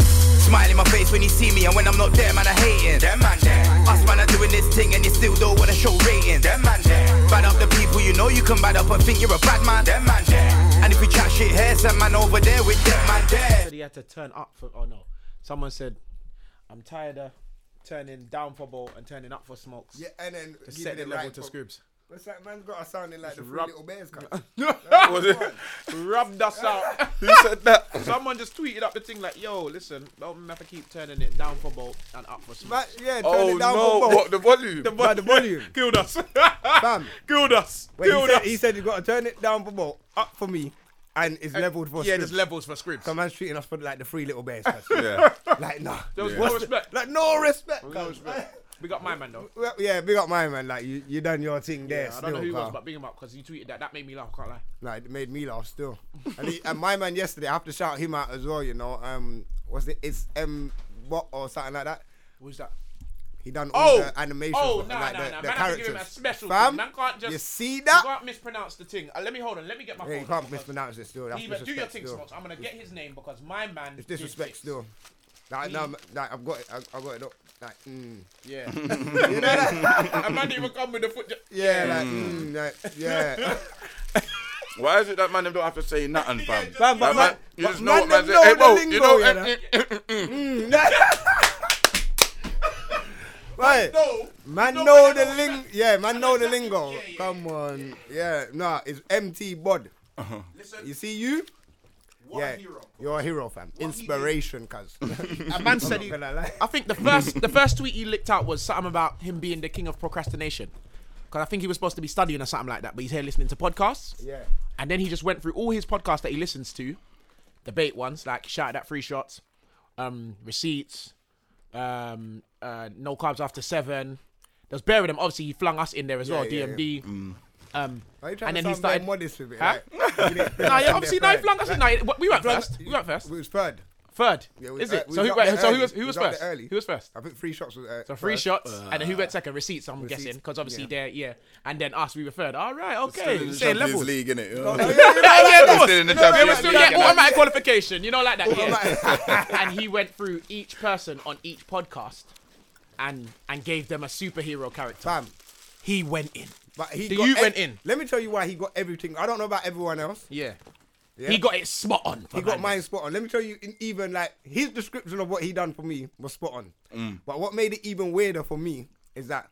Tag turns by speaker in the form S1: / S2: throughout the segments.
S1: Smile in my face when you see me, and when I'm not there, man, I hating.
S2: Them man there.
S1: Us man are doing this thing, and you still don't wanna show rating.
S2: Them man there.
S1: Bad up the people you know you can bad up and think you're a bad man.
S2: Them man there.
S1: And if you chat shit here, some man over there with them man there.
S3: said he had to turn up for. Oh no, someone said, "I'm tired of turning down for ball and turning up for smokes."
S4: Yeah, and then
S3: to
S4: give
S3: set
S4: it
S3: the level
S4: right
S3: to
S4: pro-
S3: Scribs.
S4: What's that man's got us sounding like the three
S3: rub-
S4: little bears? cunt.
S3: Was it? Rubbed us out.
S5: Who said that?
S3: Someone just tweeted up the thing like, "Yo, listen, don't have to keep turning it down for ball and up for smokes."
S4: But yeah, turn
S5: Oh
S4: it down
S5: no!
S4: for
S5: What the volume?
S4: But the volume.
S3: killed us.
S4: Fam.
S3: Killed us.
S4: Wait, he,
S3: killed
S4: said,
S3: us.
S4: he said you got to turn it down for ball, up for me, and it's leveled for
S3: yeah,
S4: Scribs.
S3: there's levels for scripts.
S4: So man's treating us for like the three little bears. cunt.
S5: yeah.
S4: like nah,
S3: There was
S5: Yeah.
S3: no respect.
S4: like no respect.
S3: no
S4: cunt.
S3: respect. We got my man though.
S4: Well, yeah, big up my man. Like you, you done your thing there.
S3: Yeah, I
S4: still,
S3: don't know who it was,
S4: pal.
S3: but bring him up because he tweeted that. That made me laugh. I can't lie.
S4: Like it made me laugh still. And, he, and my man yesterday, I have to shout him out as well. You know, um, was it it's M what or something like that?
S3: Who's that?
S4: He done all
S3: Oh,
S4: the animations,
S3: Oh,
S4: and,
S3: nah,
S4: like
S3: nah,
S4: the,
S3: nah.
S4: the
S3: man, I have to give
S4: characters.
S3: him a special.
S4: Fam,
S3: thing. man can't just.
S4: you see
S3: You
S4: that?
S3: can't mispronounce the thing. Uh, let me hold on. Let me get my.
S4: Yeah,
S3: phone
S4: you can't
S3: because-
S4: mispronounce it still. That's
S3: Leave it. Do your
S4: disrespect
S3: thing,
S4: still.
S3: Smokes. I'm gonna get his name because my man.
S4: It's
S3: did
S4: disrespect
S3: this.
S4: still. Like,
S3: Mm.
S4: no, m- like I've got it. I, I've got it up. Like, mm.
S3: Yeah. A man didn't even come with the foot.
S4: yeah, like, mm, like, yeah.
S5: Why is it that man them don't have to say nothing, fam?
S4: Fam, but
S5: Like,
S4: man-
S5: you
S4: but
S5: just
S4: man
S5: know what man
S4: them
S5: say. Hey,
S4: know
S5: bro,
S4: the
S5: you know.
S4: lingo,
S5: eh, eh, eh, eh, eh.
S4: right.
S3: No.
S4: Man
S3: No,
S4: know
S3: man,
S4: the
S3: I know
S4: ling.
S3: that.
S4: Yeah, man know the
S3: exactly-
S4: lingo.
S3: yeah, yeah,
S4: Come on. Yeah, nah, it's MT Bod.
S3: Listen.
S4: You see you?
S3: What
S4: yeah,
S3: a hero.
S4: you're a hero, fam. Inspiration, cuz.
S3: A man said he.
S4: Gonna lie.
S3: I think the first the first tweet he licked out was something about him being the king of procrastination. Because I think he was supposed to be studying or something like that, but he's here listening to podcasts.
S4: Yeah.
S3: And then he just went through all his podcasts that he listens to, debate ones like shouted at free shots, um, receipts, um, uh, no carbs after seven. There's bare of them. Obviously, he flung us in there as well,
S4: yeah, yeah.
S3: DMD. Um,
S4: Are you
S3: and
S4: trying
S3: then
S4: to
S3: he
S4: sound very
S3: started.
S4: modest with it?
S3: Huh?
S4: Like, you didn't-
S3: Nah, yeah, obviously, no, he
S4: Right.
S3: flung us in. Nah, we weren't first. We weren't first.
S4: We was third.
S3: Third.
S4: Yeah, we-
S3: is
S4: uh,
S3: it?
S4: we
S3: So who,
S4: got there
S3: went- so
S4: early.
S3: who was
S4: We
S3: who was
S4: got there
S3: first?
S4: early.
S3: Who was first?
S4: I think three shots was. Uh,
S3: So free
S4: first. Ah.
S3: shots, and then who went second? Receipts, I'm
S4: Receipts,
S3: guessing, because obviously they're yeah, and then us, we were third. All right, okay,
S5: Still in the
S3: same
S5: Champions
S3: level.
S5: League, innit? You
S4: Yeah, yeah,
S5: know?
S4: yeah.
S3: Yeah, yeah, of course.
S5: Still in the
S3: They were
S5: Champions
S3: still
S5: League.
S3: yeah, automatic qualification, you know, like that. Yeah. and he went through each person on each podcast, and and gave them a superhero character.
S4: Fam.
S3: He went in.
S4: But he
S3: The
S4: got
S3: you
S4: ev-
S3: went in.
S4: Let me tell you why he got everything. I don't know about everyone else.
S3: Yeah.
S4: Yeah.
S3: He got it spot on.
S4: He got mine spot on. Let me tell you, in even like his description of what he done for me was spot on.
S5: Mm.
S4: But what made it even weirder for me is that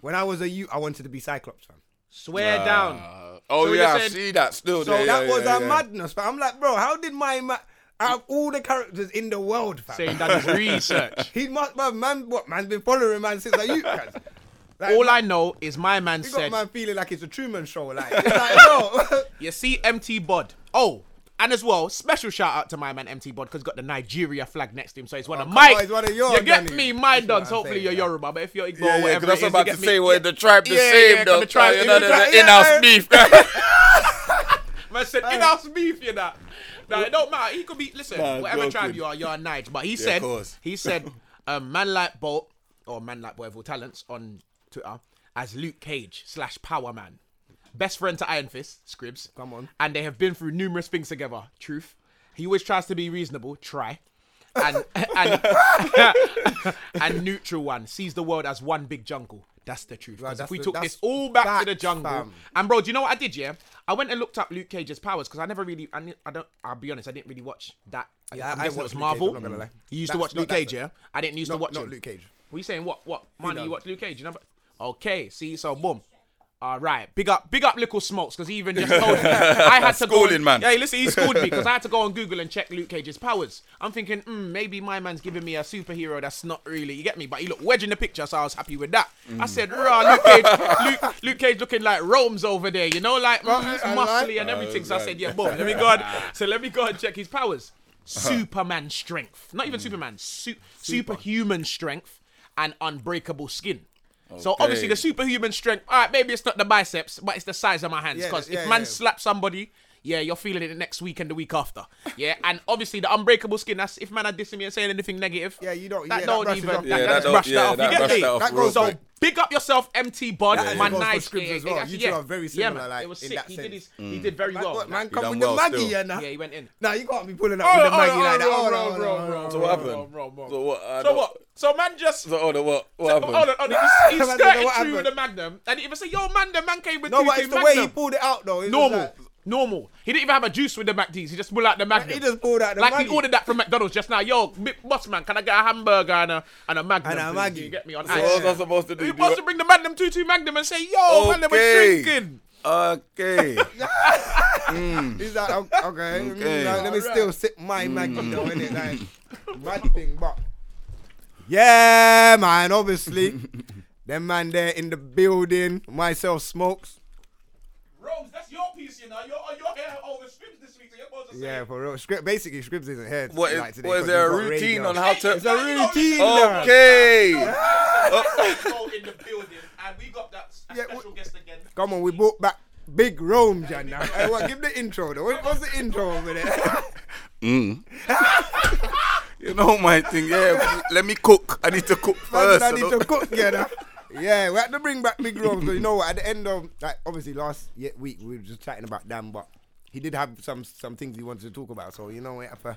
S4: when I was a youth, I wanted to be Cyclops, fam.
S3: Swear down.
S5: Uh, Oh
S3: So we
S5: yeah,
S3: just
S5: I
S3: said-
S5: see that still.
S4: So
S5: there,
S4: that
S5: yeah,
S4: was
S5: yeah,
S4: a
S5: yeah.
S4: madness. But I'm like, bro, how did my ma- out of all the characters in the world, fam?
S3: Saying that is research.
S4: He must, bruv, man, what man's been following man since I youth. cuz. Like,
S3: All I know is my man
S4: you
S3: said
S4: got man feeling like it's a Truman Show, like, it's like bro.
S3: You see, MT Bod. Oh, and as well, special shout out to my man MT Bod because got the Nigeria flag next to him, so he's one of
S4: Oh, come
S3: my.
S4: on, he's one of yours,
S3: you get me,
S4: Danny.
S3: my
S4: That's what
S3: dons.
S4: I'm
S3: Hopefully
S4: saying,
S3: you're
S4: yeah.
S3: Yoruba, but if you're Igbo,
S5: Yeah,
S3: or
S5: yeah,
S3: whatever
S5: because
S3: it
S5: I was
S3: is, you
S5: about
S3: get
S5: to
S3: me.
S5: say we're the tribe the
S3: Yeah, yeah,
S5: same,
S3: yeah,
S5: though.
S3: the tribe-
S5: so, you know, the, the
S4: yeah, yeah.
S5: in-house beef.
S3: Man said in house beef, you know. Nah, it don't matter. He could be. Listen,
S5: Nah,
S3: whatever tribe
S5: joking.
S3: you are, you're a Nige. But he said,
S5: course.
S3: he said, um, man like Bolt or man like Boy of All Talents on Twitter as Luke Cage slash Power Man, best friend to Iron Fist, Scribs.
S4: Come on.
S3: And they have been through numerous things together. Truth. He always tries to be reasonable. Try. And and and neutral one sees the world as one big jungle. That's the truth. 'Cause
S4: that's
S3: if we
S4: the-
S3: took
S4: that's-
S3: this all back to the
S4: that's,
S3: jungle,
S4: fam.
S3: and bro, do you know what I did? Yeah, I went and looked up Luke Cage's powers because I never really, I, ne- I don't, I'll be honest, I didn't really watch that.
S4: Yeah,
S3: I'm
S4: I- I
S3: guessing it
S4: watched
S3: was
S4: Luke Cage,
S3: Marvel.
S4: I'm not gonna lie.
S3: You used to
S4: That's
S3: watch
S4: not-
S3: Luke Cage, yeah.
S4: that's-
S3: I didn't used to
S4: Not-
S3: watch
S4: not
S3: him.
S4: Luke Cage.
S3: What are you saying? What? What? Money? You watch Luke Cage? You know? Okay. See. So boom. All right. Big up. Big up. Little smokes because he even just told me I had to go.
S5: Schooling,
S3: and-
S5: man.
S3: Yeah. Listen, he schooled me because I had to go on Google and check Luke Cage's powers. I'm thinking, mm, maybe my man's giving me a superhero that's not really. You get me? But he looked wedge in the picture, so I was happy with that. I said, rah, Luke Cage. Luke, Luke Cage looking like Rome's over there. You know, like mm, he's
S4: I like-
S3: muscly and everything. So I
S5: man.
S3: said, yeah, boom. Let me go. And, so let me go and check his powers.
S4: Uh-huh.
S3: Superman strength, not even Superman, su- superhuman strength and unbreakable skin. So obviously the
S5: Okay.
S3: superhuman strength. All right, maybe it's not the biceps, but it's the size of my hands.
S4: Yeah,
S3: Because
S4: yeah,
S3: if man
S4: yeah.
S3: slaps somebody, Yeah, you're feeling it the next week and the week after. Yeah, and obviously the unbreakable skin. That's if man are dissing me and saying anything negative.
S4: Yeah, you don't-
S3: That
S4: yeah, that
S3: don't
S4: brushes
S3: even.
S4: off.
S3: That,
S5: Yeah, that
S3: that's
S5: don't-
S3: brushed
S5: yeah,
S3: that off.
S5: that
S3: you get
S5: brushed
S3: me?
S5: that off
S4: That goes
S5: real
S3: so
S5: quick.
S3: big up yourself, MT Bod.
S4: Yeah, yeah.
S3: man,
S4: Goes for
S3: nice.
S4: Scribs
S3: yeah,
S4: as
S3: yeah,
S4: well.
S3: actually,
S4: You two
S3: yeah.
S4: are very
S3: Yeah,
S4: similar,
S3: man.
S4: like,
S3: it was
S4: in
S3: sick.
S4: that
S3: He did
S4: sense.
S3: his. He did very
S4: Man,
S3: well.
S4: what- man
S5: You done
S4: come with the
S5: well
S4: Maggie,
S5: still.
S4: yeah, nah.
S3: Yeah, he went in.
S4: Nah, you can't be pulling up
S3: Oh,
S4: with the
S3: oh,
S4: Maggie
S3: oh,
S4: like that.
S3: oh,
S4: Hold
S3: bro,
S4: on, hold
S3: bro,
S4: on,
S3: bro,
S4: hold
S5: So
S4: on.
S5: what happened?
S3: Bro, bro, bro.
S5: So what? I
S3: So
S5: don't-
S3: what? So man just.
S5: So hold on, what? What
S3: Oh,
S5: happened?
S3: hold on, hold on. He, he
S4: Man,
S3: skirted
S4: what
S3: through with
S4: happened?
S3: a magnum, and he even said, "Yo, man, the man came with
S4: No,
S3: two,
S4: but
S3: two
S4: it's the
S3: magnum."
S4: way he pulled it out though. It was
S3: normal,
S4: like-
S3: normal. He didn't even have a juice with the MacDs. He just pulled out the magnum.
S4: He just pulled out the
S3: like
S4: Maggie.
S3: he ordered that from McDonald's just now. Yo, mi- boss man, can I get a hamburger and a and a magnum?
S4: And a
S3: please?
S4: Maggie.
S3: You get me on
S5: So what was I
S3: ice.
S5: supposed to do?
S3: He
S5: Do
S3: wants
S5: what-
S3: to bring the magnum two two magnum and say, "Yo, man, they were drinking."
S5: Okay.
S4: He's like, "Oh, okay, okay.
S5: Okay.
S4: mm, like, let me
S3: Alright.
S4: still sip my
S3: Mm.
S4: Maggie though, innit? Like, mad thing, but. Yeah, man, obviously. Them man there in the building, myself smokes.
S3: Rose, that's your piece, you know. You're you're here over scrims this week, so you're supposed to
S4: Yeah, for real. Script, basically, Scribs isn't here.
S5: What is,
S4: like, today
S5: what is
S4: 'cause
S5: there a
S4: we've got
S5: routine
S4: radio.
S5: on how to?
S3: It's a routine.
S4: Oh.
S5: Okay.
S3: go in the building, and we got that s-
S4: Yeah,
S3: special
S4: we-
S3: guest again.
S4: Come on, we brought back Big Rome, Jan. Now, hey, what, give the intro though. What- What's the intro over there?
S5: You know my thing. Yeah. Let me cook. I need to cook
S4: Man,
S5: first.
S4: I
S5: you
S4: need
S5: know?
S4: to cook, yeah. nah. Yeah, we had to bring back Big Rome because you know what? At the end of like obviously last ye- week we were just chatting about Dan, but he did have some some things he wanted to talk about. So you know we have to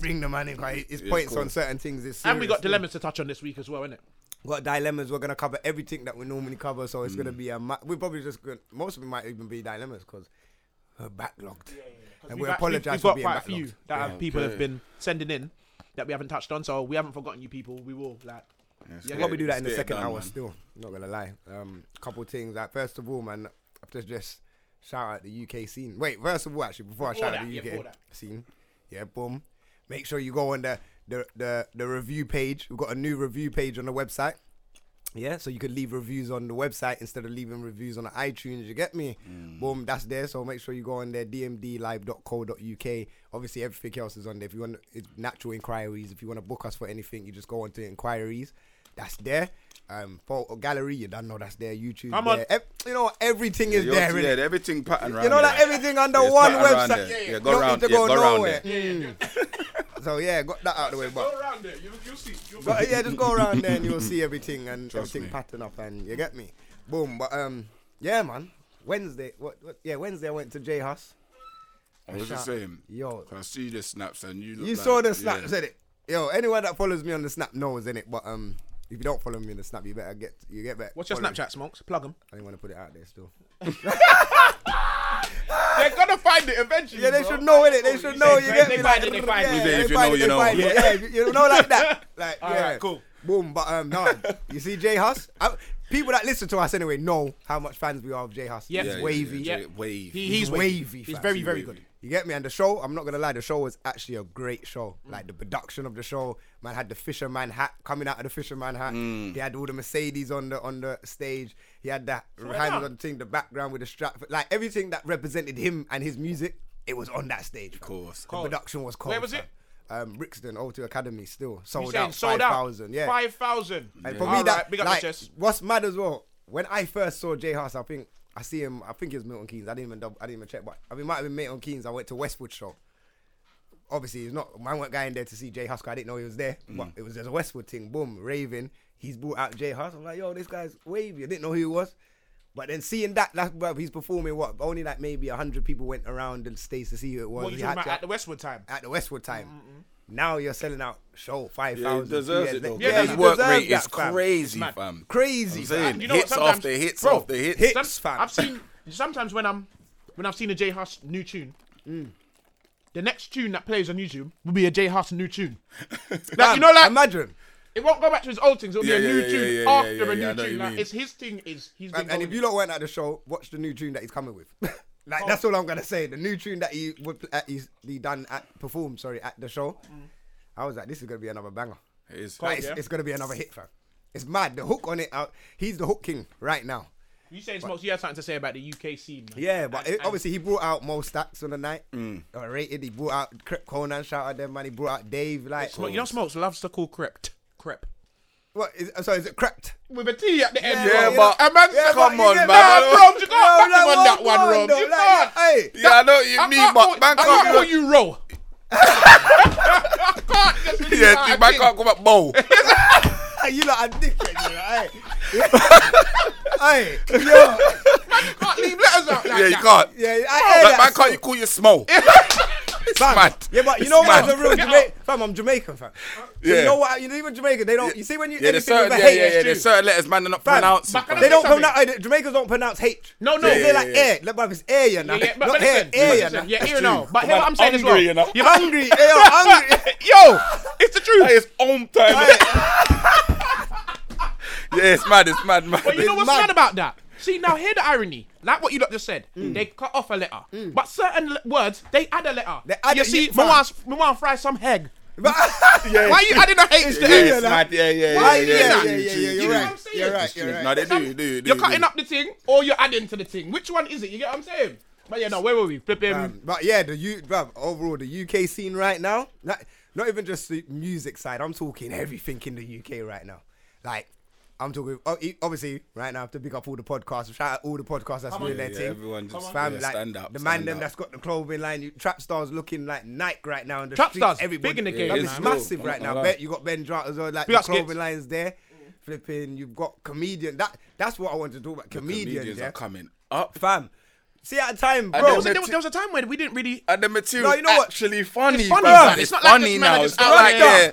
S4: bring the man in. 'cause His points on certain things is.
S3: And we got
S4: serious.
S3: dilemmas to touch on this week as well, innit?
S4: Got dilemmas. We're gonna cover everything that we normally cover. So it's gonna be a. Ma- we're probably just gonna. Most of it might even be dilemmas because we're backlogged. And we
S3: We've actually-
S4: apologise
S3: We've
S4: for
S3: got
S4: being
S3: quite a few
S4: backlogged.
S3: that have, people have been sending in that we haven't touched on, so we haven't forgotten you people. We will like. Yeah,
S5: good.
S4: Probably do that in
S5: Let's
S4: the
S5: get
S4: second
S5: it done,
S4: hour
S5: man.
S4: still. Not gonna lie. Um, couple things. Like first of all, man, I have to just shout out the UK scene. Wait, first of all, actually, before,
S3: Before
S4: I shout
S3: that,
S4: out the
S3: yeah,
S4: UK
S3: before that.
S4: scene, yeah, boom. Make sure you go on the the, the the review page. We've got a new review page on the website. Yeah, so you could leave reviews on the website instead of leaving reviews on the iTunes. You get me?
S5: Mm.
S4: Boom, that's there. So make sure you go on there, dmdlive.co.uk. Obviously, everything else is on there. If you want it's natural inquiries, if you want to book us for anything, you just go on to inquiries. That's there. Um, photo gallery, you don't know that's there. YouTube,
S3: Come on.
S4: there. Ev- you know everything is
S5: You're-
S4: there.
S5: yeah,
S4: innit?
S5: everything pattern round
S4: You know
S5: there.
S4: that everything under
S5: There's
S4: one
S5: pattern round
S4: website.
S5: there. Yeah,
S4: You
S5: go
S4: don't
S5: round-
S4: need to
S5: yeah,
S4: go,
S5: go round
S4: nowhere.
S5: there.
S4: Mm. so yeah, got that out of the way. But
S3: around there. You, you'll see. You'll
S4: but uh, yeah, just go around there and you'll see everything and
S5: Trust
S4: everything
S5: me.
S4: pattern up and you get me. Boom. But um, yeah, man. Wednesday, what? what yeah, Wednesday I went to J House.
S5: I was just saying.
S4: Yo.
S5: I see the snaps and you. Look
S4: You
S5: like,
S4: saw the snap,
S5: yeah.
S4: said it. Yo, anyone that follows me on the snap knows in it. But um, if you don't follow me on the snap, you better get you get back.
S3: What's your
S4: follow-
S3: Snapchat, Smokes? Plug them.
S4: I didn't want to put it out there still.
S3: They're gonna find it eventually.
S4: Yeah, they should know it. They should know. You
S3: oh, They
S4: get me?
S3: find
S4: like,
S3: it, they find it.
S4: yeah,
S5: They say,
S4: they
S5: if you
S4: find
S5: know,
S4: it,
S5: you
S4: they
S5: know.
S4: find it. Yeah, you you know like that. Like,
S3: All
S4: yeah,
S3: right, cool.
S4: Boom. But um, no, you see, J Hus. I- People that listen to us anyway know how much fans we are of J Hus.
S3: Yeah.
S4: He's
S3: Yeah,
S4: wavy.
S3: yeah, yeah.
S5: Jay- Wavy.
S3: He,
S4: He's
S3: he's wavy.
S4: wavy,
S3: He's
S4: fam.
S3: very,
S4: He's
S3: very
S5: wavy.
S3: good.
S4: You get me? And the show, I'm not gonna lie, the show was actually a great show. Like the production of the show, man had the fisherman hat coming out of the fisherman hat.
S3: Mm.
S4: He had all the Mercedes on the on the stage. He had that hands on thing, the background with the strap, like everything that represented him and his music. It was on that stage. Of
S5: course.
S4: the production was cold.
S3: Where was
S4: fam.
S3: it?
S4: Um, Brixton, O2 Academy, still
S3: He's
S4: sold
S3: saying
S4: out.
S3: sold out.
S4: 5,000, yeah.
S3: Five thousand.
S4: And for me, that
S3: big up
S4: like,
S3: the chest.
S4: what's mad as well. When I first saw Jay Huss, I think I see him. I think it was Milton Keynes. I didn't even double, I didn't even check, but I mean, it might have been Milton Keynes. I went to Westwood show. Obviously, it's not. Man went guy in there to see Jay Huss. 'cause I didn't know he was there,
S3: Mm.
S4: but it was just a Westwood thing. Boom, raving. He's brought out Jay Huss. I'm like, yo, this guy's wavy. I didn't know who he was. But then seeing that, that bruv, he's performing what only like maybe hundred people went around the stage to see who it was.
S3: What you
S4: He
S3: talking about
S4: had to-
S3: at the Westwood time?
S4: at the Westwood time. Now you're selling out show five
S5: Yeah,
S4: thousand.
S5: he deserves it though.
S3: Yeah,
S5: Yeah,
S3: he
S5: his work
S4: deserves
S5: rate is
S4: that, fam.
S5: crazy,
S3: mad.
S5: fam.
S4: Crazy.
S5: I'm
S4: fam.
S5: saying
S3: You know what,
S5: hits
S3: sometimes-
S5: after hits
S4: Bro,
S5: after hits.
S4: hit-
S3: Some-
S4: It's fam.
S3: I've seen sometimes when I'm when I've seen a J Huss new tune.
S5: Mm.
S3: The next tune that plays on YouTube will be a J Huss new tune. like, you know, like
S4: imagine.
S3: it won't go back to his old things. It'll be
S5: Yeah,
S3: a new
S5: yeah, yeah,
S3: tune
S5: yeah, yeah,
S3: after
S5: yeah, yeah,
S3: a
S5: I know
S3: new
S5: what you
S3: tune. Like,
S5: mean.
S3: it's his thing. Is he's been
S4: And, and if
S3: going-
S4: you lot weren't at the show, watch the new tune that he's coming with. like
S3: Oh.
S4: that's all I'm gonna say. The new tune that he would uh, he's he done at performed sorry at the show.
S3: Mm.
S4: I was like, this is gonna be another banger.
S5: It is.
S4: Like, it's,
S3: yeah.
S4: it's gonna be another hit, fam. It's mad. The hook on it. Uh, he's the hook king right now.
S3: you saying smokes, you have something to say about the UK scene. man.
S4: Yeah, but
S3: And-
S4: it, obviously he brought out Mo Stacks on the night.
S5: Mm.
S4: Uh, rated. He brought out Crip Conan. Shout out them man. He brought out Dave. Like
S3: Smoke, you know, smokes loves to call crept crep.
S4: What is, uh, sorry, is it crept?
S3: with a T at the end.
S5: Yeah,
S3: Rob.
S5: but-
S3: a man,
S5: yeah,
S4: but
S5: come
S4: you
S5: on,
S4: get-
S5: man.
S3: Nah,
S5: I don't-
S3: Rob, you can't back him
S4: like,
S3: on that
S4: what
S3: one, Rob.
S4: though?
S3: You
S4: Like,
S3: can't.
S4: hey,
S5: Yeah, I know what you
S3: I
S5: mean,
S3: can't
S5: but
S3: call,
S5: man
S3: I can't call
S5: can't.
S3: you row. I can't. Just really
S5: Yeah,
S3: start
S5: see,
S3: a
S5: man
S3: thing.
S5: can't come up bowl.
S4: you lot are different, you know. Hey, hey, yo,
S3: Can't leave letters out. Like
S5: Yeah, you
S3: that.
S5: can't.
S4: yeah, I hear
S5: Like,
S4: that.
S5: man,
S4: so-
S5: can't you call you small?
S4: fam.
S5: mad.
S4: Yeah, but you
S5: It's
S4: know what?
S5: mad.
S4: The real
S3: Get
S4: Jama- fam, I'm Jamaican, fam. So
S5: Yeah.
S4: You know what? You know, even Jamaican, they don't. You see when you
S5: Yeah, there's
S4: anything with
S5: certain,
S4: a
S5: yeah,
S4: H,
S5: yeah, yeah, there's certain letters, man, they're not pronounced.
S3: Back up.
S4: they don't
S3: Something.
S4: pronounce. Uh, Jamaicans don't pronounce H.
S3: No, no.
S4: So
S3: Yeah,
S4: they're
S5: yeah,
S4: like
S5: yeah.
S4: air. Like, bruv, it's air, you know.
S3: Yeah, but,
S4: Not
S3: but
S4: air,
S3: listen,
S4: air,
S3: but
S4: you know.
S3: listen, yeah, here now. But hear what I'm saying as well.
S5: hungry, you know.
S4: You're hungry. Air, hungry.
S3: Yo, it's the truth.
S5: That is home time. yeah, it's mad, it's mad, man.
S3: But you know what's
S4: mad.
S3: mad about that? See, now hear the irony. Like what you lot just said,
S4: Mm.
S3: they cut off a letter. But certain le- words, they add a letter.
S4: They add
S3: you
S4: a-
S3: see,
S4: yeah,
S3: we
S4: fam.
S3: want we want to fry some egg.
S4: But-
S5: yeah,
S3: Why are you adding a H to
S5: yeah,
S4: you,
S3: egg?
S4: you
S5: it's
S4: know.
S5: mad, yeah, yeah,
S4: Yeah,
S5: yeah,
S4: yeah, yeah, yeah,
S5: true,
S4: yeah,
S5: true,
S4: you're
S5: true.
S4: right. You're right,
S5: True.
S4: you're right.
S5: No, they do, do, do.
S3: You're cutting
S5: do.
S3: up the thing, or you're adding to the thing. Which one is it? You get what I'm saying? But yeah, no, where were we? Flipping.
S4: Um, but yeah, the U, bruv, overall the UK scene right now, not, not even just the music side. I'm talking everything in the UK right now. Like I'm talking oh, e- obviously right now. I have to pick up all the podcasts. Shout out all the podcasts that's doing their
S5: yeah,
S4: thing.
S5: everyone just-
S4: Fam,
S5: yeah,
S4: like,
S5: stand up,
S4: The man
S5: stand
S4: them
S5: up.
S4: that's got the clothing line. You, trap stars looking like Nike right now. In the
S3: Trap
S4: streets,
S3: Stars, big
S4: everybody-
S3: in the game,
S4: Bruv,
S5: yeah,
S4: it's
S5: still.
S4: massive
S5: I'm
S4: right
S5: not
S4: now.
S5: gonna
S4: Ben, you got Ben Drought as well. Like
S3: Big
S4: the
S3: up, Skips.
S4: clothing lines there. Flipping, you've got comedian. That that's what I want to talk about. Comedian,
S5: Comedians
S4: yeah,
S5: are coming up.
S4: fam. See at a time,
S5: And
S4: bro.
S5: then
S3: So there, was, there was a time when we didn't really.
S5: And the material
S4: No, you know what?
S5: actually funny.
S3: It's funny,
S5: bruv.
S3: man. It's not like this man are just
S5: It's not
S3: out
S5: like
S3: there.
S5: yeah.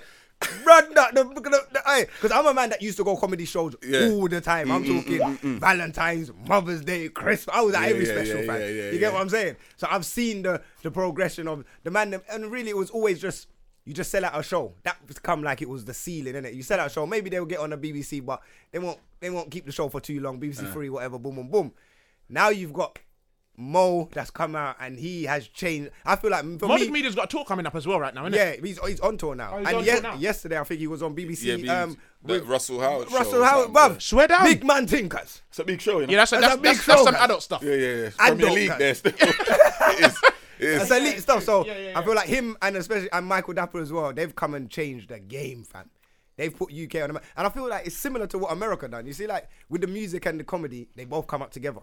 S4: Run that, the, the, the, because I'm a man that used to go comedy shows
S5: Yeah. Mm,
S4: all the time. I'm talking Valentine's, Mother's Day, Christmas. I was at
S5: Yeah,
S4: every
S5: yeah,
S4: special,
S5: yeah,
S4: fan.
S5: yeah, yeah,
S4: you get
S5: yeah.
S4: what I'm saying? So I've seen the the progression of the man, them- and really it was always just you just sell out a show. That was come like it was the ceiling, innit? You sell out a show. Maybe they'll get on the BBC, but they won't. They won't keep the show for too long.
S5: Uh.
S4: BBC Three, whatever. Boom, boom, boom. Now you've got. Mo that's come out and he has changed. I feel like for
S3: Modern
S4: me,
S3: media's got a tour coming up as well right now, innit?
S4: yeah, he's, he's on tour now.
S3: Oh, he's
S4: and
S3: on
S4: ye-
S3: tour now.
S4: yesterday, I think he was on BBC.
S5: Yeah, but
S4: um,
S5: the
S4: with
S5: Russell Howard. show
S4: Russell
S5: or
S4: Howard,
S5: something, yeah.
S4: bruv.
S3: Swear down.
S4: Big man thinkers.
S5: It's a big show, you know.
S3: Yeah, that's,
S4: That's
S3: that's,
S4: a big
S3: that's, that's
S4: show,
S3: some
S4: man.
S3: adult stuff.
S5: Yeah, yeah, yeah. It's
S4: I
S5: Premier
S4: don't
S5: League
S4: know.
S5: there still. it is. It is.
S4: That's elite stuff. So
S3: Yeah, yeah,
S4: I
S3: yeah.
S4: feel like him and especially and Michael Dapper as well. They've come and changed the game, fam. They've put UK on the map, and I feel like it's similar to what America done. You see, like with the music and the comedy, they both come up together.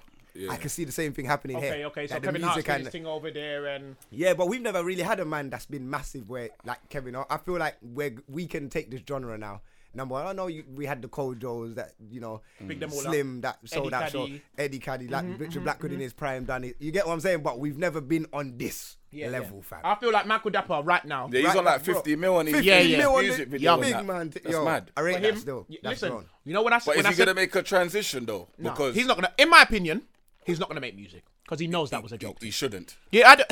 S4: I can see the same thing happening
S3: Okay,
S4: here.
S3: okay. So
S4: Like, the
S3: Kevin Hart's
S4: music
S3: doing
S4: and-
S3: his thing over there, and
S4: Yeah, but we've never really had a man that's been massive where like Kevin Hart. I feel like we we can take this genre now. Number one, I know you, we had the Cold Joes that you know,
S3: Pick Mm. them all up.
S4: Slim that sold
S3: Eddie
S4: out show,
S3: Caddy.
S4: Eddie Caddy, like Richard Blackwood in his prime, done it. You get what I'm saying? But we've never been on this
S3: yeah,
S4: level, fam.
S3: I feel like Michael Dapper right now.
S5: Yeah, he's
S4: Right,
S5: on like
S4: bro.
S5: 50 mil on his
S4: 50
S3: Yeah, yeah.
S4: mil on
S5: music
S4: the-
S5: video. and
S4: big
S5: that.
S4: man, t-
S5: That's
S4: yo,
S5: mad.
S4: I rate
S3: him,
S4: that still.
S3: y-
S4: That's
S3: listen,
S4: grown.
S3: you know what I s-
S5: But
S3: when
S5: is
S3: I
S5: he
S3: said,
S5: going to make a transition, though?
S3: Nah,
S5: Because
S3: he's not gonna. In my opinion, he's not gonna make music because he knows that was a joke.
S5: He shouldn't.
S3: Yeah, I. D-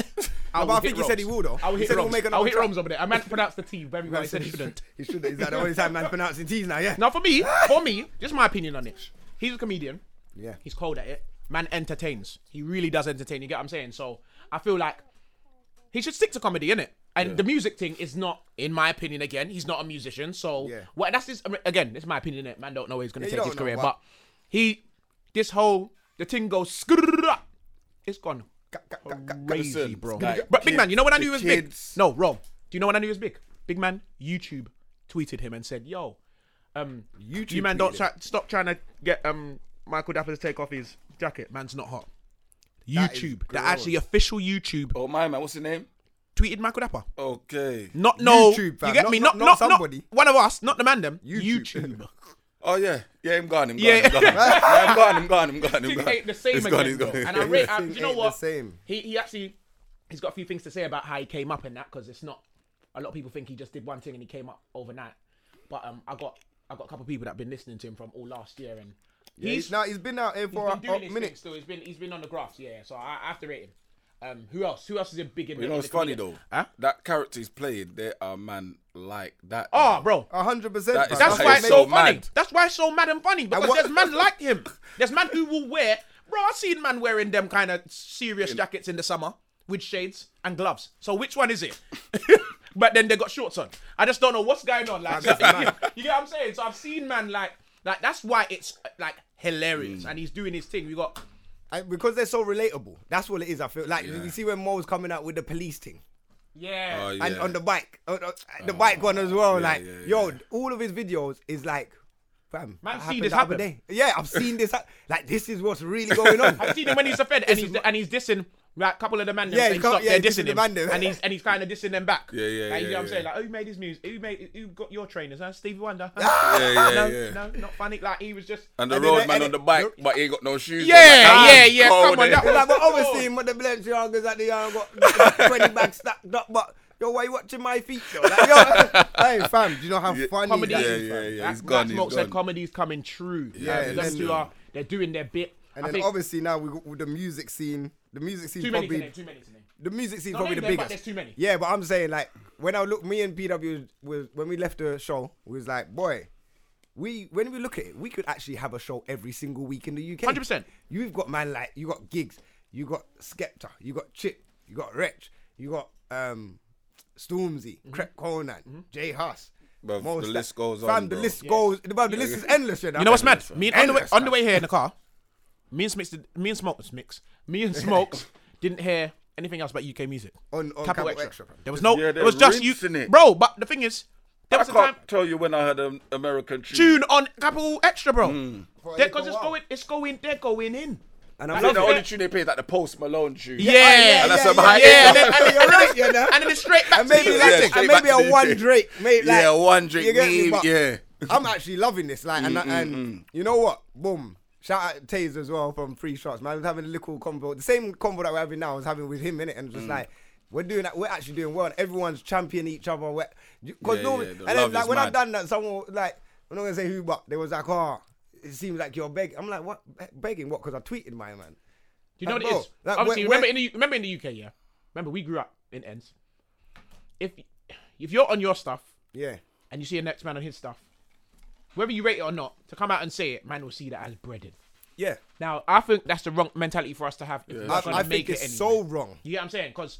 S4: No, Oh, but
S3: will
S4: I
S3: hit
S4: think he said he
S3: Roms.
S4: will, though.
S3: I will
S4: He
S3: hit
S4: said he'll
S3: Roms.
S4: make another
S3: I will hit
S4: track.
S3: Roms over there. I meant to pronounce the T very well. I said he shouldn't.
S4: He should. Is that the only time man pronouncing T's now? Yeah.
S3: Now, for me, for me, just my opinion on it. He's a comedian.
S4: Yeah.
S3: He's cold at it. Man entertains. He really does entertain. You get what I'm saying? So I feel like he should stick to comedy, innit? And the music thing is not, in my opinion, again, he's not a musician. So
S4: Yeah.
S3: well, that's his. I mean, Again, it's my opinion. Innit? Man, don't know where he's gonna
S4: Yeah, you
S3: take his
S4: don't know,
S3: career,
S4: but-
S3: but he, this whole the thing goes, skrrrrrrrr, it's gone
S4: Ca- ca- ca- ca-
S3: crazy,
S5: Listen,
S3: bro.
S5: like,
S3: but big man, you know when I
S5: the
S3: knew he was
S5: kids-
S3: big? No, wrong. Do you know when I knew he was big? Big man, YouTube tweeted him and said, "Yo, um,
S4: YouTube
S3: you man,
S4: tweeted
S3: don't try, stop trying to get um Michael Dapper to take off his jacket. Man's not hot."
S4: is
S3: YouTube, the
S4: gross.
S3: actually official YouTube
S5: Oh, my man. What's his name?
S3: tweeted Michael Dapper.
S5: Okay.
S3: Not no,
S4: YouTube, fam.
S3: you get
S4: Not-
S3: me?
S4: not-
S3: Not
S4: not
S3: not, not
S4: somebody.
S3: one of us, not the man them.
S4: YouTube.
S3: YouTube.
S5: Oh, yeah. Yeah, I'm gone. I'm gone.
S3: Yeah.
S5: I'm gone. Yeah, I'm gone. I'm gone. I'm gone. I'm
S3: thing
S5: gone.
S3: ain't the same
S5: It's
S3: again.
S5: gone, it's
S3: bro.
S5: gone.
S3: And I rate, I,
S4: Everything
S3: you know
S4: ain't the
S3: what?
S4: same.
S3: He he actually he's got a few things to say about how he came up in that because it's not a lot of people think he just did one thing and he came up overnight. But um, I got I got a couple of people that have been listening to him from all last year and he's,
S4: He's now he's been out here for
S3: been doing
S4: a, a
S3: his
S4: minute.
S3: thing still. He's been he's been on the graphs, yeah. So I, I have to rate him. Um, who else? Who else is a big? in
S5: You know
S3: the-
S5: what's
S3: in the
S5: funny,
S3: comedian?
S5: though?
S3: Huh?
S5: That character he's playing, they are man like that.
S3: Oh, bro.
S4: A hundred percent.
S5: That is-
S4: fam.
S3: That's
S5: That's
S3: why
S5: why
S3: it's
S5: it's
S3: so
S5: so
S3: funny.
S5: mad.
S3: That's why it's so mad and funny because
S4: what-
S3: there's man like him. There's man who will wear. Bro, I've seen man wearing them kind of serious jackets in the summer with shades and gloves. So which one is it? but then they got shorts on. I just don't know what's going on. Like,
S4: That's mad.
S3: you get what I'm saying? So I've seen man like like that's why it's like hilarious and he's doing his thing. We got
S4: I, because they're so relatable. That's what it is. I feel like you see when Mo was coming out with the police thing
S3: yeah.
S5: Oh,
S4: and
S5: yeah. Oh,
S4: on the Uh, bike, on, on- the bike one as well.
S5: yeah,
S4: like
S5: yeah,
S4: yo, all of his videos is like Fam,
S3: Man,
S4: that
S3: see
S4: happened
S3: this
S4: the other
S3: happen.
S4: day. Yeah, I've seen this. hap- Like, this is what's really going on.
S3: I've seen him when he's offended and he's and he's dissing like a couple of the man them
S4: Yeah,
S3: saying
S4: he can't-
S3: stop,
S4: yeah,
S3: they're
S4: he's dissing
S3: dissing
S4: the
S3: him
S4: man them.
S3: and he's and he's kind of dissing them back.
S5: Yeah, yeah,
S3: Like, you
S5: yeah,
S3: know what I'm saying?
S5: yeah.
S3: Like who made his music? Who made who got your trainers? Huh? Stevie Wonder.
S5: Yeah, yeah,
S3: no,
S5: yeah.
S3: no, not funny. Like he was just
S5: And the
S4: And then
S5: road
S4: they-
S5: man
S4: and
S5: on the
S4: they-
S5: bike, but he ain't got no shoes.
S3: Yeah, yeah, yeah, come on, that was-
S4: like, but obviously,
S3: Oh.
S4: what the Balenciagas at the yard got 20 bags stacked up, but yo, why you watching my feet, yo? Like, yo hey, fam, do you know how funny
S3: comedy.
S4: that
S5: Yeah,
S4: is,
S5: yeah,
S4: fam?
S5: yeah,
S3: That-
S5: he's gone,
S3: Matt
S5: he's
S3: Smoke said
S5: gone.
S3: comedy's coming true.
S5: Yeah,
S3: Yeah,
S4: and
S3: those
S4: then-
S3: two are they're doing their bit.
S4: And
S3: I
S4: then
S3: think
S4: obviously now we got with the music scene. The music scene
S3: too many
S4: probably
S3: to name, too many to name.
S4: the music scene
S3: No,
S4: probably
S3: name
S4: the
S3: them,
S4: biggest.
S3: but there's too many.
S4: Yeah, but I'm saying like when I look, me and PW was when we left the show, we was like, boy, we when we look at it, we could actually have a show every single week in the UK.
S3: 100%.
S4: You've got man like you got gigs, you got Skepta, you got Chip, you got Wretch, you got um Stormzy,
S3: Mm-hmm.
S4: Crep Conan, Jay Huss.
S5: Bruv,
S4: Mo
S5: the
S4: Stack.
S5: list goes on,
S4: Fam, the
S5: bro.
S4: list goes. Bruv, the list is endless. You know,
S3: You know what's mad?
S5: Endless,
S3: Me and on the way,
S4: Endless,
S3: on the
S4: man.
S3: way here in the car, me and Smix, did, me and Smokes mix, me and Smokes didn't hear anything else but UK music
S4: On- on Capital Extra, fam.
S3: There was no,
S5: Yeah,
S3: it
S5: they're
S3: was just you,
S5: rinsing it.
S3: bro. But the thing is, there
S5: I
S3: was a time
S5: can't tell you when I heard an American tune.
S3: tune on Capital Extra, bro.
S5: Hmm.
S3: Because
S4: Go
S3: it's
S4: out.
S3: going, it's going, they're going in.
S4: And
S5: I
S4: I'm
S5: think the
S3: love
S5: only
S3: it.
S5: tune they play is like the Post Malone tune.
S3: Yeah,
S4: yeah,
S5: And that's
S4: yeah,
S5: a high
S4: yeah,
S5: end.
S4: yeah, yeah, yeah, you're right, you know.
S3: and then it's straight back
S4: and
S3: to
S4: maybe
S3: the
S5: yeah,
S4: that's
S3: music.
S4: it.
S5: straight
S4: And
S5: back
S4: maybe
S5: to
S4: a
S5: the
S4: one
S5: music.
S4: Drake. Maybe like,
S5: Yeah, one Drake,
S4: you get me?
S5: maybe,
S4: But
S5: yeah. Mm,
S4: I'm actually loving this. Like, and, and you know what? Boom. Shout out Taze as well from Free Shots. Man, I was having a little convo. The same convo that we're having now I was having with him in it, and just
S5: Mm.
S4: like. We're doing that. We're actually doing well. and Everyone's championing each other. Because
S5: Yeah,
S4: normally,
S5: yeah, the
S4: and
S5: love
S4: then like
S5: is
S4: when I've
S5: mad.
S4: done that, someone like I'm not gonna say who, but they was like, "Oh, it seems like you're begging." I'm like, "What Be- begging? What?" Because I tweeted my man.
S3: Do you know
S4: Like,
S3: what it
S4: bro,
S3: is?
S4: like,
S3: Obviously,
S4: where-
S3: remember in the U- remember in the UK, yeah. Remember we grew up in ends. If if you're on your stuff
S4: Yeah,
S3: and you see a next man on his stuff, whether you rate it or not, to come out and say it, man will see that as breaded.
S4: yeah.
S3: Now I think that's the wrong mentality for us to have. If we're
S4: I,
S3: not gonna
S4: I
S3: make
S4: think
S3: it
S4: it's so
S3: anyway.
S4: wrong.
S3: You get what I'm saying? Because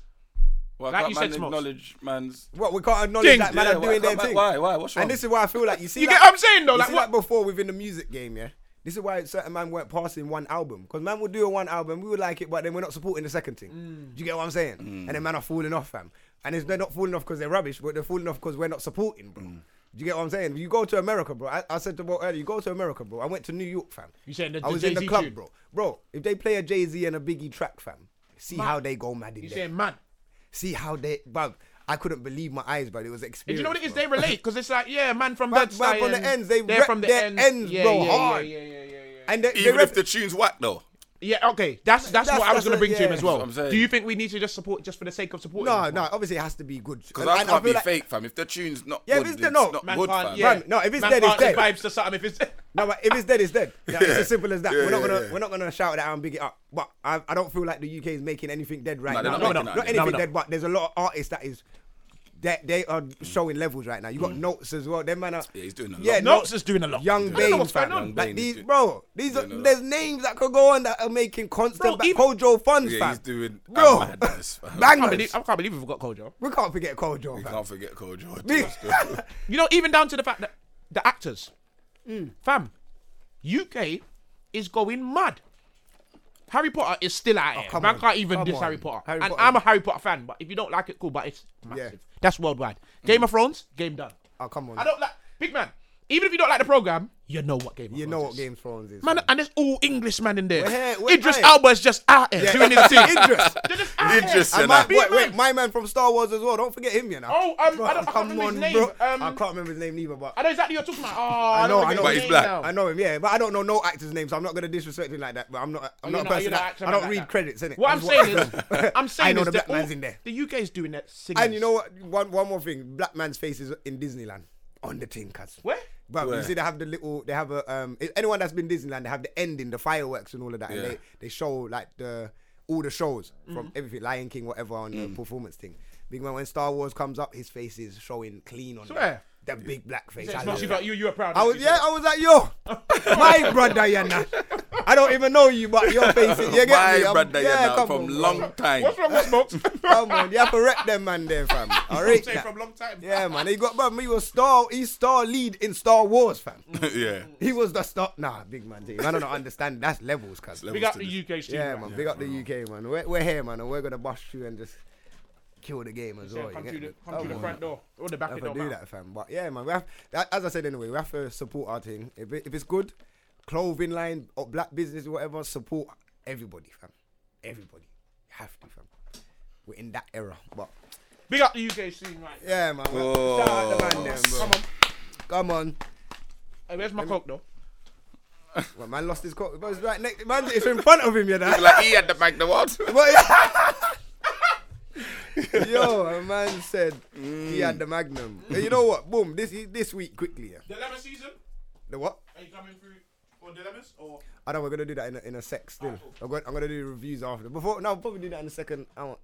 S5: Why
S3: Like
S5: can't
S3: you
S5: man
S3: said, Smokes.
S5: acknowledge man's.
S4: What we can't acknowledge
S3: Thing.
S4: that man
S5: Yeah,
S4: are
S5: why-
S4: doing their
S5: why-
S4: thing.
S5: why- why? What's wrong?
S4: And this is why I feel like you see.
S3: You
S4: like,
S3: get what I'm saying, though?
S4: you
S3: Like,
S4: see
S3: what-
S4: like before within the music game, yeah. This is why certain man weren't passing one album because man would do one album, we would like it, but then we're not supporting the second thing.
S3: Mm.
S4: Do you get what I'm saying? And then man are falling off, fam. And it's, they're not falling off because they're rubbish, but they're falling off because we're not supporting, bro. Do you get what I'm saying? You go to America, bro. I, I said to bro earlier, you go to America, bro. I went to New York, fam.
S3: You saying the-
S4: I
S3: the
S4: was in the
S3: Jay-Z
S4: club,
S3: tune?
S4: bro. Bro, if they play a Jay Z and a Biggie track, fam, see how they go mad in
S3: you
S4: there.
S3: saying man.
S4: See how they, bruv. I couldn't believe my eyes, but it was
S3: And
S4: experience.
S3: you know what it is?
S4: bro.
S3: They relate because it's like, yeah, man from
S4: Man-
S3: that
S4: man
S3: side.
S4: from the
S3: and
S4: ends, they
S3: they're
S4: rep
S3: from the
S4: their
S3: ends,
S4: ends,
S3: yeah,
S4: bro,
S3: yeah, yeah,
S4: hard.
S3: Yeah, yeah, yeah, yeah.
S4: And they,
S5: Even
S4: they
S5: if the tune's whack though.
S3: Yeah, okay. That's that's,
S4: That's-
S3: what I was
S4: that's
S3: gonna
S4: a-
S3: bring to him
S4: yeah.
S3: as well.
S5: That's what I'm saying.
S3: Do you think we need to just support just for the sake of supporting?
S4: no,
S3: him?
S4: no, obviously it has to be good.
S5: Because I
S4: I
S5: can't
S4: feel
S5: be
S4: like-
S5: fake, fam. If the tune's not
S4: Yeah, if
S5: good,
S4: it's
S5: it's,
S4: the- no.
S5: not
S3: Man
S5: good,
S3: can't,
S5: fam.
S3: yeah.
S4: Fam, no, if it's
S3: man
S4: dead, it's
S3: can't give
S4: dead.
S3: Vibes to something. If it's dead.
S4: No, but if it's dead, it's dead. Like, It's as simple as that.
S5: Yeah,
S4: we're not
S5: yeah,
S4: gonna
S5: yeah.
S4: we're not gonna shout it out and big it up. But I, I don't feel like the UK is making anything dead right
S5: No, they're
S4: now.
S5: not
S4: Not,
S5: making
S4: not
S5: that.
S4: anything
S3: No, no.
S4: dead, but there's a lot of artists that is that they are showing levels right now. You got notes as well. Them man are
S5: Mm. Yeah, he's doing a lot.
S4: yeah,
S3: Notes is doing a lot. I
S4: Young
S3: don't know
S4: Bane,
S3: what's
S4: fam.
S3: going on.
S4: Like
S5: Young Bane is
S4: these,
S5: do-
S4: bro. These are,
S5: doing a lot.
S4: there's names that could go on that are making
S3: Bro,
S4: constant. back.
S3: even-
S4: Kojo funds,
S5: Yeah,
S4: fam.
S5: he's doing a
S4: bro.
S5: madness, fam.
S3: I can't,
S4: Bangers.
S3: believe, I can't believe we forgot Kojo.
S4: We can't forget Kojo, fam.
S5: Can't forget Cole Jordan.
S4: Me-
S3: You know, even down to the fact that the actors,
S4: Mm.
S3: fam, UK is going mad. Harry Potter is still out here.
S4: Oh, come
S3: Man
S4: on.
S3: can't even
S4: Come
S3: diss
S4: on.
S3: Harry Potter.
S4: Harry
S3: and
S4: Potter-
S3: I'm a Harry Potter fan, but if you don't like it, cool. But it's massive. That's worldwide.
S4: Mm.
S3: Game of Thrones, game done.
S4: Oh, come on.
S3: I don't like big man. Even if you don't like the program, you know what game. of
S4: You
S3: Thrones
S4: know what
S3: is.
S4: Game of Thrones is.
S3: Man,
S4: fam.
S3: and there's all English man in there.
S4: We're here, we're
S3: Idris
S4: here.
S3: Elba's just out here doing his thing.
S4: Idris.
S3: They're just out
S5: Idris
S3: here.
S5: said
S4: And my,
S5: that.
S4: wait, wait,
S3: man.
S4: my man from Star Wars as well. Don't forget him, you know.
S3: Oh, um, I don't- I can't remember his name. Um,
S4: I can't remember his name either, but
S3: I know exactly what you're talking about. Oh, I
S4: I
S3: know,
S4: know, I know.
S3: his
S4: But he's
S3: name
S5: black.
S3: now.
S4: I know him, yeah, but I don't know no actor's name, so I'm not gonna disrespect him like that. But I'm not, I'm
S3: You're
S4: not a person
S3: you're not
S4: that
S3: acting
S4: I don't
S3: like
S4: read
S3: that.
S4: credits in it.
S3: What I'm saying is, I'm saying
S4: I know
S3: is
S4: the
S3: that
S4: black man's
S3: all-
S4: in there.
S3: The UK is doing that singing.
S4: And you know what? One, one more thing. Black man's face is in Disneyland on the tin cuz.
S3: where?
S4: But
S5: Where?
S4: you see, they have the little, they have a um. if Anyone that's been Disneyland, they have the ending, the fireworks and all of that,
S5: Yeah.
S4: and they they show like the all the shows
S3: Mm-hmm.
S4: from everything, Lion King, whatever, on
S5: Mm.
S4: the performance thing. Big man, when Star Wars comes up, his face is showing clean on
S3: Swear.
S4: the, the big black face.
S3: It's
S4: I
S3: not-
S4: love
S3: you,
S4: that.
S3: got- you, you were proud.
S4: I
S3: of
S4: was
S3: it, you
S4: yeah,
S3: said.
S4: I was like yo, my brother, you know. I don't even know you, but your face, is, you get me?
S5: My
S4: I'm-
S5: brother,
S4: yeah,
S5: yeah,
S4: come
S5: from
S4: on, bro.
S5: long time.
S3: What's wrong with smokes?
S4: Come on, you have to rep them man there, fam. I rate
S3: Say
S4: that.
S3: from long time.
S4: Yeah, man, he got man. He was star, he's star lead in Star Wars, fam.
S5: yeah.
S4: He was the star. Nah, big man. Team. I don't understand. That's levels, cuz.
S5: Level-
S3: Big up the UK.
S4: Yeah, man. Big up the UK, man. We're, we're here, man, and we're gonna bust you and just kill the game as
S3: Yeah,
S4: well.
S3: come
S4: you
S3: through
S4: get
S3: the,
S4: me?
S3: come through the
S4: Oh,
S3: front door or the back it
S4: we have
S3: don't
S4: to do
S3: matter.
S4: that, fam. But yeah, man, we have that, as I said anyway, we have to support our thing. If, it- if it's good, clothing line or black business, whatever, support everybody, fam. Everybody, you have to, fam. We're in that era, but
S3: Big up the UK scene, right?
S4: yeah, man. man.
S5: Oh.
S4: Shout out the man them, bro.
S3: Come on.
S4: Come on,
S3: Hey, where's my coke though?
S4: Well, man lost his coat. But it's right next, man. It's in front of him, you know.
S5: Like he had the back the what?
S4: But- Yo, a man said
S3: Mm.
S4: he had the Magnum. You know what? Boom. This this week quickly. Yeah.
S3: The lemon season?
S4: The what?
S3: Are you coming through for the lemons or?
S4: I know we're gonna do that in a, in a sec still.
S3: cool.
S4: I'm going I'm gonna do reviews after. Before no, we'll probably do that in a second. I want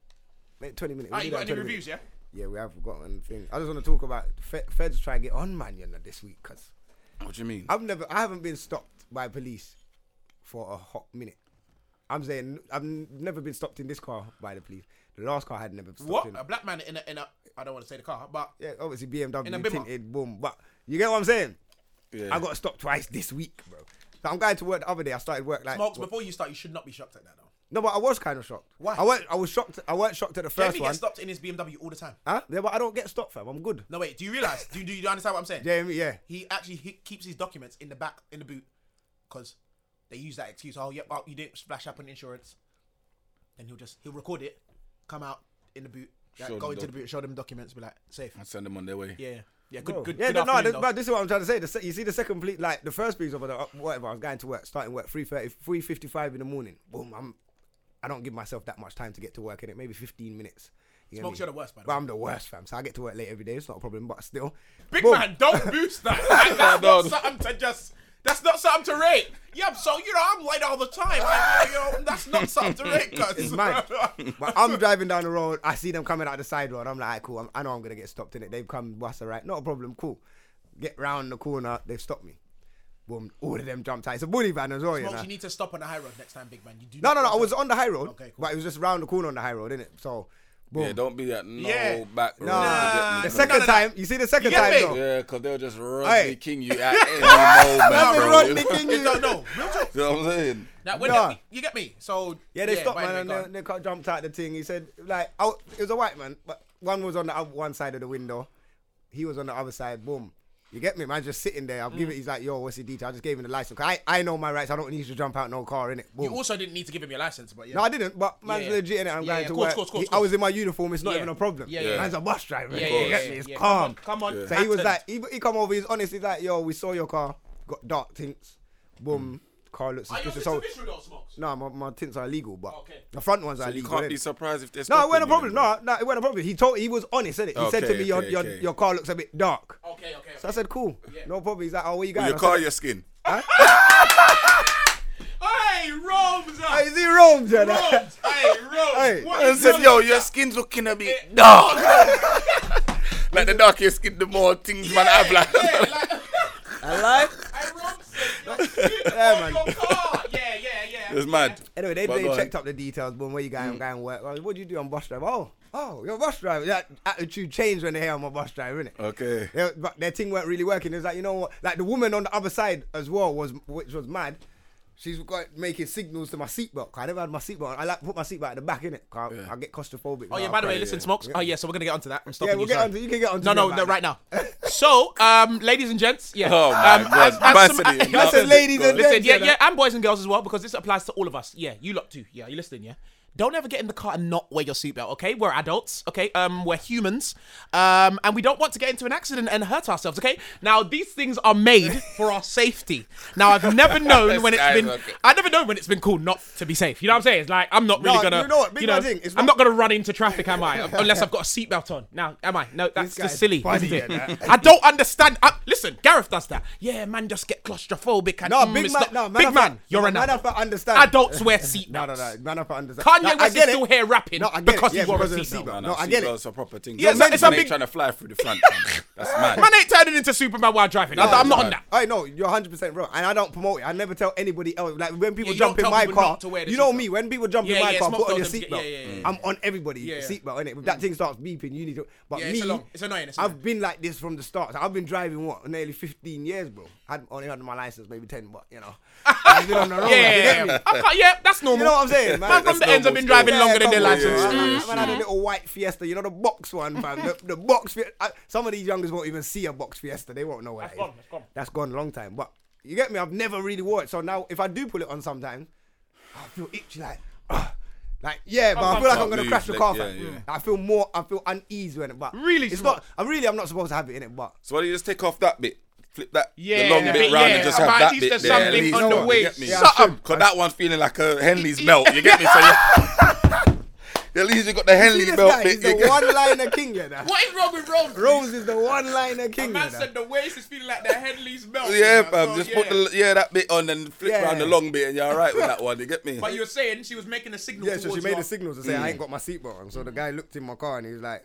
S4: like, 20 minutes.
S3: Ah,
S4: We'll
S3: you
S4: do
S3: got any
S4: that in 20
S3: reviews,
S4: minutes.
S3: yeah?
S4: Yeah, we have got one thing. I just want to talk about fe- feds try to get on man, you know, this week because
S5: What do you mean?
S4: I've never, I haven't been stopped by police for a hot minute. I'm saying I've n- never been stopped in this car by the police. The last car I had never stopped
S3: What?
S4: in.
S3: A black man in a in a I don't want to say the car, but
S4: Yeah, obviously BMW
S3: In a Bimmer.
S4: tinted, boom. But you get what I'm saying?
S5: Yeah.
S4: I got stopped twice this week, bro. So I'm going to work the other day. I started work like
S3: Smokes, before you start, you should not be shocked at that though.
S4: No, but I was kind of shocked.
S3: Why?
S4: I weren't. I was shocked. I weren't shocked at the
S3: Jamie
S4: first one.
S3: gets stopped in his BMW all the time.
S4: Huh? Yeah, but I don't get stopped, fam. I'm good.
S3: No wait, do you realize? Do, do you understand what I'm saying?
S4: Jamie, yeah.
S3: He actually he keeps his documents in the back in the boot because they use that excuse. Oh yep, well, you didn't splash up on insurance. Then he'll just he'll record it, come out in the boot, like,
S5: Show
S3: go
S5: them
S3: into the
S5: doc-
S3: boot, show them documents, be like safe.
S5: I send them on their way.
S3: Yeah, yeah, yeah. Good,
S4: Bro.
S3: good.
S4: Oh. yeah,
S3: good
S4: no, no,
S3: afternoon,
S4: this,
S3: though.
S4: but this is what I'm trying to say. The, se- you see, the second police, like the first police officer, uh, whatever. I was going to work, starting work 3:30, 3:55 in the morning. Boom, I'm. I don't give myself that much time to get to work in it. Maybe 15 minutes. You get
S3: Smokes,
S4: me?
S3: you're the worst, by the
S4: But
S3: way.
S4: I'm the worst, fam. So I get to work late every day. It's not a problem, but still.
S3: Big
S4: Boom.
S3: man, don't boost that. That- That's
S5: No,
S3: not
S5: no.
S3: something to just. That's not something to rate. Yeah, so you know I'm late all the time. I, you know, that's not something to rate, cuz.
S4: It's mad. but I'm driving down the road. I see them coming out the side road. I'm like, "Alright, cool. I'm, I know I'm gonna get stopped in it. They've come, bus, all right, not a problem. Cool. Get round the corner. They've stopped me. Boom. All of them jumped out. It's a bully van as well, you
S3: Smokes,
S4: know.
S3: you need to stop on the high road next time, big man. You do
S4: No,
S3: not
S4: no, no. I
S3: want
S4: was
S3: to-
S4: on the high road,
S3: Okay, cool.
S4: but it was just round the corner on the high road, innit? So, boom.
S5: Yeah, don't be at no
S3: Yeah.
S5: back road.
S4: Nah,
S5: to
S4: the
S5: get me,
S4: second
S3: no, no.
S4: time, you see the second
S3: get
S4: time
S3: me?
S4: though.
S5: bro. Yeah, because they'll just Rodney
S4: Hey.
S5: King you at any
S4: That's a
S5: moment,
S4: Rodney
S5: bro.
S4: King,
S5: you
S4: you-
S3: No, no, real talk.
S5: know what I'm saying?
S3: Now, when
S4: Nah.
S3: they- you get me? So
S4: Yeah, they stopped,
S3: by the
S4: man,
S3: way,
S4: and
S3: go
S4: they,
S3: on.
S4: they cut- jumped out the thing. He said, like, I, w- it was a white man, but one was on the other, one side of the window. He was on the other side. Boom. You get me, man? Just sitting there. I'll give it.
S3: Mm.
S4: He's like, yo, what's the detail? I just gave him the license. 'Cause I, I know my rights. I don't need to jump out no car, innit? Boom.
S3: You also didn't need to give him your license, but yeah.
S4: no, I didn't, but man's
S3: Yeah, yeah.
S4: legit, innit? I'm
S3: Yeah,
S4: going
S3: yeah,
S4: to
S3: course,
S4: work.
S3: course, course,
S4: He- I
S3: course.
S4: was in my uniform. It's not
S3: Yeah.
S4: even a problem.
S3: Yeah, yeah.
S4: Man's a bus driver.
S3: yeah,
S4: innit?
S3: yeah,
S4: you
S3: yeah,
S4: get me?
S3: yeah,
S4: It's
S3: yeah.
S4: calm.
S3: Come on, come on.
S4: So he was
S3: Patterned.
S4: like, he, he come over, he's honest, he's like, yo, we saw your car, got dark tints, boom, car looks
S3: Mm. Are you
S4: suspicious. So,
S3: official though, Smokes?
S4: no, my, my tints are illegal, but
S3: Okay.
S4: the front ones are
S5: You
S4: illegal.
S5: can't
S4: innit?
S5: be surprised if there's
S4: no, it wasn't a problem. No, no, it wasn't a problem. He told, he was honest, said it. He said to
S5: Okay,
S4: me, your,
S5: okay,
S4: your,
S5: okay.
S4: your car looks a bit dark.
S3: Okay, okay.
S4: So I said, cool, no problem. He's like, oh, where you going?
S5: Your
S4: I
S5: car,
S4: said,
S5: your skin.
S3: Hey, Rome's up.
S4: "Oh, is he Rome, Jenna?
S3: Rome's. Hey, Rome's.
S4: Hey.
S3: What
S5: I
S3: is
S5: said,
S3: wrong
S5: yo,
S3: with
S5: your
S3: that?
S5: skin's looking a bit dark. like the darker your skin, the more things man have. Like,
S3: Yeah, like,
S4: I lied.
S3: hey, Rome's. Your skin
S4: Yeah,
S3: on
S4: man.
S3: your car. Yeah, yeah, yeah.
S5: it's mad.
S4: Anyway, they,
S5: But
S4: they
S5: go on.
S4: checked up the details. Boom, where you going?
S3: Mm.
S4: I'm going work. Well, what do you do on bus driver? Oh, oh, you're a bus driver. That attitude changed when they hear I'm a bus driver, innit?
S5: Okay.
S4: They- but their thing weren't really working. It was like you know what, like the woman on the other side as well was, which was mad. She's got making signals to my seatbelt. 'cause I never had my seatbelt. on. I like put my seatbelt at the back in it. I,
S5: Yeah.
S4: I get claustrophobic.
S3: Oh yeah, by the way, listen, Smokes. Oh yeah, so we're gonna get onto that. I'm stopping
S4: Yeah, we'll
S3: you.
S4: get
S3: sorry.
S4: onto- you can get onto
S3: No,
S4: that
S3: no,
S4: right
S3: no, right now. so, um, ladies and gents, yeah.
S5: Oh, my
S3: um,
S5: God. Vaseline.
S3: uh,
S5: That's
S4: That's
S5: Listen,
S4: a ladies and
S3: Listen, yeah,
S4: gents,
S3: yeah, and boys and girls as well, because this applies to all of us. Yeah, you lot too. Yeah, you listening? Yeah. Don't ever get in the car and not wear your seatbelt. Okay, we're adults. Okay, um, we're humans, um, and we don't want to get into an accident and hurt ourselves. Okay, now these things are made for our safety. Now I've never known when it's
S5: This guy's
S3: been.
S5: okay.
S3: I never know when it's been cool not to be safe. You know what I'm saying? It's like I'm not really
S4: No,
S3: gonna.
S4: you know what, big man thing, it's
S3: I'm not
S4: not-
S3: gonna run into traffic, am I? Unless I've got a seatbelt on. Now, am I? No, that's
S4: guy
S3: just
S4: is
S3: silly.
S4: funny,
S3: isn't
S4: you know.
S3: it? I don't understand. I, listen, Gareth does that. Yeah, man, just get claustrophobic. And,
S4: No,
S3: mm,
S4: big
S3: it's
S4: man,
S3: not-
S4: no, man,
S3: big
S4: have
S3: man,
S4: to-
S3: you're
S4: no,
S3: an
S4: man,
S3: adult.
S4: have to understand.
S3: Adults wear seatbelts.
S4: No, no, no, man, have to understand.
S3: Kanye
S4: No, I
S3: West is
S4: get it.
S3: still here rapping
S4: No, I get
S3: because
S4: it.
S3: he
S4: Yeah,
S3: wore a
S4: because of the
S3: seatbelt.
S4: seatbelt.
S5: Man,
S4: No,
S5: our
S4: I get
S5: seatbelts
S4: it.
S5: are proper thing.
S3: Yeah,
S5: Yeah,
S3: it's
S5: man,
S3: a- it's a big-
S5: trying to fly through the front. man. That's mad.
S3: Man ain't turning into Superman while driving. I, am not on that.
S4: I know you're 100 percent wrong, and I don't promote it. I never tell anybody else. Like when
S3: Yeah,
S4: people
S3: you
S4: jump
S3: don't tell
S4: in my
S3: people
S4: car,
S3: not to wear the
S4: you know
S3: seatbelt.
S4: me. When people jump
S3: Yeah,
S4: in my
S3: yeah,
S4: car,
S3: smoke
S4: put on your
S3: doesn't- yeah,
S4: seatbelt.
S3: yeah, yeah, yeah.
S4: I'm on everybody
S3: Yeah.
S4: seatbelt, innit? If that thing starts beeping, you need to. But
S3: Yeah,
S4: me,
S3: it's a long- it's annoying, it's
S4: I've
S3: annoying.
S4: been like this from the start. So I've been driving what nearly 15 years, bro. I had only had my license maybe 10, but you know, I've been on the road.
S3: Yeah,
S4: you get me?
S3: I can't- yeah, that's normal.
S4: You know what I'm saying, man?
S3: Man from
S5: That's
S3: the ends of been driving
S4: Yeah,
S3: longer than their
S4: come on,
S3: license.
S4: yeah. When I-
S3: Mm.
S4: When I had a little white Fiesta, you know the box one, fam. the, the box. Fi- I, some of these youngers won't even see a box Fiesta. They won't know what that
S3: gone,
S4: is.
S3: that's gone.
S4: That's gone a long time. But you get me. I've never really wore it. So now, if I do pull it on sometimes, I feel itchy like. ah. Like yeah, but I feel like I'm gonna
S5: Move,
S4: crash the
S5: like,
S4: car.
S5: yeah,
S4: fam.
S5: yeah.
S4: I feel more, I feel uneasy when it. But
S3: Really
S4: it's
S3: smart.
S4: not. I really, I'm not supposed to have it in it, but
S5: So why do you just take off that bit? Flip that
S3: Yeah,
S5: the long
S3: yeah,
S5: bit round
S3: yeah.
S5: and just
S3: But
S5: have
S3: at
S5: that
S3: least
S5: bit
S3: there's
S5: there. at
S3: something
S5: least.
S3: on the
S5: You
S3: waist.
S5: get me?
S3: Yeah,
S5: Something. Cause that one's feeling like a Henley's belt. You get me? So you- at least you got the
S4: See
S5: Henley
S4: this
S5: belt
S4: guy,
S5: bit.
S4: he's
S5: You
S4: the
S5: get
S4: one liner king, yeah. that.
S3: What is wrong with Rose?
S4: Rose is the one liner king.
S3: Man
S4: yeah,
S3: said
S4: that.
S3: the waist is feeling like the Henley's belt.
S5: Yeah,
S3: So,
S5: fam. Just put
S3: yeah.
S5: the yeah that bit on and flip
S4: Yeah.
S5: round the long bit, and you're all right with that one. You get me?
S3: But you're saying she was making a signal.
S4: Yeah, so she
S3: towards
S4: made
S3: you. Mm.
S4: a signal to say I ain't got my seatbelt on. So the guy looked in my car and he was like,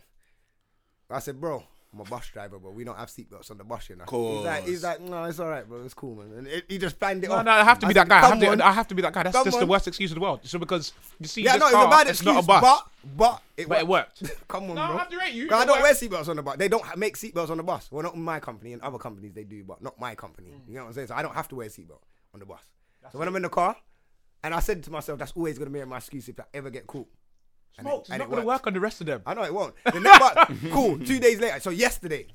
S4: I said, bro, I'm a bus driver, but we don't have seatbelts on the bus, you know. He's like, he's
S5: Course.
S4: like, no, it's all right, bro, it's cool, man. And it, he just planned it
S3: No,
S4: off.
S3: no, I have to be
S4: said,
S3: that guy. I have,
S4: Oh, "Come on."
S3: to, I have to be that guy. That's
S4: Come
S3: just the
S4: on.
S3: worst excuse in the world. So because you see,
S4: Yeah,
S3: this
S4: no, it's
S3: car,
S4: a bad
S3: it's
S4: excuse,
S3: not a bus.
S4: but but it
S3: But it worked.
S4: Come on,
S3: No, I
S4: bro.
S3: have to rate you.
S4: 'Cause I
S3: It
S4: don't wear
S3: worked.
S4: seatbelts on the bus. They don't ha- make seatbelts on the bus. Well, not in my company. In other companies, they do, but not my company.
S3: Mm.
S4: You know what I'm saying? So I don't have to wear a seatbelt on the bus. so when I'm in the car, and I said to myself, that's always gonna be my excuse if I ever get caught. And it-
S3: Smokes, it's
S4: and
S3: not
S4: it
S3: going to
S4: worked.
S3: work on the rest of them.
S4: I know it won't. The next one, cool. Two days later, so yesterday,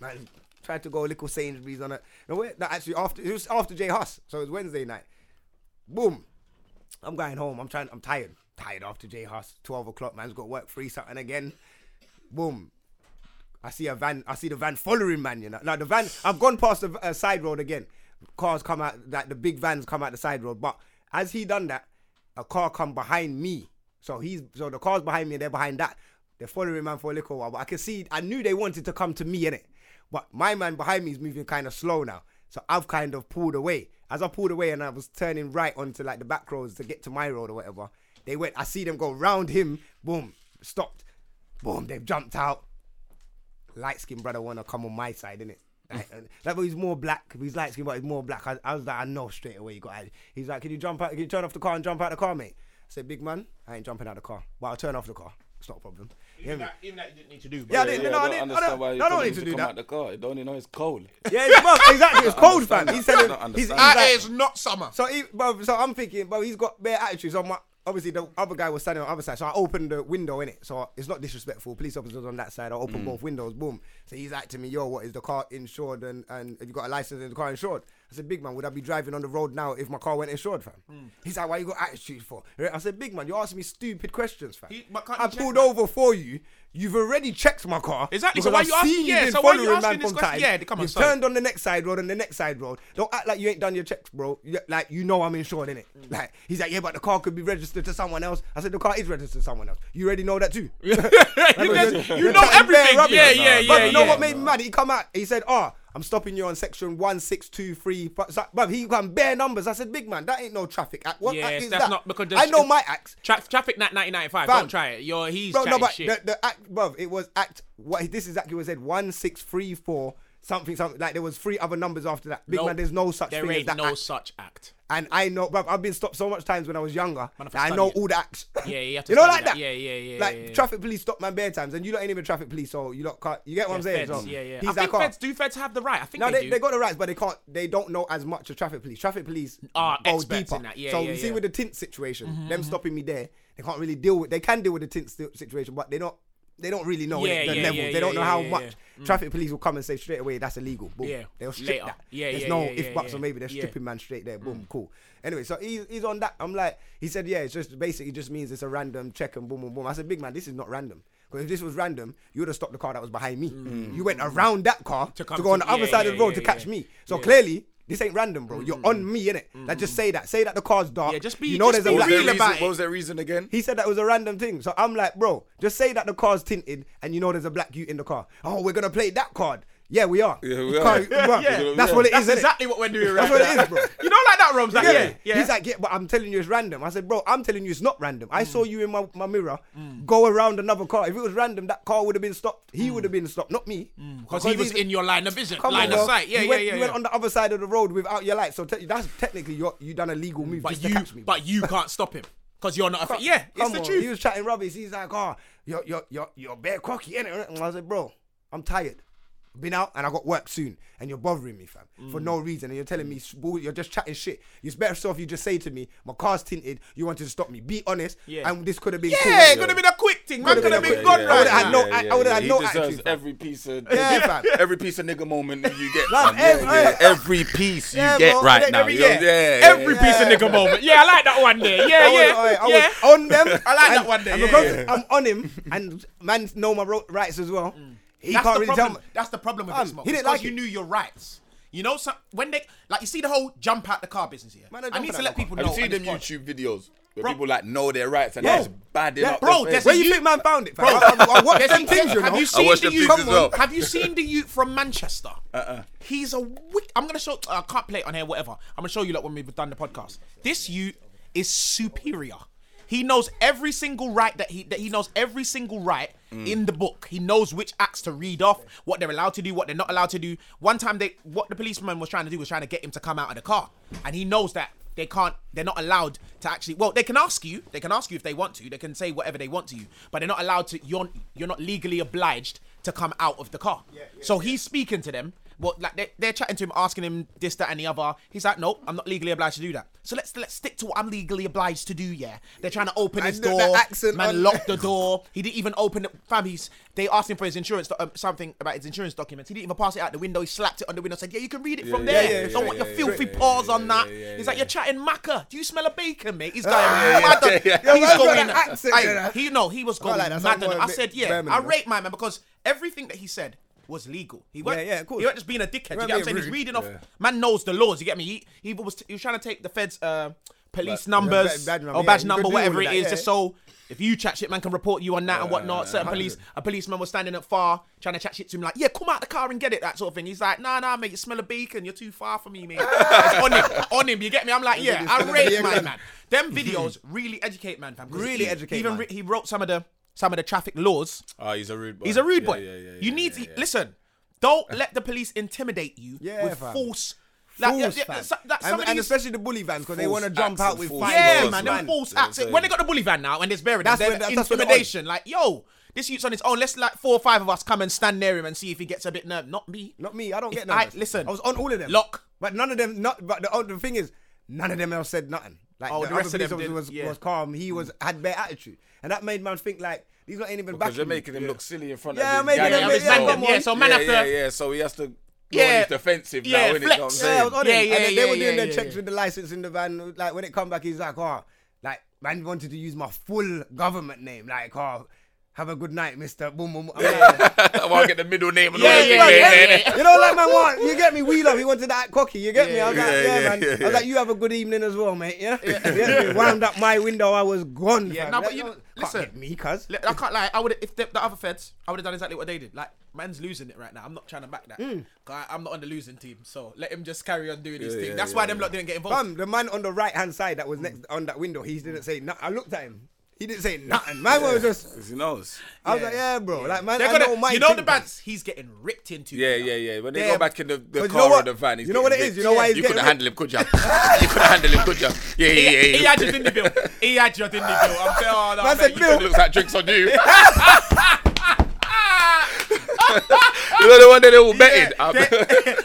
S4: man, tried to go little Sainsbury's on it. No, wait, no, actually after it was after Jay Huss, so it was Wednesday night. Boom, I'm going home. I'm trying. I'm tired. Tired after Jay Huss. Twelve o'clock. Man's got work free something again. Boom. I see a van. I see the van following man. You know. Now the van. I've gone past the uh, side road again. Cars come out. Like the big vans come out the side road. But as he done that, a car come behind me. So he's so the car's behind me. and They're behind that. They're following man for a little while. But I can see. I knew they wanted to come to me in it. But my man behind me is moving kind of slow now. So I've kind of pulled away. As I pulled away and I was turning right onto like the back roads to get to my road or whatever, they went. I see them go round him. Boom. Stopped. Boom. They've jumped out light skinned brother wanna come on my side, innit? Like, uh, like, but he's more black. He's light skinned, but he's more black. I, I was like, I know straight away you got. it. He's like, can you jump out? Can you turn off the car and jump out the car, mate? I said, big man, I ain't jumping out the car, but I'll turn off the car. It's not a problem. You hear
S3: Even
S4: me?
S3: that, even that you didn't need to do.
S4: Yeah, I
S3: but-
S4: didn't. no, I didn't. I don't, no, I don't need to do that.
S5: car. You don't even know it's cold.
S4: Yeah, it's cold. Exactly, it's cold, fam. He's
S5: understand
S4: telling.
S5: that. I don't
S4: He's, he's
S3: That
S5: understand that.
S4: like-
S3: is Ah, not summer.
S4: So he, bro, so I'm thinking, bro, he's got bare attitudes. So my obviously the other guy was standing on the other side, so I opened the window in it. So it's not disrespectful. Police officers on that side, I
S3: Mm.
S4: opened both windows, boom. So he's like to me, yo, what is the car insured and and have you got a license and the car insured? I said, big man, would I be driving on the road now if my car went insured, fam?
S3: Mm.
S4: He's like, why you got attitude for? I said, big man, you're asking me stupid questions, fam.
S3: He- but can't
S4: I
S3: you check
S4: pulled
S3: that?
S4: over for you. You've already checked my car.
S3: Exactly, so
S4: because
S3: why
S4: I've
S3: you asking-
S4: seen
S3: yeah,
S4: been
S3: so why you
S4: following
S3: asking
S4: man
S3: this
S4: from
S3: question?
S4: time.
S3: Yeah, come on,
S4: You've
S3: sorry.
S4: turned on the next side road and the next side road. Don't act like you ain't done your checks, bro. You- Like you know I'm insured in it.
S3: Mm.
S4: Like he's like, yeah, but the car could be registered to someone else. I said the car is registered to someone else. You already know that too. you,
S3: guys- you know everything. Yeah, yeah, yeah,
S4: But you know
S3: yeah.
S4: what made me mad? He come out. He said, oh. I'm stopping you on section one six two three. But so- but he got bare numbers. I said, big man, that ain't no traffic act. What act
S3: Yes,
S4: is
S3: that's
S4: that?
S3: not because
S4: I know my acts.
S3: Tra- traffic night 1995.
S4: Fam.
S3: Don't try it. You're he's
S4: Bro, no,
S3: chatting
S4: but
S3: shit.
S4: the, the act, bruv, it was act. What this is actually was said one six three four something something. Like there was three other numbers after that. Big
S3: Nope.
S4: man, there's no such
S3: there
S4: thing
S3: ain't
S4: as that.
S3: no
S4: act.
S3: such act.
S4: and I know, bruv, I've been stopped so much times when I was younger.
S3: Man, if
S4: that I
S3: I
S4: know
S3: study it.
S4: all the acts.
S3: Yeah, you have to
S4: you know
S3: study
S4: like
S3: that.
S4: that.
S3: Yeah, yeah, yeah,
S4: Like
S3: yeah, yeah.
S4: traffic police stop man bare times, and you lot ain't even traffic police, so you lot can't. You get what I'm saying?
S3: feds,
S4: so
S3: yeah, yeah.
S4: He's
S3: I
S4: like,
S3: think
S4: oh.
S3: feds do feds have the right. I think
S4: No,
S3: they,
S4: they,
S3: do.
S4: they got the rights, but they can't. They don't know as much as traffic police. Traffic police
S3: Are
S4: go
S3: experts
S4: deeper.
S3: in that. Yeah,
S4: so
S3: yeah,
S4: you see
S3: yeah. Mm-hmm,
S4: with the tint situation, them stopping me there, they can't really deal with. They can deal with the tint sti- situation, but they don't. They don't really know
S3: Yeah,
S4: the
S3: yeah,
S4: level.
S3: yeah,
S4: they
S3: yeah,
S4: don't know
S3: yeah,
S4: how
S3: yeah,
S4: much
S3: yeah. Mm.
S4: traffic police will come and say straight away that's illegal. Boom.
S3: Yeah.
S4: They'll strip
S3: Later.
S4: that.
S3: Yeah,
S4: There's
S3: yeah,
S4: no
S3: yeah,
S4: if
S3: yeah,
S4: buts
S3: yeah.
S4: or maybe they're
S3: Yeah.
S4: stripping man straight there.
S3: Mm.
S4: Boom. Cool. Anyway, so he's, he's on that. I'm like, he said, yeah, it's just basically just means it's a random check and boom, boom, boom. I said, big man, this is not random. Because if this was random, you would have stopped the car that was behind me. You went around that car to,
S3: come
S4: go on
S3: Mm. to-
S4: the other
S3: yeah,
S4: side
S3: yeah,
S4: of the road
S3: yeah,
S4: to catch
S3: yeah. Mm.
S4: me. So clearly, this ain't random, bro. You're on me, innit? Like, just say that. Say that the car's dark.
S3: Yeah, just be-
S4: You know
S3: just
S4: there's a
S3: be real
S4: black.
S5: What was their
S3: about
S5: reason-
S3: it.
S5: what was their reason again?
S4: He said that was a random thing. So I'm like, bro, just say that the car's tinted and you know there's a black ute in the car. Oh, we're gonna play that card. Yeah, we are.
S5: Yeah, we
S4: The
S5: are.
S4: car-
S5: Yeah,
S4: bro,
S5: yeah.
S4: That's what it
S3: That's
S4: is. innit?
S3: exactly what we're doing right
S4: That's what it
S3: now.
S4: is, bro.
S3: You don't like that, Rome's like, yeah. yeah.
S4: He's like, yeah, but I'm telling you it's random. I said, bro, I'm telling you it's not random.
S3: Mm.
S4: I saw you in my, my mirror go around another car. If it was random, that car would have been stopped. He would have been stopped, not me.
S3: because Mm. he was
S4: he's-
S3: in your line of vision,
S4: Come
S3: line
S4: on,
S3: of
S4: bro.
S3: sight. Yeah,
S4: you
S3: yeah,
S4: went,
S3: yeah.
S4: You
S3: yeah.
S4: went on the other side of the road without your light, so te- that's technically you you done a legal move
S3: but
S4: just to
S3: you,
S4: catch me. bro.
S3: but you can't stop him because you're not. A, fa- yeah, it's
S4: Come
S3: the
S4: on.
S3: truth.
S4: He was "Ah, chatting rubbish. He's like, oh, you're, you're, you're, you're bare cocky, innit? And I said, bro, I'm tired. been out and I got work soon, and you're bothering me, fam, for no reason, and you're telling me s- bull- you're just chatting shit. It's better so if you just say to me, my car's tinted. You wanted to stop me. Be honest,
S6: Yeah.
S4: and this could have been. cool.
S6: Yeah, it could have been a quick thing. Man
S4: Coulda
S6: could have
S4: been a
S6: been
S4: quick-
S6: gone
S4: yeah,
S6: right
S4: yeah,
S6: now.
S4: yeah. I would've had no
S5: He
S4: attitude,
S5: deserves
S4: fam.
S5: every piece of
S4: Yeah, fam.
S5: every piece of nigga moment that you get.
S4: Love,
S5: fam. Yeah,
S4: every-
S5: yeah, every piece you
S4: Yeah,
S5: get
S4: bro.
S5: right
S4: Every-
S5: now.
S4: every-
S5: you know?
S4: yeah.
S5: Yeah, yeah,
S6: Every piece of nigga moment. Yeah, I like that one there. Yeah,
S4: I was,
S6: yeah.
S4: I, I
S6: yeah.
S4: was on them. I like
S6: that one there, yeah, yeah.
S4: I'm on him, and man know my ro- rights as well. He
S3: That's
S4: can't
S3: the
S4: really
S3: problem.
S4: tell me.
S3: That's the problem with
S4: Um,
S3: it, Smoke.
S4: he didn't
S3: because
S4: like
S3: you
S4: it.
S3: knew your rights. You know, some, when they like, you see the whole jump out the car business here.
S4: Man, I
S3: I
S4: jump
S3: need
S4: out
S3: to
S4: the
S3: let
S4: car.
S3: people
S5: Have
S3: know.
S5: you seen
S3: on
S5: them
S3: this pod.
S5: YouTube videos where
S3: Bro.
S5: people like know their rights and
S4: Bro.
S5: that's bad
S3: Yeah,
S5: enough?
S3: bro, there's
S4: Where
S3: a
S4: you
S3: you-
S4: think man found it? Bro,
S3: Bro,
S4: I, I, I watched
S3: Yes,
S4: them
S3: you-
S4: things, you know.
S3: Have you seen
S5: watched
S3: the
S5: them things as well.
S3: youth? Have you seen the youth from Manchester? Uh-uh. He's a wick. I'm gonna show. I can't play it on here. Whatever. I'm gonna show you like when we've done the podcast. This youth is superior. He knows every single right that he that he knows every single right in the book. He knows which acts to read off, what they're allowed to do, what they're not allowed to do. One time they what the policeman was trying to do was trying to get him to come out of the car. And he knows that they can't they're not allowed to actually well they can ask you they can ask you if they want to they can say whatever they want to you but they're not allowed to you're you're not legally obliged to come out of the car so he's speaking to them well like they, they're chatting to him asking him this that and the other he's like nope i'm not legally obliged to do that so let's let's stick to what i'm legally obliged to do yeah they're trying to open his
S4: the- the
S3: door
S4: accent
S3: man
S4: on-
S3: locked the door he didn't even open it fam he's they asked him for his insurance do- um, something about his insurance documents he didn't even pass it out the window he slapped it on the window said yeah you can read it from
S5: yeah,
S3: there
S5: yeah, yeah,
S3: don't want
S5: yeah,
S3: your
S5: yeah,
S3: filthy
S5: yeah,
S3: paws
S5: yeah,
S3: on that
S5: yeah, yeah,
S3: he's like
S5: yeah.
S3: you're chatting maca do you smell a bacon mate he's going
S5: yeah,
S3: mad
S5: yeah, yeah.
S3: he's
S4: Ah, Yeah,
S3: going
S4: that accent,
S3: Aye,
S4: you know.
S3: he no he was going
S4: like that.
S3: mad
S4: Sound more
S3: I
S4: a bit
S3: said yeah
S4: Birmingham,
S3: I
S4: right?
S3: rate my man because everything that he said was legal he weren't,
S4: Yeah, yeah, of course.
S3: he weren't just being a dickhead you get
S4: Weren't
S3: what I'm
S4: being
S3: saying he's
S4: rude.
S3: reading off man knows the laws you get me he, he was he was trying to take the feds uh police
S4: yeah,
S3: numbers
S4: badge number,
S3: or
S4: yeah,
S3: badge
S4: you could
S3: number
S4: do all
S3: whatever
S4: of
S3: it
S4: that,
S3: is
S4: yeah.
S3: just so if you chat shit, man can report you on that and whatnot. Certain police, a policeman was standing up far trying to chat shit to him, like, "Yeah, come out the car and get it," that sort of thing. He's like, "Nah, nah, mate, you smell a beacon. You're too far from me, mate." It's on him, on him. You get me? I'm like, yeah, I rate my man. Them videos really educate man, fam. 'cause
S4: Really
S3: he-
S4: educate
S3: Even
S4: man.
S3: re- he wrote some of the some of the traffic laws.
S5: Oh, he's a rude boy.
S3: He's a rude
S5: Yeah,
S3: boy.
S5: yeah, yeah,
S3: you
S5: yeah,
S3: need
S5: yeah,
S3: to
S5: yeah.
S3: listen. Don't let the police intimidate you
S4: Yeah,
S3: with
S4: fam.
S3: false. like, yeah,
S4: Fools,
S3: yeah,
S4: fam.
S3: so- like, some
S4: and,
S3: of
S4: and
S3: these-
S4: especially the bully vans because they want to
S5: False
S4: jump out
S5: accents,
S4: with
S5: false
S4: five
S3: yeah,
S5: laws,
S4: dollars,
S3: man,
S5: man.
S3: them false
S5: Yeah,
S3: acts.
S5: so-
S3: When they got the bully van now and there's buried,
S4: That's
S3: that's
S4: when- that's- that's when they're on it.
S3: intimidation. Like, yo, this youth's on his own. Let's like four or five of us come and stand near him and see if he gets a bit nerve. Not me.
S4: Not me. I don't
S3: If
S4: get none.
S3: I-
S4: of this.
S3: listen.
S4: I was on all of them.
S3: Lock.
S4: But none of them. Not. But the, oh, the thing is, none of them else said nothing. Like
S3: Oh,
S4: the,
S3: the
S4: other
S3: rest of
S4: police
S3: them
S4: officer
S3: didn't,
S4: was,
S3: yeah. Mm.
S4: was calm. He was had bare attitude, and that made man think like these lot ain't even back.
S5: Because they're making him look silly in front
S4: Yeah,
S5: of his
S4: making
S5: gang.
S4: him
S5: and
S4: look-
S5: his
S4: yeah,
S5: dog.
S4: come on.
S3: Yeah, so man
S5: yeah,
S3: have to-
S5: yeah, yeah. So he has to. Yeah,
S3: Yeah,
S5: he's defensive
S3: yeah,
S5: now, innit? You know what I'm
S3: flex.
S5: saying?
S4: Yeah, I was on
S3: Yeah,
S4: him.
S3: yeah,
S4: and then
S3: yeah,
S4: they were
S3: yeah,
S4: doing their
S3: yeah,
S4: checks
S3: yeah.
S4: with the license in the van. Like when it come back, he's like, oh, like man wanted to use my full government name. Like, oh, have a good night, Mister. Boom, boom. boom. I'm like,
S5: I want to get the middle name and
S3: Yeah,
S5: all that.
S3: yeah,
S5: big
S3: yeah,
S5: man,
S3: yeah,
S5: innit?
S3: yeah.
S4: You know, like man, want you get me? We love. He wanted that cocky. You get me? I was
S5: Yeah,
S4: like, yeah,
S5: yeah,
S4: man.
S5: yeah,
S4: I was
S5: yeah.
S4: like, you have a good evening as well, mate. Yeah. yeah. Wound up my window. I was gone.
S3: Yeah,
S4: fam.
S3: no, but
S4: That-
S3: you-
S4: that- can't
S3: listen.
S4: get me, cuz.
S3: Like, I can't lie. I would if the, the other feds, I would have done exactly what they did. Like man's losing it right now. I'm not trying to back that.
S4: Mm.
S3: 'Cause I, am not on the losing team, so let him just carry on doing his
S5: Yeah,
S3: thing.
S5: yeah,
S3: That's
S5: yeah,
S3: why them lot didn't get involved.
S4: Fam, the man on the right hand side that was next on that window, he didn't say nothing. I looked at him. He didn't say nothing. Man was just.
S5: 'Cause He knows.
S4: I was like, yeah, bro. Like man,
S3: They're
S4: I
S3: gonna,
S4: know my
S3: you know
S4: thing,
S3: the
S4: fam.
S3: bands he's getting ripped into.
S5: Yeah,
S3: now.
S5: yeah, yeah. When they
S4: Yeah,
S5: go back in the,
S4: but
S5: the
S4: you
S5: car
S4: know what?
S5: or the van, he's
S4: You know what
S5: getting
S4: it is?
S5: ripped.
S4: You know why he's
S5: You
S4: getting ripped?
S5: couldn't handle him, could you? You couldn't handle him, could you? Yeah, yeah, yeah.
S3: He had your Dindy Bill. He had your Dindy Bill. I'm saying, oh, no,
S4: Man
S3: mate,
S4: said,
S3: you
S4: Bill.
S5: It looks like drinks on you. you know the one that they all betting. Um,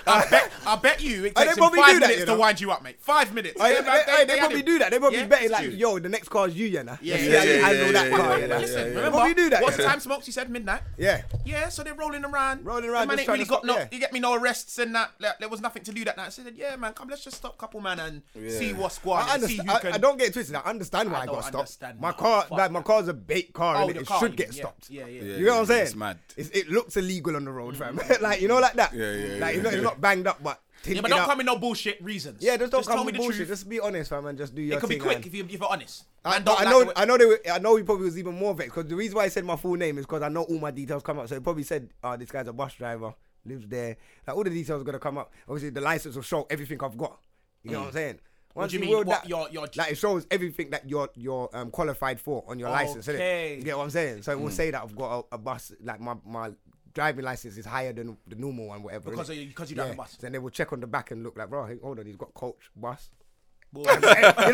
S3: I bet, I bet you it
S4: Oh, they
S3: takes him
S4: probably do
S3: five
S4: that,
S3: minutes
S4: you
S3: to
S4: know?
S3: wind you up, mate. Five minutes.
S4: Oh, yeah,
S3: Yeah,
S4: they,
S3: man,
S4: hey, they
S3: had
S4: probably
S3: him.
S4: do that. They probably
S3: Yeah,
S4: betting
S3: it's
S4: like,
S3: true.
S4: yo, the next car's you, yeah, nah.
S3: Yeah,
S4: Let's
S3: yeah,
S4: see how you
S5: yeah,
S4: handle
S5: yeah,
S4: that
S5: yeah,
S4: car,
S5: yeah,
S4: yeah, nah.
S5: yeah,
S3: Listen,
S5: yeah, yeah.
S3: remember
S4: Probably do that,
S3: What
S4: yeah.
S3: time smokes? He said midnight.
S4: Yeah.
S3: Yeah, so they're rolling around.
S4: Rolling around,
S3: The man
S4: just
S3: ain't
S4: trying
S3: really
S4: to
S3: got
S4: stop-
S3: no.
S4: yeah.
S3: You get me no arrests and that. Like, there was nothing to do that night. I said, yeah, man, come, let's just stop, couple man, and see what's going
S4: I,
S3: on. See
S4: understand,
S3: who
S4: I,
S3: can.
S4: I don't get it twisted. I understand why I,
S3: I
S4: got
S3: don't
S4: stopped.
S3: understand
S4: my
S3: that.
S4: car,
S3: Fuck
S4: like my car's a bait car,
S3: Oh,
S4: and
S3: the
S4: it
S3: car,
S4: should get
S3: yeah,
S4: stopped.
S3: yeah, yeah. Yeah, Mm.
S4: You know what I'm
S5: yeah,
S4: saying?
S5: it's mad.
S4: It's- it looks illegal on the road, fam. like you know, like that. Yeah, yeah. Like it's not, it's not banged up, but
S3: Yeah,
S4: tinted
S3: but don't
S4: up.
S3: come with no bullshit reasons.
S4: yeah, just don't
S3: tell me
S4: come with
S3: the
S4: bullshit.
S3: truth.
S4: Just be honest, fam, and just do your
S3: It could be
S4: thing.
S3: quick
S4: man.
S3: if you- if you're honest.
S4: I,
S3: Man, don't
S4: I
S3: like
S4: know,
S3: the way-
S4: I know, they were, I know. He probably was even more vexed because the reason why he said my full name is because I know all my details come up. So he probably said, "Oh, this guy's a bus driver, lives there." Like all the details are gonna come up. Obviously, the license will show everything I've got. You know what I'm saying? Once
S3: do you mean?
S4: will
S3: Mm. What your- your-
S4: like it shows everything that you're you're um, qualified for on your license. innit?
S3: Okay. Mm.
S4: You get what I'm saying? So it will say that I've got a, a bus, like my my driving license is higher than the normal one, whatever.
S3: Because
S4: innit?
S3: of you- because you drive a bus.
S4: Then they will check on the back and look like, bro, hey, hold on, he's got coach bus.
S3: boy.
S4: You know,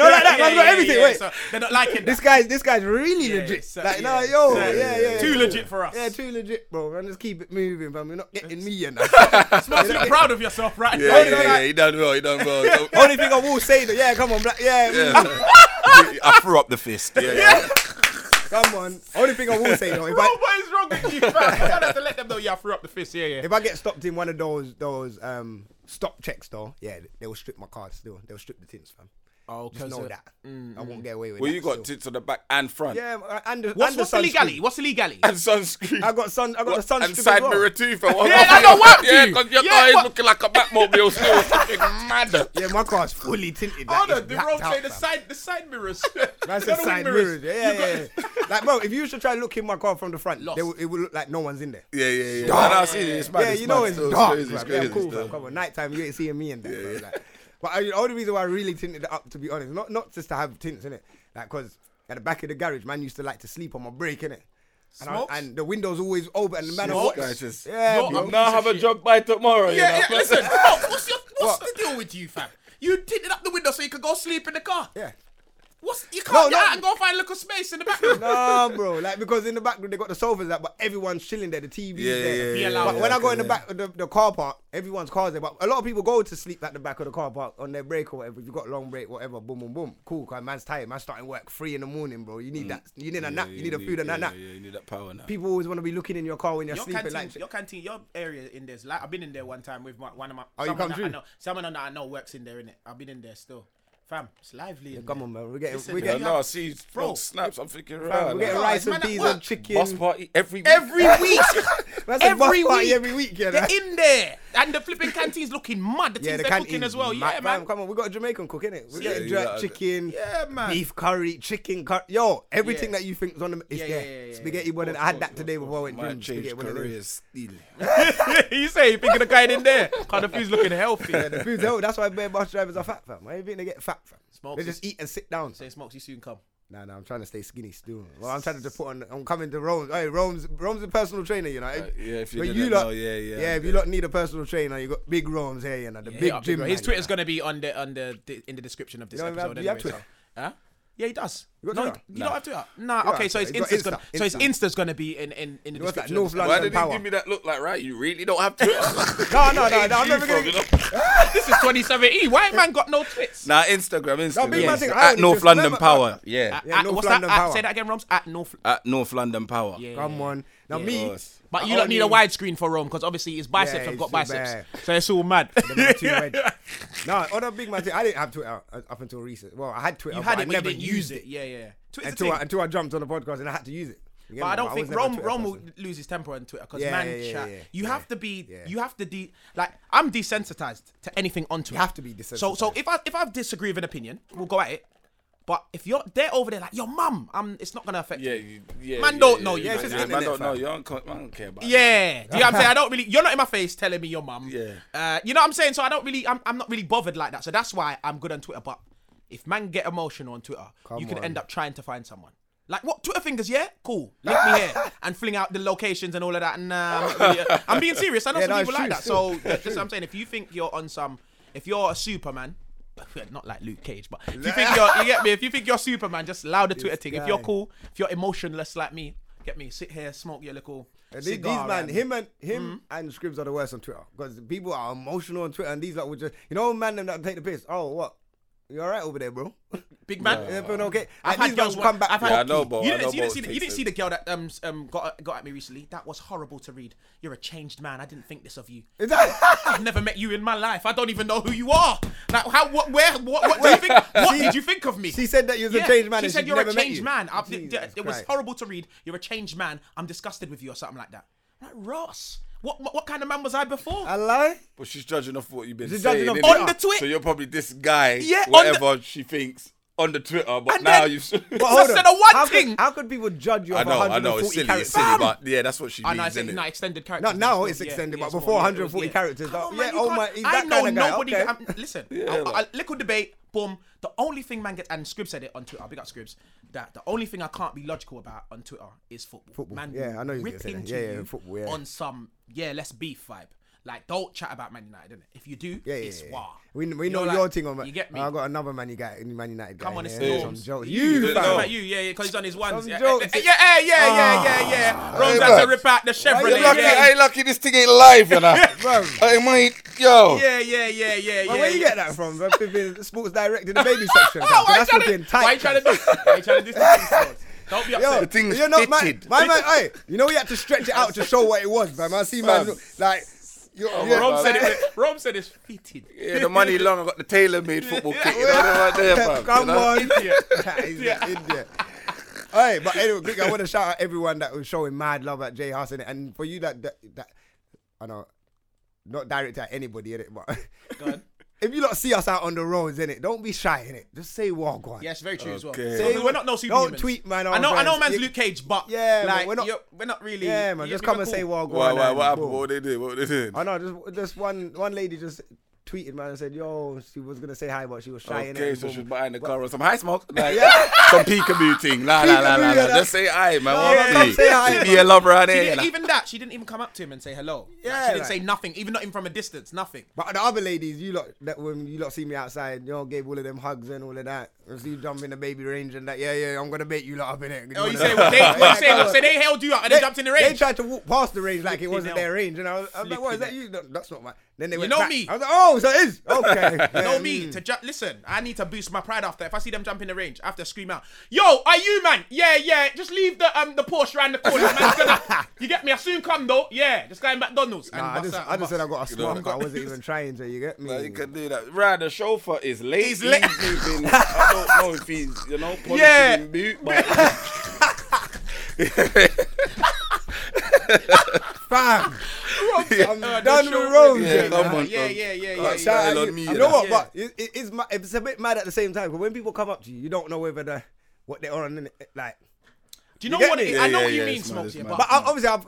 S4: like that, man's got everything, wait.
S3: so they're not liking
S4: This
S3: this.
S4: guy's this guy's really legit.
S3: so-
S4: like, no,
S3: yeah,
S4: yo,
S3: so-
S4: yeah, yeah, yeah,
S3: Too
S4: cool.
S3: legit for us.
S4: Yeah, too legit, bro. Man, just keep it moving, man. You're not getting me and
S3: Smart, you're proud of yourself, right?
S5: Yeah,
S3: now.
S5: yeah, yeah, He done well. He done well. So-
S4: Only thing I will say that, yeah, come on, black, yeah, mm,
S5: yeah. I threw up the fist. Yeah, yeah.
S4: come on. Only thing I will say though, if
S3: Bro,
S4: I
S3: what is wrong with you, fam? You don't have to let them know you threw up the fist. Yeah, yeah.
S4: if I get stopped in one of those those um stop checks though, yeah, they will strip my card still. They'll strip the tints, fam.
S3: Oh,
S4: Just know that.
S3: Mm-hmm.
S4: I won't get away with.
S5: Well,
S4: that
S5: you got
S4: still.
S5: tits on the back and front.
S4: yeah, man, and the,
S3: What's,
S4: and
S3: what's
S4: the
S3: the
S4: sunscreen.
S3: legality? What's the legality?
S5: And sunscreen.
S4: I got sun. I got the sun
S5: and
S4: strip
S5: side
S4: as well.
S5: mirror too, fam.
S3: Yeah, that don't work
S5: Yeah,
S3: to you.
S5: because your
S3: Yeah,
S5: car is
S3: but-
S5: looking like a Batmobile still. Something mad.
S4: Yeah, my car's fully tinted. Like,
S3: Hold
S4: it's
S3: on, the
S4: blacked
S3: road
S4: out,
S3: say the
S4: fam.
S3: side, the side mirrors.
S4: That's
S3: Not
S4: the
S3: the
S4: side
S3: wing
S4: mirrors. Yeah, yeah, yeah. like, bro, if you used to try looking my car from the front, they will, it would look like no one's in there.
S5: Yeah, yeah, yeah. Man, I see it. It's mad.
S4: yeah, you know
S5: mad.
S4: it's
S5: So
S4: dark.
S5: crazy, it's
S4: bruv. Yeah,
S5: crazy,
S4: cool,
S5: it's
S4: fam.
S5: dark.
S4: Come on, nighttime, you ain't seeing me in that. bruv, like. But I, the only reason why I really tinted it up, to be honest, not not just to have tints in it, like because at the back of the garage, man used to like to sleep on my break in it. And, I,
S3: Smokes?
S4: and the windows always open, and the man
S5: Smokes?
S4: watch-
S5: Guys, just-
S4: Yeah,
S3: Yo,
S4: bro.
S3: I'm
S5: Now I have a job by tomorrow. you know.
S3: Yeah, yeah, listen, bro, what's, your, what's
S4: What?
S3: the deal with you, fam? You tinted up the window so you could go sleep in the car.
S4: yeah.
S3: What's you
S4: No,
S3: can't get
S4: no.
S3: out and go find a little space in the back room.
S4: Nah, bro. Like because in the back room they got the sofas out, but everyone's chilling there. The TV's
S5: Yeah,
S4: there.
S5: yeah,
S3: Be yeah,
S4: But
S3: yeah,
S4: when I
S5: okay,
S4: go in the
S5: yeah.
S4: back of the, the car park, everyone's cars there. But a lot of people go to sleep at the back of the car park on their break or whatever. If you got long break, whatever, boom, boom, boom. Cool, cause man's tired. Man's starting work three in the morning, bro. You need that. You need a nap. you need a food and a nap.
S5: Mm. Yeah, you need that power now.
S4: People always want to be looking in your car when you're
S7: Your
S4: sleeping.
S7: canteen,
S4: Like,
S7: your canteen, your area in there's like I've been in there one time with my, one of my.
S4: Oh, you
S7: someone
S4: come
S7: that I
S4: through?
S7: know, someone that I know works in there, innit? I've been in there still, fam. It's lively. in
S4: come
S7: there.
S4: on, man. We're getting,
S7: Listen,
S4: we're
S5: Yeah,
S4: getting,
S5: no, I see
S7: Bro.
S5: bro, snaps. I'm thinking,
S4: we're
S5: right.
S4: getting
S5: like,
S7: No,
S4: rice
S7: it's man
S4: and
S7: at
S4: peas
S7: work.
S4: and chicken.
S5: Bus party every week.
S3: Every week,
S4: That's a bus
S3: every
S4: party
S3: week,
S4: every week, yeah.
S3: they're
S4: that-
S3: in there, and the flipping canteen's looking mud. The
S4: Yeah,
S3: things
S4: the
S3: they're cooking
S4: canteen
S3: as well. Yeah, man.
S4: Come on, we got a Jamaican cook in it. We're getting
S5: yeah,
S4: jerk
S5: yeah.
S4: chicken,
S3: Yeah, man.
S4: beef curry, chicken curry. Yo, everything
S3: Yeah.
S4: that you think is on the it's
S3: Yeah, yeah,
S4: there.
S3: yeah, yeah,
S4: spaghetti
S3: yeah.
S4: boiling. I had that today before I went
S5: Man
S4: gym. Spaghetti
S5: changed
S4: boiling.
S5: careers still.
S3: you say you thinking of going in there? Cause the food's looking healthy.
S4: Yeah, the food's hell. That's why bare bus drivers are fat, fam. Why do you think they get fat, fam?
S7: Smokes
S4: They
S7: is-
S4: just eat and sit down.
S7: Say smokes, you soon come.
S4: Nah, nah, I'm trying to stay skinny still. Well, I'm trying to just put on. I'm coming to Rome. Hey, Rome's Rome's a personal trainer, you know.
S5: yeah, if you
S4: But
S5: didn't
S4: lot,
S5: know, yeah, yeah,
S4: yeah. If you
S5: yeah.
S4: lot need a personal trainer, you got big Rome's here, you know, the
S7: Yeah,
S4: big gym.
S7: bro. His
S4: man,
S7: Twitter's gonna be on the on the, the in the description of this
S4: You don't have-
S7: episode.
S4: do you have
S7: anyway, so-
S4: Twitter?
S7: Huh? Yeah, he does.
S4: You got
S7: no,
S4: Twitter?
S7: you don't have Twitter. Nah,
S4: don't
S7: okay,
S4: have
S7: so his
S4: Twitter. You
S7: Insta's
S4: got
S7: gonna
S4: Insta,
S7: so his
S4: Insta.
S7: Insta's gonna be in in in the
S4: You know what's that?
S7: description.
S4: North
S7: of this
S5: Why
S4: London
S5: did
S4: power.
S5: he give me that look like, right? You really don't have to.
S4: No, no, no, no. I'm
S5: You
S4: never
S5: from,
S4: gonna.
S5: you
S4: get-
S5: know?
S3: episode. this is 2017. White man got no twits.
S5: Nah, Instagram, Instagram.
S4: big man
S5: yeah.
S4: thing, I
S5: At
S4: only
S5: North
S4: just
S5: London
S4: remember-
S5: Power. Yeah.
S4: Yeah,
S3: At-
S4: North
S3: what's
S4: London
S3: that? At-
S4: Power.
S3: say that again, Roms. At North.
S5: At North London Power.
S3: Yeah.
S4: Come on. Now
S3: Yeah.
S4: me,
S5: Yes.
S3: But you
S4: I
S3: don't need a
S4: only-
S3: widescreen for Rome because obviously his biceps
S4: Yeah,
S3: have got
S4: it's too
S3: biceps, so it's all mad.
S4: I'm too red. No, on a big man thing, I didn't have Twitter uh, up until recent. Well, I had Twitter,
S3: You had
S4: Oh, but
S3: it,
S4: I
S3: but you
S4: never
S3: didn't
S4: used
S3: use
S4: it,
S3: it. Yeah, yeah. yeah. Twitter's the
S4: until I,
S3: thing.
S4: until I jumped on the podcast and I had to use it. You get
S3: But
S4: me?
S3: I don't
S4: was
S3: think
S4: never a
S3: Rome
S4: Twitter
S3: Rome will
S4: person.
S3: lose his temper on Twitter because
S4: Yeah,
S3: man,
S4: yeah, yeah,
S3: chat.
S4: yeah,
S3: you
S4: yeah,
S3: have to be,
S4: yeah.
S3: you have to de like I'm desensitized to anything on Twitter. You
S4: have to be
S3: So, so
S4: desensitized.
S3: if I if I disagree with an opinion, we'll go at it. But if you're they're over there like your mum, um, it's not gonna affect.
S5: Yeah,
S3: you.
S5: you- yeah.
S3: Man
S5: yeah,
S3: don't
S5: yeah,
S3: know you,
S5: Yeah,
S3: man.
S5: it's just
S3: Yeah,
S5: man
S4: internet,
S5: don't know.
S4: fam.
S5: You don't co- man don't care about that.
S3: Yeah, do you know what I'm saying? I don't really. You're not in my face telling me your mum.
S5: Yeah.
S3: Uh, you know what I'm saying? So I don't really. I'm, I'm not really bothered like that. So that's why I'm good on Twitter. But if man get emotional on Twitter, you can
S4: on.
S3: end up trying to find someone. Like what Twitter fingers? Yeah, cool. Link me here and fling out the locations and all of that. And um, I'm being serious. I know
S4: Yeah,
S3: some
S4: no,
S3: people
S4: it's
S3: like
S4: true,
S3: that.
S4: it's
S3: So
S4: true,
S3: that's what I'm saying. If you think you're on some, if you're a Superman. Not like Luke Cage, but if you think you're, you get me. If you think you're Superman, just allow the Twitter thing. If you're
S4: guy.
S3: cool, if you're emotionless like me, get me. Sit here, smoke your little.
S4: And these, these
S3: cigar Mm-hmm.
S4: man,
S3: and-
S4: him and him and Scribs are the worst on Twitter because people are emotional on Twitter, and these like would just, you know, man, them that take the piss. Oh, what? You all right over there, bro?
S3: Big man.
S4: Yeah, feeling okay.
S3: I've had
S4: Like, um, these man
S3: girls
S4: will
S3: wa-
S4: come back.
S3: I've had-
S5: Yeah, I know, bro.
S3: You
S5: I know,
S3: didn't, you
S5: bro.
S3: didn't see, the, you didn't
S5: Takes
S3: see
S5: it.
S3: the girl that um, s- um got got at me recently. That was horrible to read. You're a changed man. I didn't think this of you.
S4: Is that?
S3: I've never met you in my life. I don't even know who you are. Like how what where what, what do you think? What did you think of me?
S4: she said that you was a
S3: Yeah,
S4: changed man
S3: She
S4: and
S3: said
S4: she'd
S3: you're
S4: never
S3: a
S4: met
S3: changed
S4: you.
S3: man. I, it,
S4: Jesus
S3: it was
S4: Christ.
S3: horrible to read. You're a changed man. I'm disgusted with you or something like that. Like Ross, what what, what kind of man was I before?
S4: I lie.
S5: But she's judging off what you've been
S4: She's
S5: saying.
S4: judging off
S5: innit?
S3: on the Twitter.
S5: So you're probably this guy,
S3: Yeah, on the-
S5: whatever she thinks, on the Twitter, but
S3: And
S5: now
S3: then-
S5: you've.
S3: But hold on. said a one
S4: how
S3: thing.
S4: Could, how could people judge you?
S5: I
S4: off
S5: know, I know,
S4: 140
S5: it's silly,
S4: characters?
S5: it's silly, but yeah, that's what she
S3: Oh, no,
S5: means,
S3: it's,
S5: innit?
S3: no, extended characters.
S4: Not now,
S3: Yeah,
S4: it's
S3: yeah,
S4: extended,
S3: yeah,
S4: but
S3: it's more,
S4: before
S3: yeah,
S4: 140
S3: yeah.
S4: characters.
S3: Come on,
S4: yeah,
S3: man, you
S4: oh
S3: can't-
S4: my, he's
S3: I
S4: that
S3: know
S4: kind of guy.
S3: nobody.
S4: okay.
S3: I'm- listen, I, I, I- little debate, boom. The only thing man gets, and Scribs said it on Twitter. Big up Scribs. That the only thing I can't be logical about on Twitter is football.
S4: Football.
S3: Man,
S4: Yeah, I know you was gonna
S3: rip
S4: say that.
S3: into
S4: Yeah, yeah,
S3: you
S4: football, yeah.
S3: on some yeah, let's beef vibe. Like, don't chat about Man United, innit? If you do,
S4: Yeah, yeah,
S3: it's
S4: yeah.
S3: war.
S4: We, we
S3: You
S4: know,
S3: like,
S4: your thing on.
S3: You get me?
S4: I got another Man United, Man United guy.
S3: Come on,
S4: here,
S3: it's
S4: some
S3: Norms.
S4: joke.
S3: You,
S4: You,
S3: you,
S5: know.
S3: about you, yeah, yeah, because he's done his ones.
S4: Some
S3: Yeah,
S4: jokes. Ah.
S3: yeah, yeah, yeah, yeah, yeah, yeah. Rose
S5: Hey,
S3: had to
S5: look.
S3: rip out the
S5: Hey,
S3: Chevrolet.
S5: lucky,
S3: Yeah,
S5: hey, lucky this thing ain't live, you know. hey, mate, Uh, yo.
S3: yeah, yeah, yeah, yeah.
S4: Where you get that from? bro? Flipping Sports Direct in the baby section.
S3: Oh,
S4: Oh,
S3: why you
S4: that's
S3: tryna-
S4: flipping
S3: Why you
S4: tight.
S3: trying to do? Why you trying to do this? Don't be
S4: Yo,
S5: The
S3: upset.
S5: thing's
S4: you know, man,
S5: fitted.
S4: my man, hey, you know, we had to stretch it out to show what it was, man. I see, man,
S5: Fam.
S4: like, you yeah,
S5: Rob
S3: Rome said it. with- Rome said it's fitted.
S5: Yeah, the money long. I got the tailor-made football kit. You know right there, fam.
S4: Come
S5: you know?
S4: on. That is an idiot. All right, but anyway, quick, I want to shout out everyone that was showing mad love at Jay House, innit? and for you that that, that I know, not direct at anybody in it, but if you lot see us out on the roads in it, don't be shy in it. Just say Wagwan.
S3: Yes, very true as well.
S5: Okay.
S3: So
S4: Say
S3: we're
S4: what-
S3: not no
S4: don't
S3: superhumans.
S4: tweet, man,
S3: I know,
S4: our
S3: I know,
S4: friends.
S3: man's
S4: You-
S3: Luke Cage, but
S4: Yeah,
S3: like
S4: but we're not-
S3: you're- we're not really.
S4: Yeah, man,
S3: you
S4: just
S3: get me?
S4: come and
S3: We're
S4: say
S3: cool.
S4: Wagwan.
S5: Why, why,
S4: and
S5: what happened?
S4: boom.
S5: What they did? What they did?
S4: I know. Just, just one one lady just tweeted, man, and said, "Yo, she was gonna say hi, but she was shy." innit?
S5: Okay,
S4: And
S5: so
S4: boom.
S5: she's behind the car on some high smoke. Like, Some peekaboo thing. La, la, la, la,
S4: Peekaboo, yeah,
S5: la.
S4: that-
S5: Just say hi, man.
S4: No,
S5: What
S4: no,
S5: up,
S4: come
S5: P?
S4: say hi,
S5: Be
S4: man.
S5: a lover out
S3: She
S5: there.
S3: didn't,
S5: like.
S3: even that, she didn't even come up to him and say hello. Like,
S4: Yeah,
S3: she didn't
S4: like-
S3: say nothing, even not even from a distance, nothing.
S4: But the other ladies, you lot, that when you lot see me outside, you all gave all of them hugs and all of that. I see you jump in the baby range and that. Yeah, yeah, I'm gonna bait you lot up in it.
S3: Oh, you say well, they, what you say, what you say they held you up and they, jumped in the
S4: They
S3: range.
S4: tried to walk past the range like it wasn't
S3: hell.
S4: their range, and I was, I was like, "What is that?
S3: Flipping
S4: You? No, that's not my." Then they
S3: You
S4: went
S3: know
S4: back.
S3: me.
S4: I was like, "Oh, so it is okay." hmm.
S3: You know me to ju- listen. I need to boost my pride after. If I see them jump in the range, I have to scream out, "Yo, are you man? Yeah, yeah. Just leave the um the Porsche around the corner. Man's gonna, you get me? I soon come though. Yeah, just going McDonald's. And
S4: Nah, I
S3: bust
S4: just,
S3: out
S4: I
S3: the
S4: just said I
S3: bus.
S4: got a
S5: know.
S4: smoke. I wasn't even trying to. You get me?
S5: Nah, you can do that. Right, the chauffeur is late.
S3: Mm. He's
S5: He's
S3: late.
S5: late. Moving. I don't know if he's, you know, polishing
S3: Yeah.
S5: his boot, but
S3: Uh,
S4: Fam, I'm
S3: the
S4: done
S3: show-
S4: with roads.
S5: Yeah,
S4: you
S5: come
S4: know?
S5: on. um,
S3: Yeah, yeah, yeah, yeah.
S5: Can't
S3: yeah.
S5: shout
S4: Yeah,
S5: Island
S4: you-
S5: on me,
S4: you
S5: you
S4: know
S5: know?
S4: what? But it, it, it's ma- it's a bit mad at the same time. But when people come up to you, you don't know whether the what they're on. innit? Like,
S3: Do you know
S4: get
S3: what?
S4: me?
S3: It,
S5: Yeah,
S3: I know
S5: yeah,
S3: what you
S5: yeah,
S3: mean,
S5: it's mad,
S3: Smokes.
S5: it's
S3: Yeah,
S5: mad.
S3: but,
S4: but I- obviously, I've,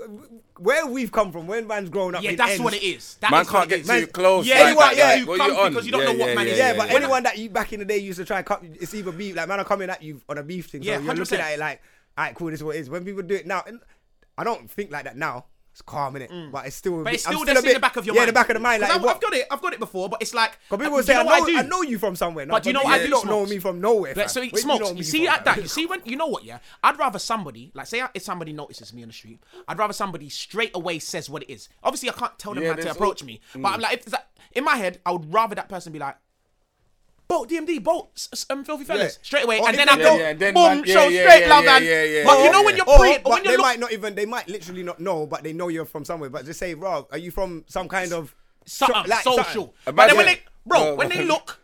S4: where we've come from, when man's grown up,
S3: yeah,
S4: it
S3: that's
S4: ends.
S3: what it is. That
S5: man
S3: is
S5: can't
S3: what it
S5: get
S3: is.
S5: too close.
S3: Yeah,
S5: like
S4: you are-
S5: that,
S4: yeah,
S5: like,
S3: you
S5: what
S3: come
S5: on?
S3: because you don't know what man is.
S4: Yeah, but
S3: yeah.
S4: anyone that you back in the day used to try, cut, it's either be like man are coming at you on a beef thing.
S3: Yeah,
S4: so you're looking
S3: 100%.
S4: at it like, all right, cool, this is what it is. When people do it now, and I don't think like that now. It's calm in it, but it's still. a
S3: Mm. But
S4: bit-
S3: it's
S4: I'm
S3: still,
S4: a
S3: that's in
S4: bit-
S3: the back of your
S4: yeah,
S3: mind.
S4: the back of the mind.
S3: 'Cause
S4: Like
S3: I've,
S4: what?
S3: I've got it. I've got it before, but it's like. uh, do
S4: Because people
S3: you
S4: say,
S3: know
S4: I,
S3: what
S4: know,
S3: do?
S4: I know you from somewhere.
S3: But do you know
S4: people
S3: what I
S4: say,
S3: do,
S4: You don't know
S3: Smokes?
S4: me from nowhere.
S3: But
S4: fam.
S3: so it
S4: Where do you
S3: smokes.
S4: know
S3: You,
S4: me
S3: see
S4: from,
S3: at that. You see when you know what? Yeah, I'd rather somebody like say if somebody notices me on the street, I'd rather somebody straight away says what it is. Obviously, I can't tell them
S5: Yeah,
S3: how to
S5: there's
S3: approach
S5: al-
S3: me, but
S4: Mm.
S3: I'm like, if it's like, in my head, I would rather that person be like. Bolt DMD, bolt s- s- um, filthy fellas,
S4: Yeah.
S3: straight away,
S4: Or
S3: and
S4: if
S3: then
S4: they
S3: I go,
S4: don't- Yeah,
S5: yeah, then
S3: boom,
S5: man- yeah,
S3: show
S5: yeah,
S3: straight
S5: yeah,
S3: love,
S5: yeah,
S3: man.
S5: yeah, yeah,
S3: but you
S5: yeah,
S3: know
S5: yeah.
S3: when you're
S4: Or,
S3: pre, or
S4: Oh, but
S3: when
S4: they
S3: you're look,
S4: might not even they might literally not know, but they know you're from somewhere. But just say, "Rob, are you from some kind of
S3: something
S4: shop- like
S3: social.
S4: something?" Oh,
S3: But then when they,
S5: Imagine-
S3: bro,
S5: Bro.
S3: when they look,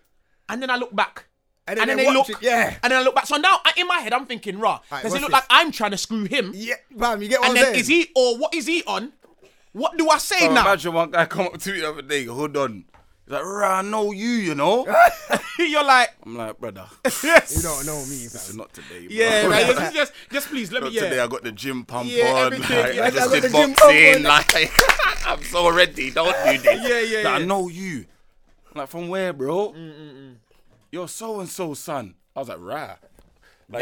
S3: and then I look back,
S4: And
S3: and then,
S4: then they
S3: they
S4: watch
S3: look,
S4: it, yeah.
S3: and then I look back. So now I- in my head, I'm thinking, rah,
S4: Alright,
S3: does
S4: what's
S3: it look
S4: this?
S3: like I'm trying to screw him?
S4: Yeah, bam, you get what
S3: and
S4: I'm
S3: then
S4: saying.
S3: is he or what is he on? What do I say
S5: Oh,
S3: now?
S5: Imagine one guy come up to me the other day, hold on. He's like, "Rah, I know you, you know.
S3: You're like,
S5: I'm like, brother,
S4: you don't know me, fam.
S5: it's not today. Bro.
S3: yeah, man, just, just, just please let me.
S5: Not today
S3: Yeah.
S5: I got the gym pump
S3: Yeah,
S5: on.
S3: everything,
S5: Like,
S3: yeah.
S5: I
S4: I got
S5: just
S4: the
S5: did
S4: gym pump on.
S5: boxing. Like I'm so ready. Don't do this.
S3: Yeah, yeah,
S5: Like, I
S3: yeah. Mm,
S5: know you. I'm like from where, bro? You're so and so son. I was like, rah. Like,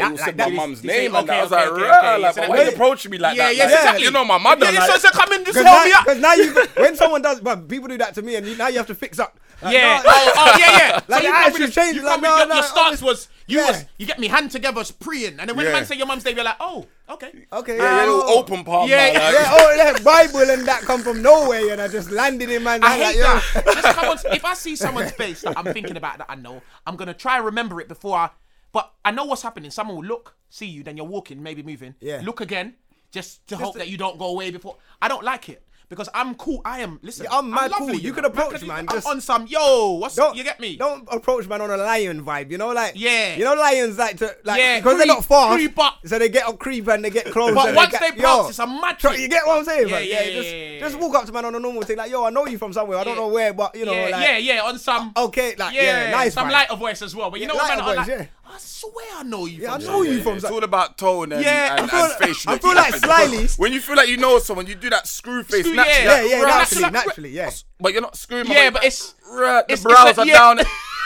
S4: That-
S5: you
S4: like
S5: said
S4: that
S5: my
S4: is-
S5: mum's
S3: this ain't-
S5: name, and
S3: okay,
S5: I was
S3: okay,
S5: like,
S3: okay,
S5: rah.
S3: okay.
S5: Like,
S3: So
S5: but why
S3: that-
S5: you approaching me like
S3: yeah,
S5: that?
S3: yeah,
S5: Like,
S3: exactly.
S5: You know my mother.
S3: Yeah,
S5: like,
S3: so, so come in, just
S4: Because
S3: help me
S4: now,
S3: up.
S4: 'cause now you, when someone does, but people do that to me, and you, now you have to fix up. Like,
S3: Yeah.
S4: no,
S3: oh, oh, yeah, yeah.
S4: Like,
S3: so you
S4: the
S3: come with,
S4: actions
S3: this-
S4: change,
S3: you
S4: like,
S3: come with
S4: no,
S3: your,
S4: no,
S3: your stance
S4: oh,
S3: was you
S4: yeah.
S3: was you get me hand together was preying, and then when the
S5: Yeah.
S3: man say your mum's name, you're like, oh, okay.
S4: okay.
S5: yeah,
S4: oh.
S5: little open palm.
S3: Yeah,
S5: man,
S3: yeah.
S5: like,
S4: Yeah, oh, that Bible and that come from nowhere, and I just landed in man's
S3: I
S4: hand, like,
S3: hate
S4: yo.
S3: that. Just come on, if I see someone's face that I'm thinking about that I know, I'm gonna try and remember it before I. But I know what's happening. Someone will look, see you, then you're walking, maybe moving.
S4: Yeah.
S3: Look again, just to hope that you don't go away before. I don't like it because I'm cool. I am. Listen,
S4: Yeah, I'm mad
S3: lovely,
S4: cool. You can
S3: know.
S4: approach,
S3: Because
S4: man,
S3: I'm
S4: just-
S3: on some yo. What's
S4: Don't
S3: you get me?
S4: Don't approach man on a lion vibe. You know, like
S3: Yeah.
S4: You know, lions like to like
S3: Yeah,
S4: because they're
S3: creep-
S4: not fast,
S3: creep up.
S4: so they get up creep and they get close.
S3: But
S4: and
S3: once
S4: get-
S3: they pass,
S4: yo,
S3: it's a mad
S4: try-
S3: trick.
S4: You get what I'm saying?
S3: Yeah,
S4: man?
S3: yeah, yeah,
S4: just,
S3: yeah,
S4: just
S3: yeah.
S4: walk up to man on a normal thing like, yo, I know you from somewhere. I don't
S3: Yeah.
S4: know where, but you know,
S3: yeah,
S4: like,
S3: yeah, yeah, on some.
S4: Okay, like, yeah, nice
S3: Some
S4: vibe.
S3: lighter voice as well. But you
S4: Yeah,
S3: know what, man?
S4: lighter
S3: I'm
S4: voice,
S3: like,
S4: yeah.
S3: I swear I know you.
S4: Yeah, I
S3: from
S4: know
S3: somewhere.
S4: you from
S5: It's
S4: somewhere.
S5: all about tone and,
S3: Yeah,
S5: and,
S4: I feel-
S5: and facial
S4: I feel
S5: expressions.
S4: like
S5: Because
S4: Slyly-
S5: When you feel like you know someone, you do that screw face
S3: Screw-
S5: naturally.
S3: yeah,
S5: like,
S4: Yeah, yeah,
S3: Bro, that's
S4: naturally,
S3: like-
S4: naturally, yeah.
S5: But you're not screwing my
S3: Yeah,
S5: mic
S3: but
S5: back.
S3: it's-
S5: Bruh, the
S3: it's- it's
S5: brows
S3: like-
S5: are
S3: yeah.
S5: down.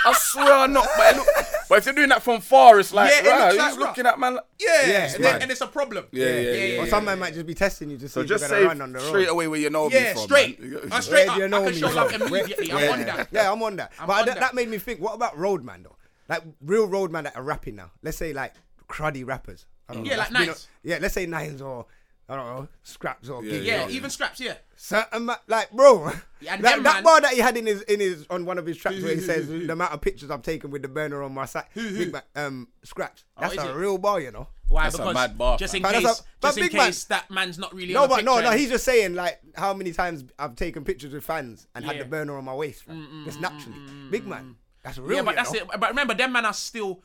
S5: I swear I'm not. But, it look, But if they're doing that from far, it's like,
S8: Yeah, it
S5: rah,
S8: looks
S5: who's
S8: like rah.
S5: looking at man? like-
S8: Yeah,
S4: Yeah,
S8: and, then-
S4: right.
S8: and it's a problem.
S5: Yeah, yeah, yeah.
S4: Or some man might just be testing you to see
S5: So
S4: if you're
S5: just
S4: gonna
S5: say
S4: run on the
S5: straight
S4: road.
S5: away where you know me
S8: Yeah,
S5: from.
S8: straight.
S5: man.
S8: Uh, straight
S4: Where
S8: up.
S4: do you
S8: I
S4: know
S8: can
S4: me
S8: show love
S4: from?
S8: immediately. I'm
S4: Yeah.
S8: on that.
S4: Yeah, I'm on that.
S8: I'm
S4: but
S8: on
S4: that,
S8: that.
S4: that made me think. What about roadman though? Like real roadman that are rapping now. Let's say like cruddy rappers. I don't
S8: Yeah,
S4: that's
S8: like
S4: been
S8: Nines.
S4: a- yeah, let's say nines or I don't know scraps or gigs
S5: Yeah,
S8: Yeah,
S4: or-
S8: even scraps. Yeah,
S4: certain ma- like bro.
S8: Yeah, and
S4: that,
S8: them
S4: that
S8: man-
S4: bar that he had in his in his on one of his tracks where he says the amount of pictures I've taken with the burner on my side, big man, um, scraps. That's
S8: Oh, is
S4: a
S8: it?
S4: real bar, you know.
S8: why?
S5: That's a
S8: because
S5: mad bar,
S8: just in
S5: fam.
S4: But
S8: case,
S4: that's a- but
S8: just in
S4: big man-
S8: case that man's not really.
S4: No,
S8: on the
S4: but no,
S8: picture
S4: no.
S8: and-
S4: He's just saying like how many times I've taken pictures with fans and had
S8: Yeah.
S4: the burner on my waist, fam.
S3: Mm,
S4: just naturally, big man. That's real.
S8: Yeah, but
S4: you
S8: that's
S4: know?
S8: it. But remember, them man are still,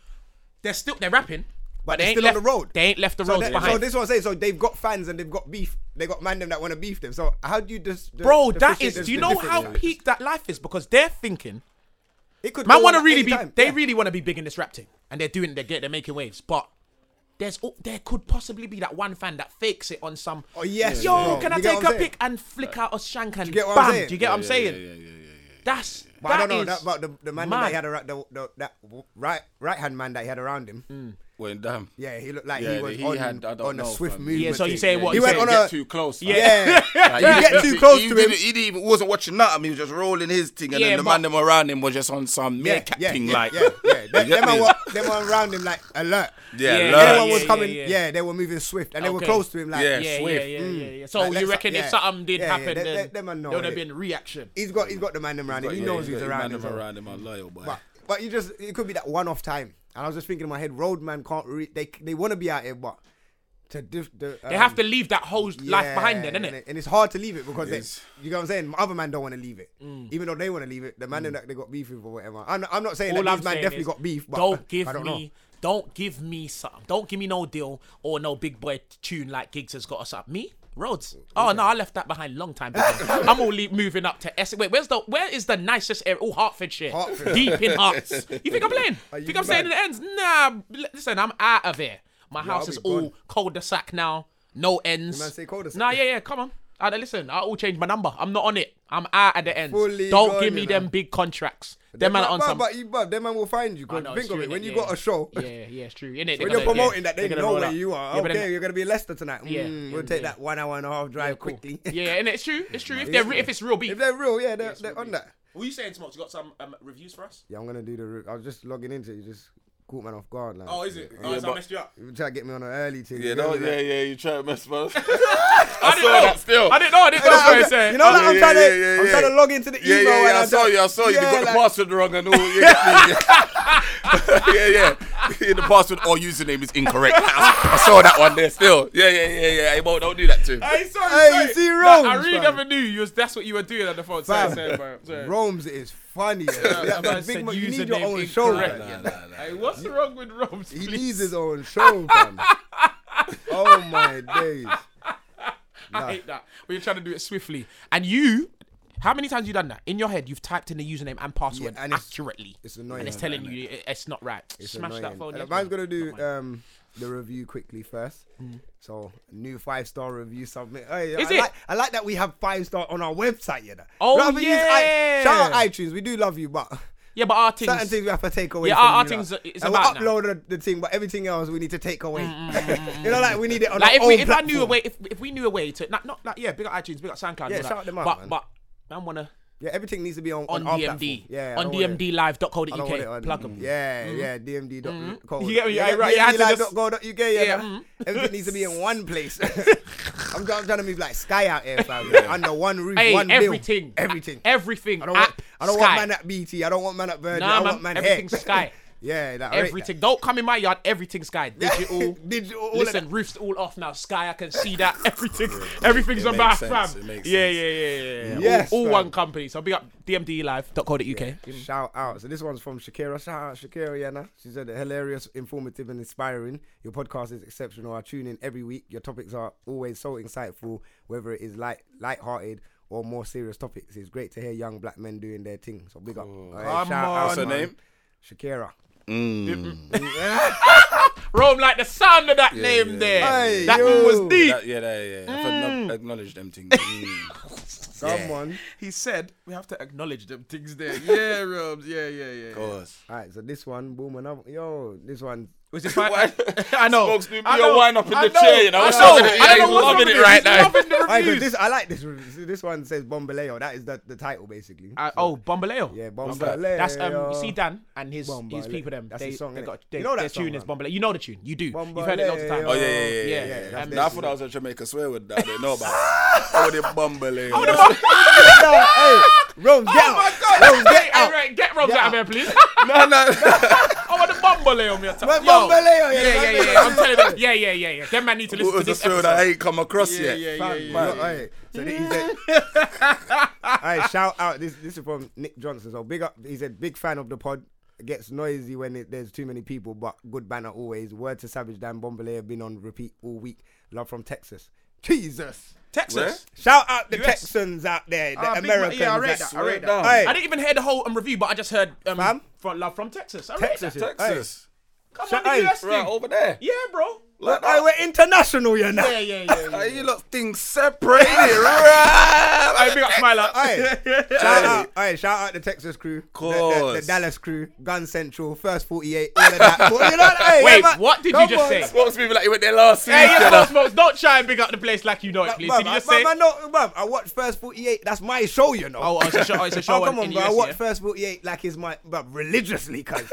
S8: they're still, they're rapping, but,
S4: they're
S8: they ain't
S4: still on
S8: left,
S4: the road.
S8: They ain't left the
S4: So,
S8: roads
S4: that-
S8: behind.
S4: so this is what I'm saying. So they've got fans and they've got beef. They got man them that want to beef them. So how do you just,
S3: Bro, that is. Do you know how peak that life is? Because they're thinking,
S4: it could
S3: man,
S4: go
S3: want to
S4: on at
S3: really
S4: any
S3: be.
S4: time.
S3: They
S4: Yeah.
S3: really want to be big in this rap thing, and they're doing. They're get. They're making waves, but. There's al- there could possibly be that one fan that fakes it on some.
S4: Oh, yes,
S3: Yo,
S4: bro.
S3: can I
S4: You get
S3: take
S4: what
S3: a
S4: I'm saying?
S3: pic and flick out a shank and
S4: get what I'm
S3: bam?
S4: saying?
S3: Do you get what I'm saying? That's
S4: But I
S3: that
S4: don't know
S3: is
S4: that about the, the man that
S3: mad.
S4: he had around the, the that right right hand man that he had around him.
S3: Mm.
S5: When damn.
S4: Yeah, he looked like
S5: Yeah,
S4: he was
S5: he
S4: on,
S5: had- I don't
S4: on a
S5: know,
S4: swift
S5: fam.
S4: movement.
S3: Yeah, so you
S4: thing.
S3: say what?
S4: He
S3: you
S4: went
S3: say-
S4: on
S5: get
S4: a-
S5: too close. man.
S4: Yeah,
S5: Like,
S4: you
S5: didn't-
S4: get too close
S5: he
S4: to
S5: didn't-
S4: him.
S5: He, didn't even, wasn't watching nothing. He was just rolling his thing, and
S3: Yeah,
S5: then the
S3: but-
S5: man them around him was just on some
S4: Yeah,
S5: meerkat
S4: yeah,
S5: thing,
S4: yeah,
S5: like
S4: yeah, yeah.
S5: You
S4: Them,
S5: get
S4: them,
S5: me?
S4: are wa- them were around him like alert.
S5: Yeah,
S3: Yeah,
S5: learn.
S3: yeah,
S4: Everyone was
S3: yeah,
S4: coming.
S3: yeah.
S4: Yeah, they were moving swift, and they were
S3: Okay.
S4: close to him. Like,
S5: Yeah.
S3: yeah,
S5: Swift.
S3: yeah, yeah, yeah. So
S4: Like, let's-
S3: you reckon
S4: Mm. yeah.
S3: if something did
S4: Yeah, yeah,
S3: happen,
S4: they- they-
S3: then
S4: them man know
S3: there would have
S4: it.
S3: been reaction.
S4: he's got he's got the man them around him. He
S5: Yeah,
S4: knows
S5: yeah,
S4: who's
S5: yeah,
S4: around
S5: man
S4: him.
S5: them around him. I'm loyal, boy.
S4: But but you just it could be that one off time. And I was just thinking in my head, roadman can't. Re- they they want to be out here, but to diff, the, um,
S3: They have to leave that whole life behind them,
S4: and
S3: innit?
S4: And it's hard to leave it because they-
S5: is.
S4: you know what I'm saying. Other man don't want to leave it,
S3: Mm.
S4: even though they want to leave it. The man that they got beef with or whatever. I'm, I'm not saying
S3: All
S4: that
S3: I'm
S4: these man
S3: saying
S4: definitely
S3: is,
S4: got beef, but I
S3: don't give
S4: don't
S3: me,
S4: know.
S3: don't give me something. Don't give me no deal or no big boy tune like Gigs has got us up. Me, Rhodes. Oh no, I left that behind long time. ago. I'm only moving up to Essex. Wait, where's the where is the nicest area? Oh, Hertfordshire,
S4: Hertford.
S3: deep in Hearts. You think I'm playing?
S4: Are you
S3: think I'm saying it
S4: mad?
S3: ends? Nah, l- listen, I'm out of here. My house
S4: I'll
S3: is
S4: be
S3: all
S4: gone.
S3: cul-de-sac now. No ends.
S4: man say cul-de-sac?
S3: Nah, yeah, yeah. Come on. Ah, then listen, I will change my number. I'm not on it. I'm out at the ends.
S4: Fully
S3: Don't
S4: gone,
S3: give me
S4: you
S3: them
S4: know.
S3: big contracts. Them man are on
S4: but,
S3: some
S4: but, you- but them man will find you.
S3: I
S4: Cause
S3: know,
S4: think
S3: it's
S4: of
S3: true,
S4: it,
S3: innit?
S4: when you
S3: Yeah.
S4: got a show,
S3: Yeah, yeah, it's true. Innit?
S4: when
S3: They're
S4: you're
S3: gonna-
S4: promoting
S3: yeah,
S4: that, they
S3: they're gonna
S4: know
S3: roll
S4: where
S3: out.
S4: you are.
S3: Yeah, but
S4: okay,
S3: then-
S4: you're gonna be in Leicester tonight.
S3: Yeah,
S4: Mm,
S3: yeah,
S4: we'll take
S3: yeah.
S4: that one hour and a half drive quickly.
S3: yeah, and it's true. It's true. If they're re- if it's real beef.
S4: If they're real, yeah, they're, they're on that.
S3: Were you saying, Smokes? You got some um, reviews for us?
S4: Yeah, I'm gonna do the. Re- I was just logging into it. You just caught man off guard, like.
S3: Oh, is it? Oh,
S5: Yeah,
S3: so I
S5: but-
S3: messed you up.
S4: You were trying to get me on an early thing.
S5: Yeah,
S4: you
S5: no,
S4: know,
S5: yeah,
S4: like-
S5: yeah. You try to mess with us.
S3: I,
S5: saw
S3: didn't know.
S5: that still.
S3: I didn't know. I didn't know.
S4: Like,
S3: what
S4: I'm
S3: you were
S4: try-
S3: saying.
S4: You know, like,
S5: Oh, Yeah,
S4: I'm
S5: yeah,
S4: trying
S5: yeah,
S4: to,
S5: yeah,
S4: I'm
S5: yeah.
S4: trying to log into the
S5: Yeah,
S4: email.
S5: yeah,
S4: and
S5: yeah. I
S4: I'm
S5: saw
S4: trying-
S5: you. I saw you. You
S4: Yeah,
S5: got the
S4: like-
S5: password wrong and all. Yeah, yeah, yeah. yeah. The password or username is incorrect. I, I saw that one there. Still. Yeah, yeah, yeah, yeah. Hey, bro, don't do that to him.
S3: Hey, sorry,
S4: Hey,
S3: sorry.
S4: you see
S3: Nah, I
S4: Rome's,
S3: really
S4: fam.
S3: never knew you was, that's what you were doing on the phone. Sorry,
S4: Fam.
S3: sorry, bro. Sorry.
S4: Rome's is funny. yeah.
S3: I
S4: That's a
S3: said
S4: big man. You
S3: username
S4: need your own
S3: incorrect.
S4: show.
S3: Nah,
S4: man.
S3: Hey, what's wrong with Rome's?
S4: He
S3: please?
S4: needs his own show, fam. Oh my days.
S3: I hate that. When you're trying to do it swiftly. And you, how many times you done that? In your head, you've typed in the username and password
S4: Yeah, and it's-
S3: accurately.
S4: it's annoying,
S3: And it's telling you it- it's not right. Smash that
S4: Annoying.
S3: phone.
S4: Uh,
S3: yes, man.
S4: Man's gonna do um, the review quickly first. So new five star review submit. Hey,
S3: Is
S4: I
S3: it?
S4: Like, I like that we have five star on our website. You know.
S3: Oh,
S4: Rather use i-
S3: yeah.
S4: shout out iTunes. We do love you, but.
S3: Yeah, but our things.
S4: Certain things we have to take away.
S3: Yeah,
S4: from
S3: our- our
S4: you
S3: things
S4: lot.
S3: is
S4: and
S3: about now. Mm,
S4: we'll upload the, the thing, but everything else we need to take away. you know, like we need it on
S3: like
S4: our
S3: if we,
S4: own
S3: if I knew a
S4: platform.
S3: way, if, if we knew a way to not, not like yeah, big up iTunes, big up SoundCloud.
S4: Yeah,
S3: all that.
S4: shout them out,
S3: But
S4: man.
S3: but man wanna
S4: Yeah, everything needs to be on
S3: on
S4: on our
S3: DMD,
S4: platform. Yeah, I
S3: on
S4: don't want it- I don't want it
S3: DMD
S4: on-
S3: Plug them. Mm-hmm.
S4: Yeah, yeah, DMD. Dot co-
S3: You get me?
S4: yeah,
S3: Yeah, right, you had to just-
S4: DMDlive.co.uk, yeah,
S3: Yeah, mm-hmm.
S4: man. Everything needs to be in one place. I'm, try- I'm trying to move like Sky out here, fam. Under one roof,
S3: Hey,
S4: one bill.
S3: everything,
S4: everything.
S3: everything.
S4: I don't want,
S3: app,
S4: I don't
S3: Sky.
S4: want man at BT. I don't want man at Virgin.
S3: Nah,
S4: I
S3: man,
S4: want man
S3: everything's
S4: here.
S3: Sky.
S4: yeah, like, I rate
S3: Everything. Don't come in my yard. Everything's Sky. Digital.
S4: Digital, all of
S3: Listen, roof's all off now. Sky, I can see that. Everything. Everything's
S5: It
S3: on my
S5: makes sense,
S3: fam.
S5: it makes
S3: Yeah,
S5: sense.
S3: yeah, yeah, yeah. yeah.
S4: Yes,
S3: all, all
S4: fam.
S3: one company. So big up dmdlive.co.uk.
S4: that. Shout out. So this one's from Shakira. Shout out Shakira Yana. She said hilarious, informative, and inspiring. Your podcast is exceptional. I tune in every week. Your topics are always so insightful, whether it is light light-hearted or more serious topics. It's great to hear young black men doing their thing. So big up. All right,
S3: Come
S4: shout
S3: on,
S4: out,
S5: What's her
S4: man.
S5: name?
S4: Shakira.
S3: Rome like the sound of that
S5: Yeah,
S3: name
S5: yeah.
S3: there.
S4: Hey,
S3: that one
S4: yo.
S3: was deep.
S5: That- yeah, that, yeah. I've acknow- acknowledged them things. Mm.
S4: Someone.
S3: He said we have to acknowledge them things there. Yeah, Robes. Yeah, yeah, yeah.
S5: Of course.
S4: All right, so this one, boom, another. Yo, this one.
S3: Was it fine? I know.
S5: Smokes me
S3: I
S5: a
S3: know.
S5: wine up in
S3: I
S5: the chair, you know.
S3: I
S5: He's
S3: know.
S5: loving it.
S3: I
S5: Yeah,
S3: know
S5: he's
S3: what's wrong
S5: loving
S3: with
S5: it
S3: him.
S5: right
S3: He's
S5: now.
S3: loving the
S4: All right, 'cause
S3: reviews.
S4: this I like this. This one says Bombaleo. That is the, the title basically.
S2: Uh,
S4: So,
S2: oh, Bombaleo.
S4: yeah,
S5: that?
S4: Bombaleo.
S2: That's um, you see Dan and his his
S4: Bombaleo.
S2: people them.
S4: That's
S2: they
S4: his song,
S2: they
S4: innit?
S2: got they,
S4: You know that
S2: their tune
S4: song,
S2: is
S4: man.
S2: Bombaleo. You know the tune. You do. You've heard it loads of times.
S4: Bombaleo.
S5: Oh, yeah, yeah, yeah. yeah,
S2: Yeah,
S5: yeah.
S4: that's
S5: Nah, I thought
S4: basically-
S5: I was a Jamaica swear with that. I didn't know about it. Oh, they bumbling.
S4: no, hey,
S3: Oh
S4: Rome, get out. Rome, get
S3: All
S4: out.
S3: right, get Robs
S4: Yeah.
S3: out of here, please.
S5: No, no.
S3: I want a Bombaleo on your top.
S4: Where
S3: Yo.
S4: Bombaleo is,
S3: Yeah, yeah,
S4: man?
S3: yeah, yeah. I'm telling you. Yeah, yeah, yeah, yeah. Them man need to
S5: What
S3: listen to
S5: was the
S3: this
S5: swear
S3: episode.
S5: that I ain't come across
S3: Yeah,
S5: yet?
S3: yeah, yeah,
S4: Fam,
S3: yeah,
S4: yo,
S3: yeah.
S4: alright, So th- he said, alright, shout out. This this is from Nick Johnson. So big up. He said, big fan of the pod. Gets noisy when it, there's too many people, but good banner always. Word to Savage Dan Bombaleo have been on repeat all week. Love from Texas. Jesus.
S3: Texas.
S4: Shout out the Texans out there, the
S3: Ah, big man-
S4: Americans.
S3: yeah, I read
S4: out-
S3: that, I read
S5: that.
S4: Aye,
S3: I didn't even hear the whole um, review, but I just heard um,
S4: Fam?
S3: from Love from Texas. I read
S4: Texas
S3: that.
S4: is-
S5: Texas.
S3: Come
S4: Shut
S3: on, the
S4: up.
S3: US
S5: Right
S3: thing.
S5: over there.
S3: Yeah, bro.
S5: Look,
S4: Aye, we're international, you know.
S3: Yeah, yeah, yeah. yeah.
S5: Hey, you lot things separated, right?
S3: I big up Smiler.
S4: Aye, shout out, aye, shout out the Texas crew, the- the, the,
S5: Course.
S4: Dallas crew, Gun Central, First 48, all of that. Well, you know, aye,
S3: Wait,
S4: yeah, man.
S3: what did you
S4: Come
S3: just
S4: on.
S3: say?
S5: Smokes people like you went there last week.
S3: Hey, yes,
S5: you know.
S3: Smoke Smokes, don't try and big up the place like you know it, please.
S4: Bruv,
S3: Did you
S4: I-
S3: just
S4: bruv,
S3: say?
S4: I know, bruv, I watch First 48. That's my show, you know.
S3: Oh, oh, it's a show. Oh, it's a show.
S4: Oh, come
S3: in-
S4: on,
S3: in
S4: bro.
S3: US,
S4: I watch
S3: yeah?
S4: First 48 like it's my, but religiously, cuz.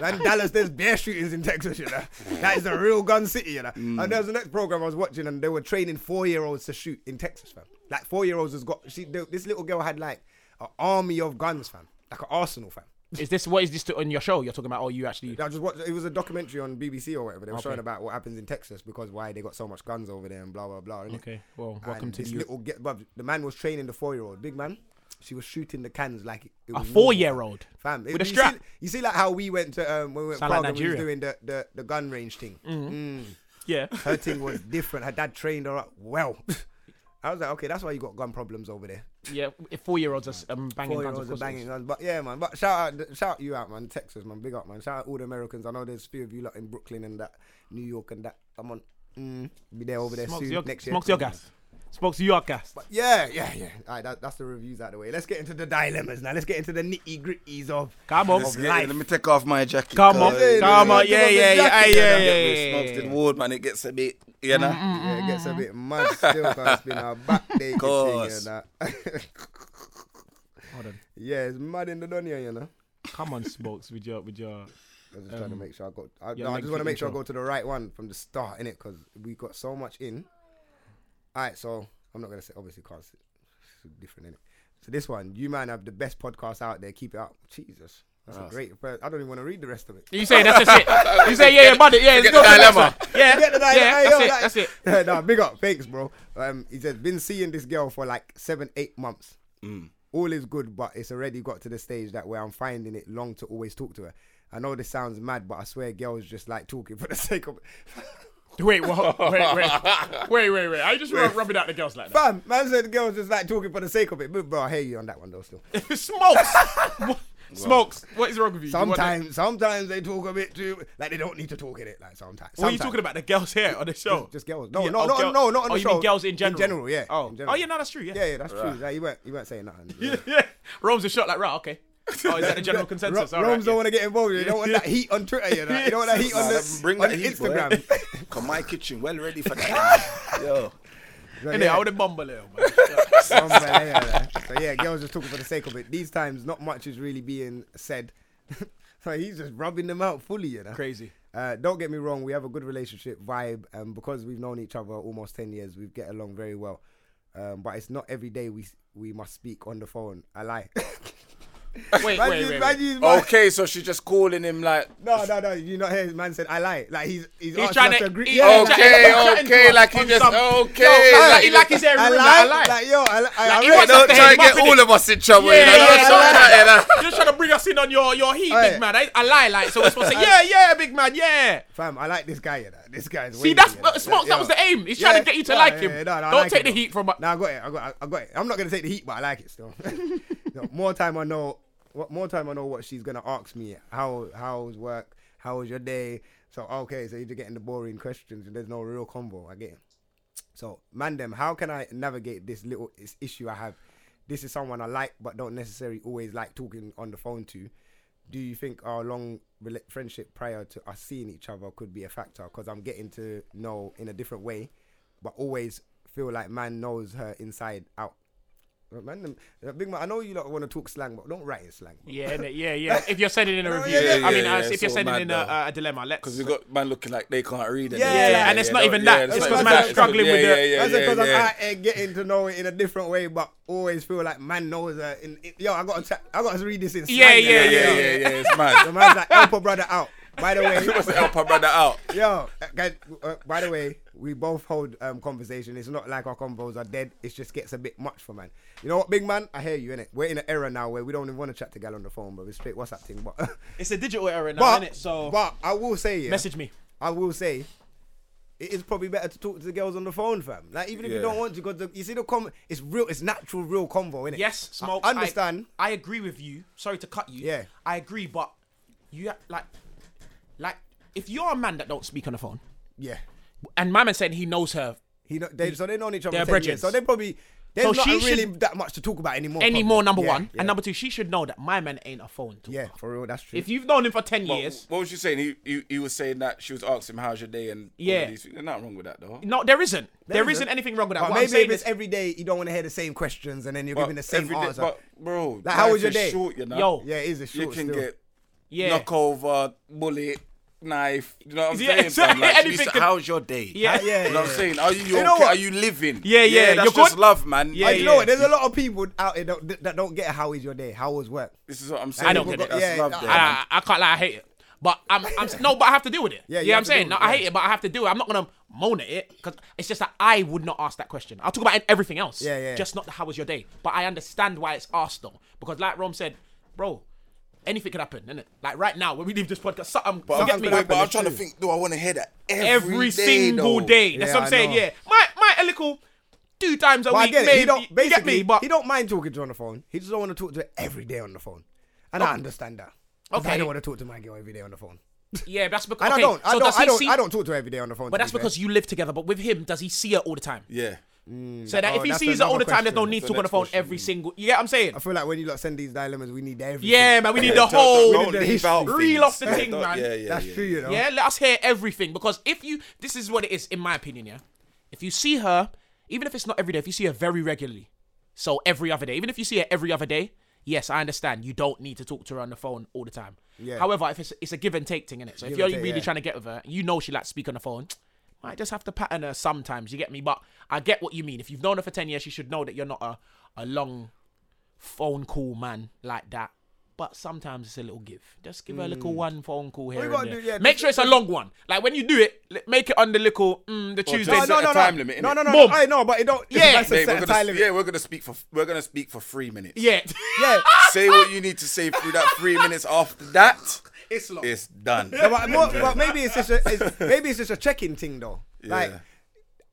S4: Man, Dallas, there's bear shootings in Texas, you know. That is a real gun city, you know.
S3: Mm.
S4: And there was the next program I was watching, and they were training four year olds to shoot in Texas, fam. Like, four year olds has got, she, th- this little girl had like an army of guns, fam. Like an arsenal, fam.
S2: Is this what is this to, on your show? You're talking about? Oh, you actually?
S4: I just watched, it was a documentary on BBC or whatever. They were showing about what happens in Texas because why they got so much guns over there and blah, blah, blah. innit?
S2: Okay. Well, welcome
S4: and
S2: to
S4: this
S2: the.
S4: little get, bruv, the man was training the four year old, big man. She was shooting the cans like it, it
S2: A
S4: was
S2: four-year-old.
S4: Fam, it-
S2: With a
S4: you
S2: strap.
S4: See, you see, like how we went to um, when we went
S2: Sound like
S4: Prague and we was
S2: Nigeria. Mm-hmm.
S4: doing the, the, the gun range thing. Mm.
S2: Yeah.
S4: Her thing was different. Her dad trained her up well. I was like, okay, that's why you got gun problems over there.
S2: Yeah. Four year olds are um, banging
S4: Four
S2: guns.
S4: year
S2: of course
S4: olds are
S2: it is.
S4: banging guns, but yeah, man. But shout out, shout you out, man. Texas, man. Big up, man. Shout out all the Americans. I know there's a few of you lot in Brooklyn and that, New York and that. Come on, mm, be there over there
S2: Smokes
S4: soon
S2: your,
S4: next year.
S2: smokes your gas. Smokes your gas.
S4: Yeah, yeah, yeah. All right, that, that's the reviews out of the way. Let's get into the dilemmas now. Let's get into the nitty gritties of.
S2: Come on.
S5: Let's get-
S4: life.
S5: Let me take off my jacket.
S2: Come on.
S5: cause-
S2: Come on.
S4: Give
S2: Yeah,
S4: us the
S2: yeah, yeah.
S4: jacket,
S2: Hey, yeah,
S4: you
S2: yeah,
S5: Smokes
S2: yeah, yeah,
S5: did
S2: yeah.
S5: wood, man. It gets a bit, you know.
S4: Yeah, it gets a bit mad still 'cause it's been a back day.
S5: Course.
S4: Hold on. Yeah, it's mad in the dunya, you know.
S2: Come on, smokes with your with your.
S4: I was just trying to make sure I got. I,
S2: Um, yeah,
S4: no, I
S2: make
S4: just want to
S2: the
S4: make sure I
S2: intro.
S4: go to the right one from the start, innit? Because we got so much in. All right, so I'm not gonna say obviously because it's different, innit? So this one, you man have the best podcast out there. Keep it up, Jesus. That's a great. I don't even want to read the rest of it.
S2: You say that's just it. You say yeah, yeah, buddy, yeah.
S5: Forget
S2: let's go
S5: the
S2: to next
S5: dilemma.
S2: one. Yeah,
S4: Get the dial-
S2: yeah.
S4: hey,
S2: That's
S4: yo,
S2: it.
S4: like-
S2: That's it.
S4: Yeah, nah, big up. Thanks, bro. Um, he says, been seeing this girl for like seven, eight months.
S2: Mm.
S4: All is good, but it's already got to the stage that where I'm finding it long to always talk to her. I know this sounds mad, but I swear girls just like talking for the sake of
S3: Wait, what? Wait, wait, wait, wait, wait. Are you just rubbing out the girls like that?
S4: Fam, man said girls just like talking for the sake of it. But bro, I hear you on that one though still.
S3: Smokes. What- Smokes. What is wrong with you? You want
S4: Sometimes sometimes they talk a bit too like they don't need to talk in it, like sometimes.
S3: the- What are you
S4: Sometimes.
S3: talking about? The girls here on the show?
S4: Just girls. No,
S3: Yeah,
S4: no,
S3: oh,
S4: no,
S3: girl-
S4: no, not on
S3: oh, you
S4: the show.
S2: mean girls in general?
S4: In general, yeah.
S2: Oh.
S4: in general.
S3: Oh, yeah, no, that's true, yeah.
S4: Yeah, yeah, that's true. Like, you weren't you weren't saying nothing. Yeah.
S3: Yeah. Rome's a shot like right. Okay. Oh, is that the general consensus?
S4: Ro-
S3: All right,
S4: Rome's
S3: yeah.
S4: don't want to get involved. They don't want that heat on Twitter. You know, you don't want that heat on
S5: Nah,
S4: the,
S5: that- bring
S4: on
S5: that
S4: the
S5: heat, boy.
S4: Instagram.
S5: Come my kitchen, well ready for that. Yo.
S4: So,
S3: Innit? I would have mumbled it, man.
S4: Some man, yeah, yeah. So yeah, girls just talking for the sake of it. These times, not much is really being said. so he's just rubbing them out fully, you know.
S3: Crazy.
S4: Uh, don't get me wrong, we have a good relationship vibe, and because we've known each other almost ten years, we get along very well. Um, but it's not every day we we must speak on the phone. I lie.
S3: Wait,
S4: Man,
S3: wait,
S4: you-
S3: wait.
S4: man,
S3: wait.
S4: you- man-
S5: Okay, so she's just calling him like.
S4: No, no, no. You not hear his man said I lie. Like he's he's,
S3: He's
S4: asking
S3: trying
S4: us
S3: to-
S4: agree.
S3: he-
S4: Yeah,
S3: he's
S4: like-
S3: trying
S5: Okay,
S3: I'm chatting to
S5: okay,
S3: her
S5: like he
S3: on
S5: just
S3: some-
S5: okay,
S3: Yo,
S5: like he
S3: like
S5: just-
S3: he's there.
S4: I
S3: ruined it,
S4: lie.
S3: I lie.
S4: Like yo, I, li- I,
S3: Like,
S4: I
S3: he
S4: read
S5: But
S3: wants
S4: that.
S5: don't
S3: Hey,
S5: try and
S3: my
S5: get
S3: finish.
S5: all of us in trouble.
S3: Yeah,
S5: you know?
S3: yeah,
S5: Don't
S3: yeah,
S5: try
S3: yeah.
S5: that, you know?
S3: You're just trying to bring us in on your your heat,
S4: Aye.
S3: big man. I, I lie, like so. We're supposed to say, yeah, yeah, big man, yeah.
S4: Fam, I like this guy. You know. This guy's.
S3: See, that's uh, smokes. That was the aim. He's trying
S4: Yeah.
S3: to get you to
S4: No,
S3: like
S4: yeah,
S3: him.
S4: yeah, no, no, I
S3: Don't
S4: like
S3: take
S4: it,
S3: the
S4: though.
S3: heat from.
S4: No, I got it. I got. It, I got it. I'm not gonna take the heat, but I like it still. No, more time I know. What more time I know what she's gonna ask me. How how's work? How was your day? So okay, so you're just getting the boring questions and there's no real combo. I get it. So, man, them, how can I navigate this little is- issue I have? This is someone I like, but don't necessarily always like talking on the phone to. Do you think our long rela- friendship prior to us seeing each other could be a factor? Because I'm getting to know in a different way, but always feel like man knows her inside out. But Man, them, uh, big man, I know you lot want to talk slang, but don't write in slang. bro.
S3: Yeah, innit? yeah, yeah. If you're sending in a review,
S5: yeah, yeah,
S3: I mean,
S5: yeah,
S3: uh,
S5: it's
S3: if you're
S5: all
S3: sending
S5: mad
S3: in a,
S5: though.
S3: a dilemma, let's.
S5: Because we got man looking like they can't read.
S4: Yeah, yeah,
S3: and it's not
S5: don't-
S3: even that.
S5: yeah,
S3: It's
S5: not
S4: 'cause
S5: even
S4: man's
S5: that.
S3: struggling
S5: yeah,
S3: with
S5: yeah,
S3: the-
S5: yeah,
S4: That's it,
S5: yeah,
S4: because
S5: yeah.
S4: I'm out here getting to know it in a different way, but always feel like man knows her. In, in- yo, I got to, I got to read this in slang.
S3: Yeah, yeah,
S4: you
S5: yeah,
S4: know?
S5: yeah, yeah, yeah. It's
S4: The
S5: mad.
S4: man's like, help a brother out. By the way,
S5: What's to help our brother out?
S4: yo, uh, guys, uh, by the way, we both hold um, conversation. It's not like our combos are dead. It just gets a bit much for man. You know what, big man? I hear you, innit? We're in an era now where we don't even want to chat to gal on the phone, but it's straight WhatsApp thing. But,
S3: It's a digital era now,
S4: but,
S3: innit? So
S4: but I will say, yeah,
S3: message me.
S4: I will say, it is probably better to talk to the girls on the phone, fam. Like even if
S5: Yeah.
S4: you don't want to, because you see the com, it's real, it's natural, real convo, innit?
S3: Yes,
S4: I
S3: smoke.
S4: understand.
S3: I, agree with you. Sorry to cut you.
S4: Yeah.
S3: I agree, but you ha- like, like if you're a man that don't speak on the phone,
S4: yeah,
S3: and my man said he knows her
S4: he know, they so they know each other.
S3: They're
S4: for 10 years,
S3: bridges.
S4: so they probably there's
S3: So
S4: not
S3: she
S4: really
S3: should-
S4: that much to talk about anymore.
S3: anymore.
S4: Oh, probably.
S3: Number
S4: Yeah,
S3: one
S4: yeah.
S3: and number two, she should know that my man ain't a phone talker.
S4: Yeah, for real, that's true.
S3: If you've known him for ten
S5: But
S3: years,
S5: What was you saying? He, he he was saying that she was asking him how's your day and all of
S3: Yeah.
S5: these things. There's nothing wrong with that though.
S3: no, there isn't. There
S4: isn't.
S3: isn't anything wrong with that.
S4: But
S3: What I'm
S4: maybe
S3: saying
S4: if it's
S3: is-
S4: every day, you don't want to hear the same questions, and then you're
S5: But
S4: giving the same
S5: every day-
S4: answer.
S5: but bro,
S4: Like, how
S5: life
S4: was your
S5: is
S4: day?
S5: Short, you know?
S3: Yo.
S4: yeah, it is a short.
S5: you can
S4: still.
S5: get
S3: Yeah.
S5: knock over, bullet, knife. You know what I'm
S3: Yeah,
S5: saying? fam?
S3: exactly.
S5: Like,
S3: Anything
S5: she's-
S3: can-
S5: How's your day?
S3: yeah,
S4: yeah, yeah,
S5: You know what I'm saying? Are you,
S4: know what?
S5: okay? Are you living?
S3: Yeah, yeah,
S5: That's
S3: you're
S5: just
S3: good.
S5: love, man.
S3: Yeah,
S5: I-
S4: Hey, you know what? There's a lot of people out there that, that don't get how is your day, how was work.
S5: This is what I'm saying.
S3: I don't
S5: People
S3: get
S5: got-
S3: it.
S5: That's
S4: Yeah,
S5: love,
S4: I-
S5: there, man.
S3: I, I can't lie, I hate it. But I'm, I'm no, but I have to deal with it.
S4: Yeah,
S3: Yeah,
S4: you
S3: yeah
S4: have
S3: I'm
S4: to deal
S3: saying
S4: with
S3: no,
S4: it,
S3: I
S4: yeah.
S3: hate it, but I have to do it. I'm not gonna moan at it because it's just that I would not ask that question. I'll talk about everything else.
S4: Yeah, yeah.
S3: Just not the how was your day. But I understand why it's asked though, because like Rom said, bro, anything could happen, innit? Like right now when we leave this podcast, something.
S5: But
S3: get
S5: I'm,
S3: me.
S5: wait, but I'm
S4: It's
S5: trying to
S4: true.
S5: think. Do I want to hear that
S3: every
S5: day,
S3: single
S5: though?
S3: day. That's
S4: Yeah,
S3: what
S4: I
S3: I'm saying.
S4: know.
S3: Yeah, my my a little two times a
S4: But I
S3: week.
S4: get it.
S3: maybe,
S4: He don't
S3: you get
S4: basically.
S3: me, but
S4: he don't mind talking to her on the phone. He just don't want to talk to her every day on the phone, and I understand that. 'Cause I
S3: Okay.
S4: don't want to talk to my girl every day on the phone.
S3: yeah, that's because
S4: And I
S3: okay,
S4: don't. I
S3: so
S4: don't.
S3: does he
S4: I don't.
S3: see-
S4: I don't talk to her every day on the phone.
S3: But that's because you live together. But with him, does he see her all the time?
S5: Yeah.
S3: So that
S4: Oh,
S3: if he
S4: that's
S3: sees it all
S4: another
S3: the time, there's no
S4: question.
S3: need
S5: That's
S3: to
S5: the
S3: go on the
S5: next
S3: phone
S5: question.
S3: every single. You get what I'm saying?
S4: I feel like when you lot send these dilemmas, we need everything.
S3: Yeah, man, we need the
S5: Don't- don't-
S3: whole
S5: don't leave out
S3: reel
S5: things.
S3: off the thing,
S5: Don't-
S3: man.
S5: Yeah, yeah,
S4: that's
S5: yeah.
S4: true. You know.
S3: Yeah, let us hear everything because if you, this is what it is, in my opinion. Yeah, if you see her, even if it's not every day, if you see her very regularly, so every other day, even if you see her every other day, yes, I understand you don't need to talk to her on the phone all the time.
S4: Yeah.
S3: However, if it's it's a give and take thing, innit? So if
S4: Give
S3: you're
S4: and take,
S3: really
S4: yeah.
S3: trying to get with her, you know she likes to speak on the phone. Might just have to pattern her sometimes. You get me? But I get what you mean. If you've known her for ten years, she should know that you're not a a long phone call man like that. But sometimes it's a little give. Just give her a little one phone call here.
S4: you
S3: and
S4: Mm. gotta
S3: there.
S4: do- yeah,
S3: make
S4: just-
S3: sure it's a long one. Like when you do it, li- make it on the little mm, the Tuesday.
S5: just-
S4: Oh, No,
S5: set
S4: no,
S5: a
S4: no,
S5: time
S4: no.
S5: limit,
S4: no,
S5: innit?
S4: no, no,
S3: Boom.
S4: no. I know, but it don't.
S3: Yeah.
S4: that's a
S5: Hey,
S4: set
S5: we're
S4: time
S5: gonna,
S4: limit.
S5: yeah, we're gonna speak for we're gonna speak for three minutes.
S3: yeah.
S4: Yeah.
S5: Say what you need to say through that three minutes. After that,
S3: It's long.
S5: It's done.
S4: No, but, more, but maybe it's just a it's, maybe it's just a check-in thing though. Like
S5: Yeah.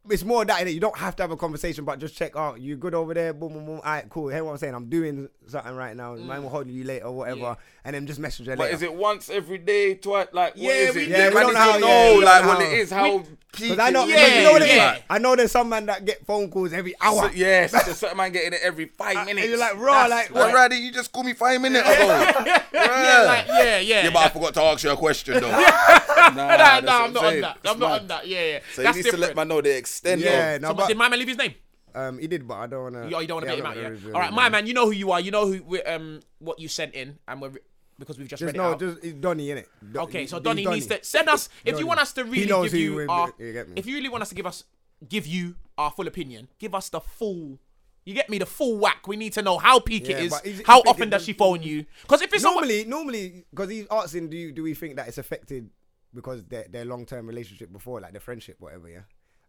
S4: it's more that innit? you don't have to have a conversation, but just check. Oh, you good over there? Boom, boom, boom. All right, cool. Hear what I'm saying? I'm doing something right now.
S3: Mm.
S4: Mine will hold you later, or whatever, and then just message her
S5: But
S4: later.
S5: is it once every day, twice? Like, what
S3: Yeah,
S5: is
S3: we
S5: it?
S3: do. Yeah,
S5: Man,
S3: we
S5: I
S3: don't know
S5: need to
S3: how-
S5: know,
S3: yeah, we
S5: like,
S4: don't
S5: what
S4: know
S5: it
S4: how.
S5: is, how peak
S4: Because I know,
S5: it
S3: Yeah,
S5: is.
S4: but you know what it is?
S3: yeah.
S4: I know there's some man that get phone calls every hour.
S5: So- yes, there's certain man getting it every five minutes.
S4: you're like, raw, like, what?
S5: what? Rather, you just call me five minutes ago. yeah,
S3: yeah, like, yeah, yeah.
S5: but I forgot to ask you a question though. nah,
S3: Nah,
S5: that's
S3: nah,
S5: what
S3: I'm not
S5: saying.
S3: on that.
S5: It's
S3: I'm not
S5: mad.
S3: on that. Yeah, yeah.
S5: So you
S3: That's
S5: need
S3: different.
S5: to let man know they extend.
S4: Yeah,
S5: though.
S4: no,
S3: So, but
S4: but
S3: did my man leave his name?
S4: um, he did, but I don't wanna.
S3: You, oh, you don't want
S4: yeah,
S3: to
S4: I'm
S3: make him
S4: not gonna
S3: out, yeah.
S4: reveal
S3: All right,
S4: it,
S3: my man, you know who you are. You know who we- um what you sent in, and we're, because we've just
S4: Just
S3: read it
S4: no,
S3: out.
S4: just it's Donny innit? Do-
S3: Okay, so
S4: he's
S3: Donny needs to send us if
S4: Donny.
S3: you want us to
S4: He
S3: really
S4: knows
S3: give
S4: who
S3: you
S4: we're-
S3: our
S4: you get me.
S3: if you really want us to give us give you our full opinion, give us the full. You get me the full whack. We need to know how peak
S4: Yeah,
S3: it is.
S4: but is it-
S3: how
S4: you think
S3: often
S4: it
S3: does she
S4: does-
S3: phone you? Because if it's not-
S4: normally, normally, because he's asking, do you, do we think that it's affected because their their long term relationship before, like their friendship, whatever? Yeah,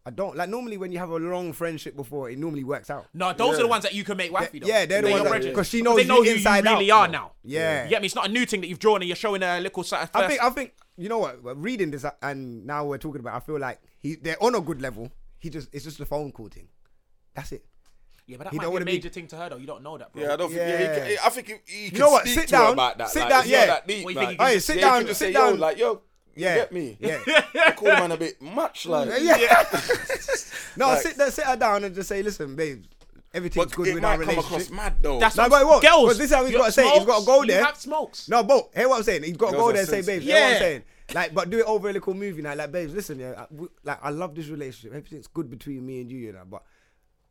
S4: I don't like normally when you have a long friendship before, it normally works out.
S3: no, those are the ones that you can make wifey. though.
S4: yeah, they're the
S3: They're
S4: ones
S3: your
S4: that-
S3: bridges.
S4: because she
S3: Because they
S4: knows
S3: know
S4: you
S3: who
S4: inside
S3: you really
S4: out.
S3: are now.
S4: Yeah.
S3: you get me. It's not a new thing that you've drawn and you're showing her a little. Sort of
S4: I
S3: first-
S4: think I think you know what but reading this uh, and now we're talking about. I feel like he they're on a good level. He just it's just the phone call thing. That's it.
S3: yeah, but that
S4: he
S3: might
S4: don't
S3: be a
S4: wanna be-
S3: major thing to her though. You don't know that, bro.
S5: Yeah, I don't think. Yeah, he
S4: Yeah.
S5: can, I think he, he can
S4: know what?
S5: speak
S4: Sit
S5: to her
S4: down.
S5: about that.
S4: Sit
S5: like,
S4: down,
S5: it's
S4: yeah.
S5: Not that deep,
S3: What, you
S5: like,
S3: think he can Hey,
S4: just- sit
S5: yeah, he
S4: down,
S5: can just
S4: sit
S5: say,
S4: down.
S5: Yo, like, yo,
S4: Yeah.
S9: You get me?
S4: Yeah.
S9: I call man a bit much like.
S4: Yeah. no, sit there, sit her down and just say, listen, babe, everything's
S5: But
S4: good
S5: it
S4: with
S5: might
S4: our
S5: come across
S4: relationship.
S5: mad though.
S3: That's
S4: No,
S3: what
S4: but it won't,
S3: girls.
S4: 'cause this is how he's
S3: your
S4: gotta say it, he's
S3: smokes,
S4: gotta go
S3: You
S4: there.
S3: have smokes.
S4: No, but hear what I'm saying. He's got to
S9: Girls
S4: go
S9: are
S4: there and say,
S9: sensitive.
S4: babes, hear what
S3: Yeah.
S4: I'm saying. Like, but do it over a little movie night. Like, babes, listen, yeah, I, we, like, I love this relationship. Everything's good between me and you, you know, but.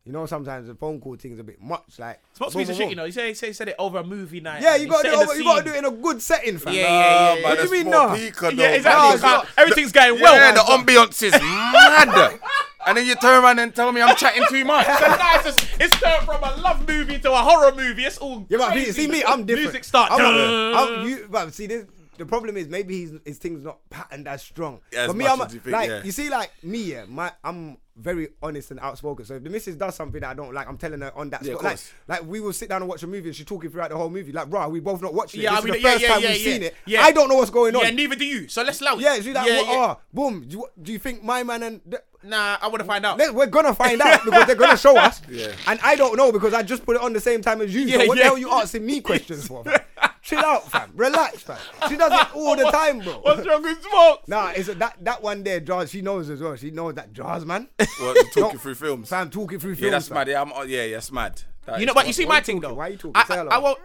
S4: You know, sometimes the phone call thing's a bit much. Like,
S3: Smokes
S4: boom,
S3: piece of
S4: boom,
S3: shit.
S4: boom.
S3: You know, he said he said- he said it over a movie night.
S4: Yeah,
S3: and
S4: you
S3: he's
S4: gotta do
S3: setting
S4: it.
S3: the
S4: over- You gotta do
S3: scene.
S4: it in a good setting, fam.
S3: Yeah, yeah, yeah.
S5: But
S4: do you
S5: it's
S4: mean,
S5: more
S4: nah?
S5: peacock,
S3: Yeah,
S5: though.
S3: exactly.
S4: No, um-
S3: You
S4: it's
S3: can't-
S4: not-
S3: everything's going well.
S5: Yeah, the ambiance is mad. And then you turn around and tell me I'm chatting too much.
S3: So now it's, just, it's turned from a love movie to a horror movie. It's all
S4: Yeah, but
S3: crazy.
S4: see me, I'm different.
S3: Music starts.
S4: I'm not- I'm- you, but see this. The problem is maybe his his thing's not patterned as strong.
S5: Yeah, as
S4: but me,
S5: much
S4: I'm a-
S5: as you think,
S4: like
S5: yeah.
S4: you see, like me, yeah, my I'm very honest and outspoken. So if the missus does something that I don't like, I'm telling her on that.
S5: Yeah,
S4: spot.
S5: of
S4: Like,
S5: course.
S4: like we will sit down and watch a movie, and she's talking throughout the whole movie. Like, rah, we both not watching it.
S3: Yeah,
S4: this
S3: I
S4: is
S3: mean,
S4: the
S3: yeah,
S4: first
S3: yeah,
S4: time
S3: yeah,
S4: we've
S3: yeah.
S4: seen it.
S3: Yeah.
S4: I don't know what's going on.
S3: yeah, neither do you. So let's allow it.
S4: Yeah, she's like,
S3: Yeah,
S4: what,
S3: yeah.
S4: ah, boom. Do you, do you think my man and the,
S3: Nah, I want to find out.
S4: let- we're gonna find out because they're gonna show us. And I don't know because I just put it on the same time as you.
S3: Yeah,
S4: so what
S3: yeah.
S4: the hell are you asking me questions for? fam? Chill out, fam. Relax, fam. She does it all the time, bro.
S3: What's wrong with smokes?
S4: Nah, it's that that one there, Jars. She knows as well. She knows that Jars, man.
S5: Well, you talking
S4: No,
S5: through films.
S4: Fam, talking through films.
S5: yeah, that's
S4: fam.
S5: mad. Yeah, I'm, oh, yeah, yeah, that's mad. That
S3: You
S5: is
S3: know, but
S5: mad.
S3: you see my thing though.
S4: Why you talking?
S3: I,
S4: Say hello.
S3: I won't.
S4: say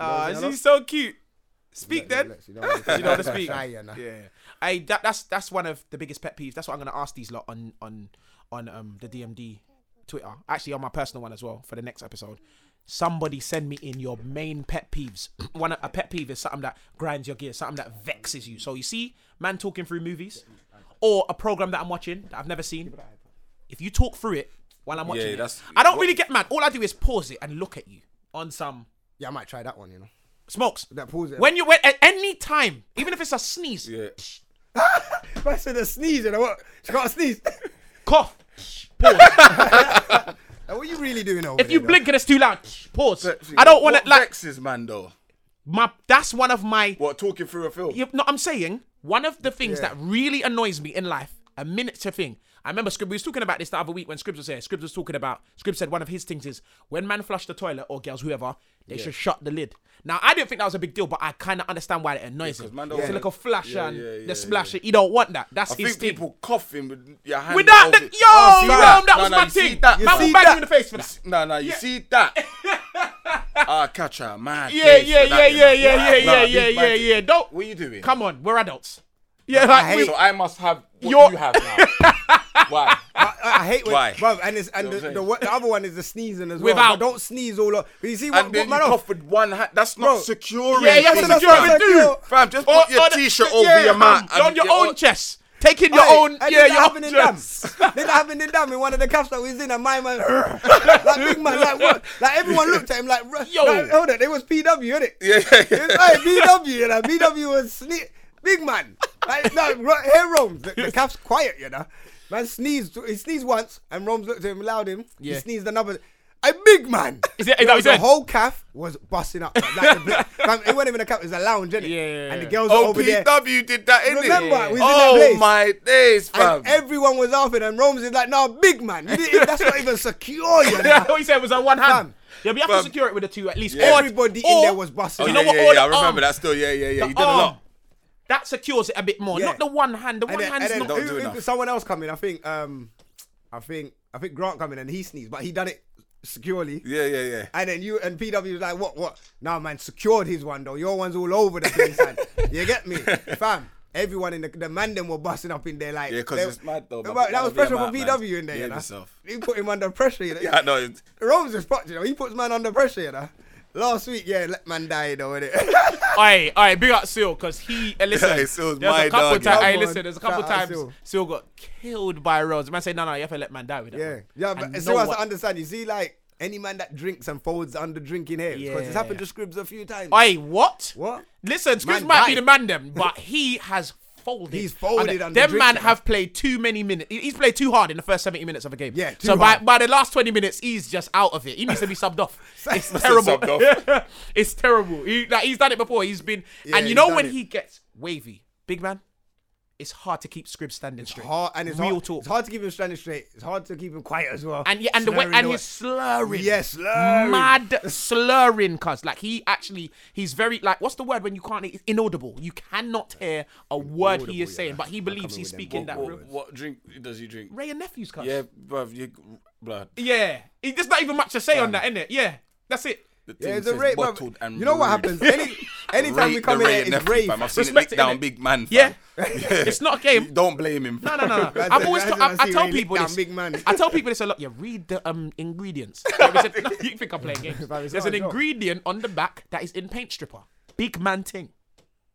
S3: Ah,
S4: hello?
S3: she's so cute. Speak
S4: Yeah,
S3: then.
S4: relax, You know what
S3: You know how to
S4: I'm
S3: speak.
S4: saying?
S3: Yeah. I that, that's that's one of the biggest pet peeves. That's what I'm gonna ask these lot on on on um the DMD Twitter. Actually, on my personal one as well for the next episode. Somebody send me in your main pet peeves. One a pet peeve is something that grinds your gear, something that vexes you. So you see, man talking through movies, or a program that I'm watching that I've never seen. If you talk through it while I'm watching, it,
S5: that's-
S3: I don't really get mad. All I do is pause it and look at you on some
S4: Yeah, I might try that one. You know.
S3: smokes.
S4: That pause it.
S3: When you when at any time, even if it's a sneeze,
S5: Yeah.
S4: I said a sneeze, and I what? She got a sneeze. Like,
S3: cough.
S4: what are you really doing over
S3: If you
S4: there,
S3: blink and it's too loud, pause. I don't want
S5: What
S3: to like
S5: vexes, man, though.
S3: my. That's one of my.
S5: What, talking through a film?
S3: You know, I'm saying one of the things that really annoys me in life, a miniature thing. I remember Scrib. We was talking about this the other week when Scribs was here. Scribs was talking about. Scribs said one of his things is when man flush the toilet or girls whoever they should shut the lid. Now I didn't think that was a big deal, but I kind of understand why it annoys him.
S5: man don't
S3: It's
S5: wanna-
S3: like a flash
S5: Yeah,
S3: and
S5: yeah, yeah,
S3: the splash. You don't want that. That's
S5: I
S3: his
S5: think
S3: thing.
S5: people coughing with your hand.
S3: Without
S5: over
S3: the yo,
S5: it. Oh, see
S3: yo, that, was
S5: No, no,
S3: my
S5: you see
S3: thing.
S5: that?
S3: Man will
S4: see
S3: bang you
S4: that?
S3: in the face for
S5: You
S3: that.
S5: see- No, no, you see that? Ah, catch her, man.
S3: Yeah, yeah, yeah, yeah, yeah, yeah, yeah, yeah, yeah, yeah. Don't.
S5: What are you doing?
S3: Come on, we're adults. Yeah, like
S4: hate
S3: we-
S5: So I must have what
S3: You're-
S5: you have now. Why?
S4: I, I hate when,
S5: Why?
S4: bruv, and it's, and
S5: You know what
S4: the, the,
S5: I'm saying?
S4: one- the other one is the sneezing as well.
S3: Without-
S4: But don't sneeze all over. You see what,
S5: And
S4: what
S5: then you
S4: man? oh, off-
S5: cough with one hand. That's
S4: Bro.
S5: not securing.
S3: oh. Yeah, yeah,
S5: things,
S3: so that's what
S5: fam.
S3: we
S4: do.
S5: Fam, just
S3: Or-
S5: put your
S3: or the-
S5: t-shirt
S3: yeah,
S5: over your
S3: um,
S5: man. and
S3: on your
S5: your-
S3: own chest. Taking your
S4: Hey,
S3: own.
S4: and
S3: Yeah,
S4: did that
S3: your
S4: happen
S3: own
S4: in Dam.
S3: chest.
S4: Did that happen in Dam in one of the caps that we was in, and my man, like big man, like what? Like everyone looked at him, like "Bruh,
S3: Yo.
S4: like, hold on, it was PW, innit?
S5: Yeah, yeah,
S4: it was like PW, you know. PW was sne- big man. Like no, ro- hair roams. The, the cap's quiet, you know. Man sneezed. He sneezed once, and Rome's looked at him, allowed him.
S3: Yeah.
S4: He sneezed another. A big man.
S3: Is it- is that what he
S4: the
S3: said?
S4: whole calf was busting up. Like, the bla- fam, it wasn't even a calf. It was a lounge, innit?
S3: Yeah, yeah, yeah.
S4: And the girls were
S5: Oh,
S4: over there.
S5: PW did that, innit?
S4: Remember, we was in that
S5: Oh
S4: place.
S5: my days, fam.
S4: And everyone was laughing, and Rome's is like, "No, big man, you didn't, that's not even secure, you know."
S3: what he said was on one hand.
S4: Fam.
S3: Yeah, but you have to
S5: Fam.
S3: secure it with the two at least.
S5: Yeah.
S3: Or-
S4: Everybody in
S3: or-
S4: there was busting.
S5: Oh,
S3: You
S5: yeah,
S3: know what?
S5: yeah,
S3: All
S5: yeah, I
S3: the arm-
S5: remember that still. Yeah, yeah, yeah.
S3: the
S5: You did a
S3: arm.
S5: lot.
S3: That secures it a bit more.
S4: Yeah.
S3: Not the one hand. The
S4: and
S3: one
S4: then,
S3: hand's
S4: and then
S3: not.
S5: Don't do
S4: who- who-
S5: enough.
S4: someone else coming. I think, um, I think, I think Grant coming, and he sneezed, but he done it securely.
S5: Yeah, yeah, yeah.
S4: And then you and PW was like, "What? What? Nah, man, secured his one though. Your one's all over the place, man. You get me, fam." Everyone in the, the man them were busting up in there like
S5: Yeah, 'cause
S4: they-
S5: it's mad though, man.
S4: But that was
S5: Yeah,
S4: pressure
S5: man,
S4: from
S5: man.
S4: PW in there,
S5: Behave
S4: you know.
S5: yourself.
S4: He put him under pressure, you know.
S5: Yeah, I know. it's-
S4: Rome's is fucked, you know. He puts man under pressure, you know. Last week, yeah, let man die, though, innit?
S3: Aye, aye, big up Seal, cause he uh, listen.
S5: Yeah, Seal's
S3: there's
S5: my
S3: a couple
S5: dog,
S3: times.
S4: yeah.
S3: Aye, listen, there's a couple
S4: Shout out
S3: times Seal.
S4: Seal.
S3: got killed by Rose. Man say, no, no, you have to let man die with that.
S4: yeah.
S3: one."
S4: Yeah,
S3: And
S4: but as
S3: no
S4: soon as
S3: one-
S4: I understand, you see, like, any man that drinks and folds under drinking hair, because
S3: Yeah.
S4: it's happened to Scribs a few times.
S3: Aye, what?
S4: What?
S3: Listen, Scribs
S4: Man
S3: might be the
S4: died.
S3: man them, but he has folded.
S4: He's folded
S3: And
S4: under
S3: Them man
S4: drinking.
S3: have played too many minutes. He's played too hard in the first 70 minutes of a game.
S4: Yeah, too
S3: So by,
S4: hard.
S3: by the last 20 minutes, he's just out of it. He needs to be subbed off. It's
S4: Must
S5: have
S3: terrible.
S5: subbed
S3: it's terrible. He, like, he's done it before. He's been.
S4: Yeah,
S3: and you
S4: he's
S3: know
S4: done
S3: when
S4: it.
S3: he gets wavy, big man? it's hard to keep Scribs standing straight.
S4: Hard, and it's
S3: Real
S4: hard,
S3: talk.
S4: It's hard to keep him standing straight. It's hard to keep him quiet as well.
S3: And yeah, and the way,
S4: Slurring
S3: and
S4: the
S3: his
S4: way-
S3: slurring.
S4: Yes, slurring.
S3: Mad slurring, cuz. Like he actually he's very like what's the word when you can't it's inaudible. You cannot hear a word he is saying, but he believes he's speaking that
S5: What, what drink does he drink?
S3: Ray and nephews, cuz.
S5: Yeah, bruv, you, blood.
S3: Yeah. It- There's not even much to say on that, innit? Yeah. That's it.
S5: The
S4: Yeah,
S5: thing
S4: it's a
S5: says
S4: rape, bruv.
S5: bottled and
S4: You know what
S5: brewed.
S4: happens? Any, anytime we
S5: Rate
S4: come
S5: the
S4: in
S5: Ray
S4: here,
S5: and
S4: it's
S5: nephew,
S4: rave.
S5: fam. I've seen it
S3: Respect
S5: lick
S3: it,
S5: down
S3: innit?
S5: big man.
S3: Yeah.
S5: Fam.
S3: It's not a game.
S5: Don't blame him.
S3: No, no, no, no.
S4: That's
S3: I've
S4: it,
S3: always
S4: that's
S3: told, I,
S4: it, I
S3: I
S4: see
S3: tell
S4: really
S3: people
S4: damn
S3: this.
S4: big man.
S3: I tell people this a lot. Yeah, read the um ingredients. There is a- no, you think I'm playing games? There's
S4: not
S3: an
S4: a joke.
S3: ingredient on the back that is in paint stripper. Big man thing.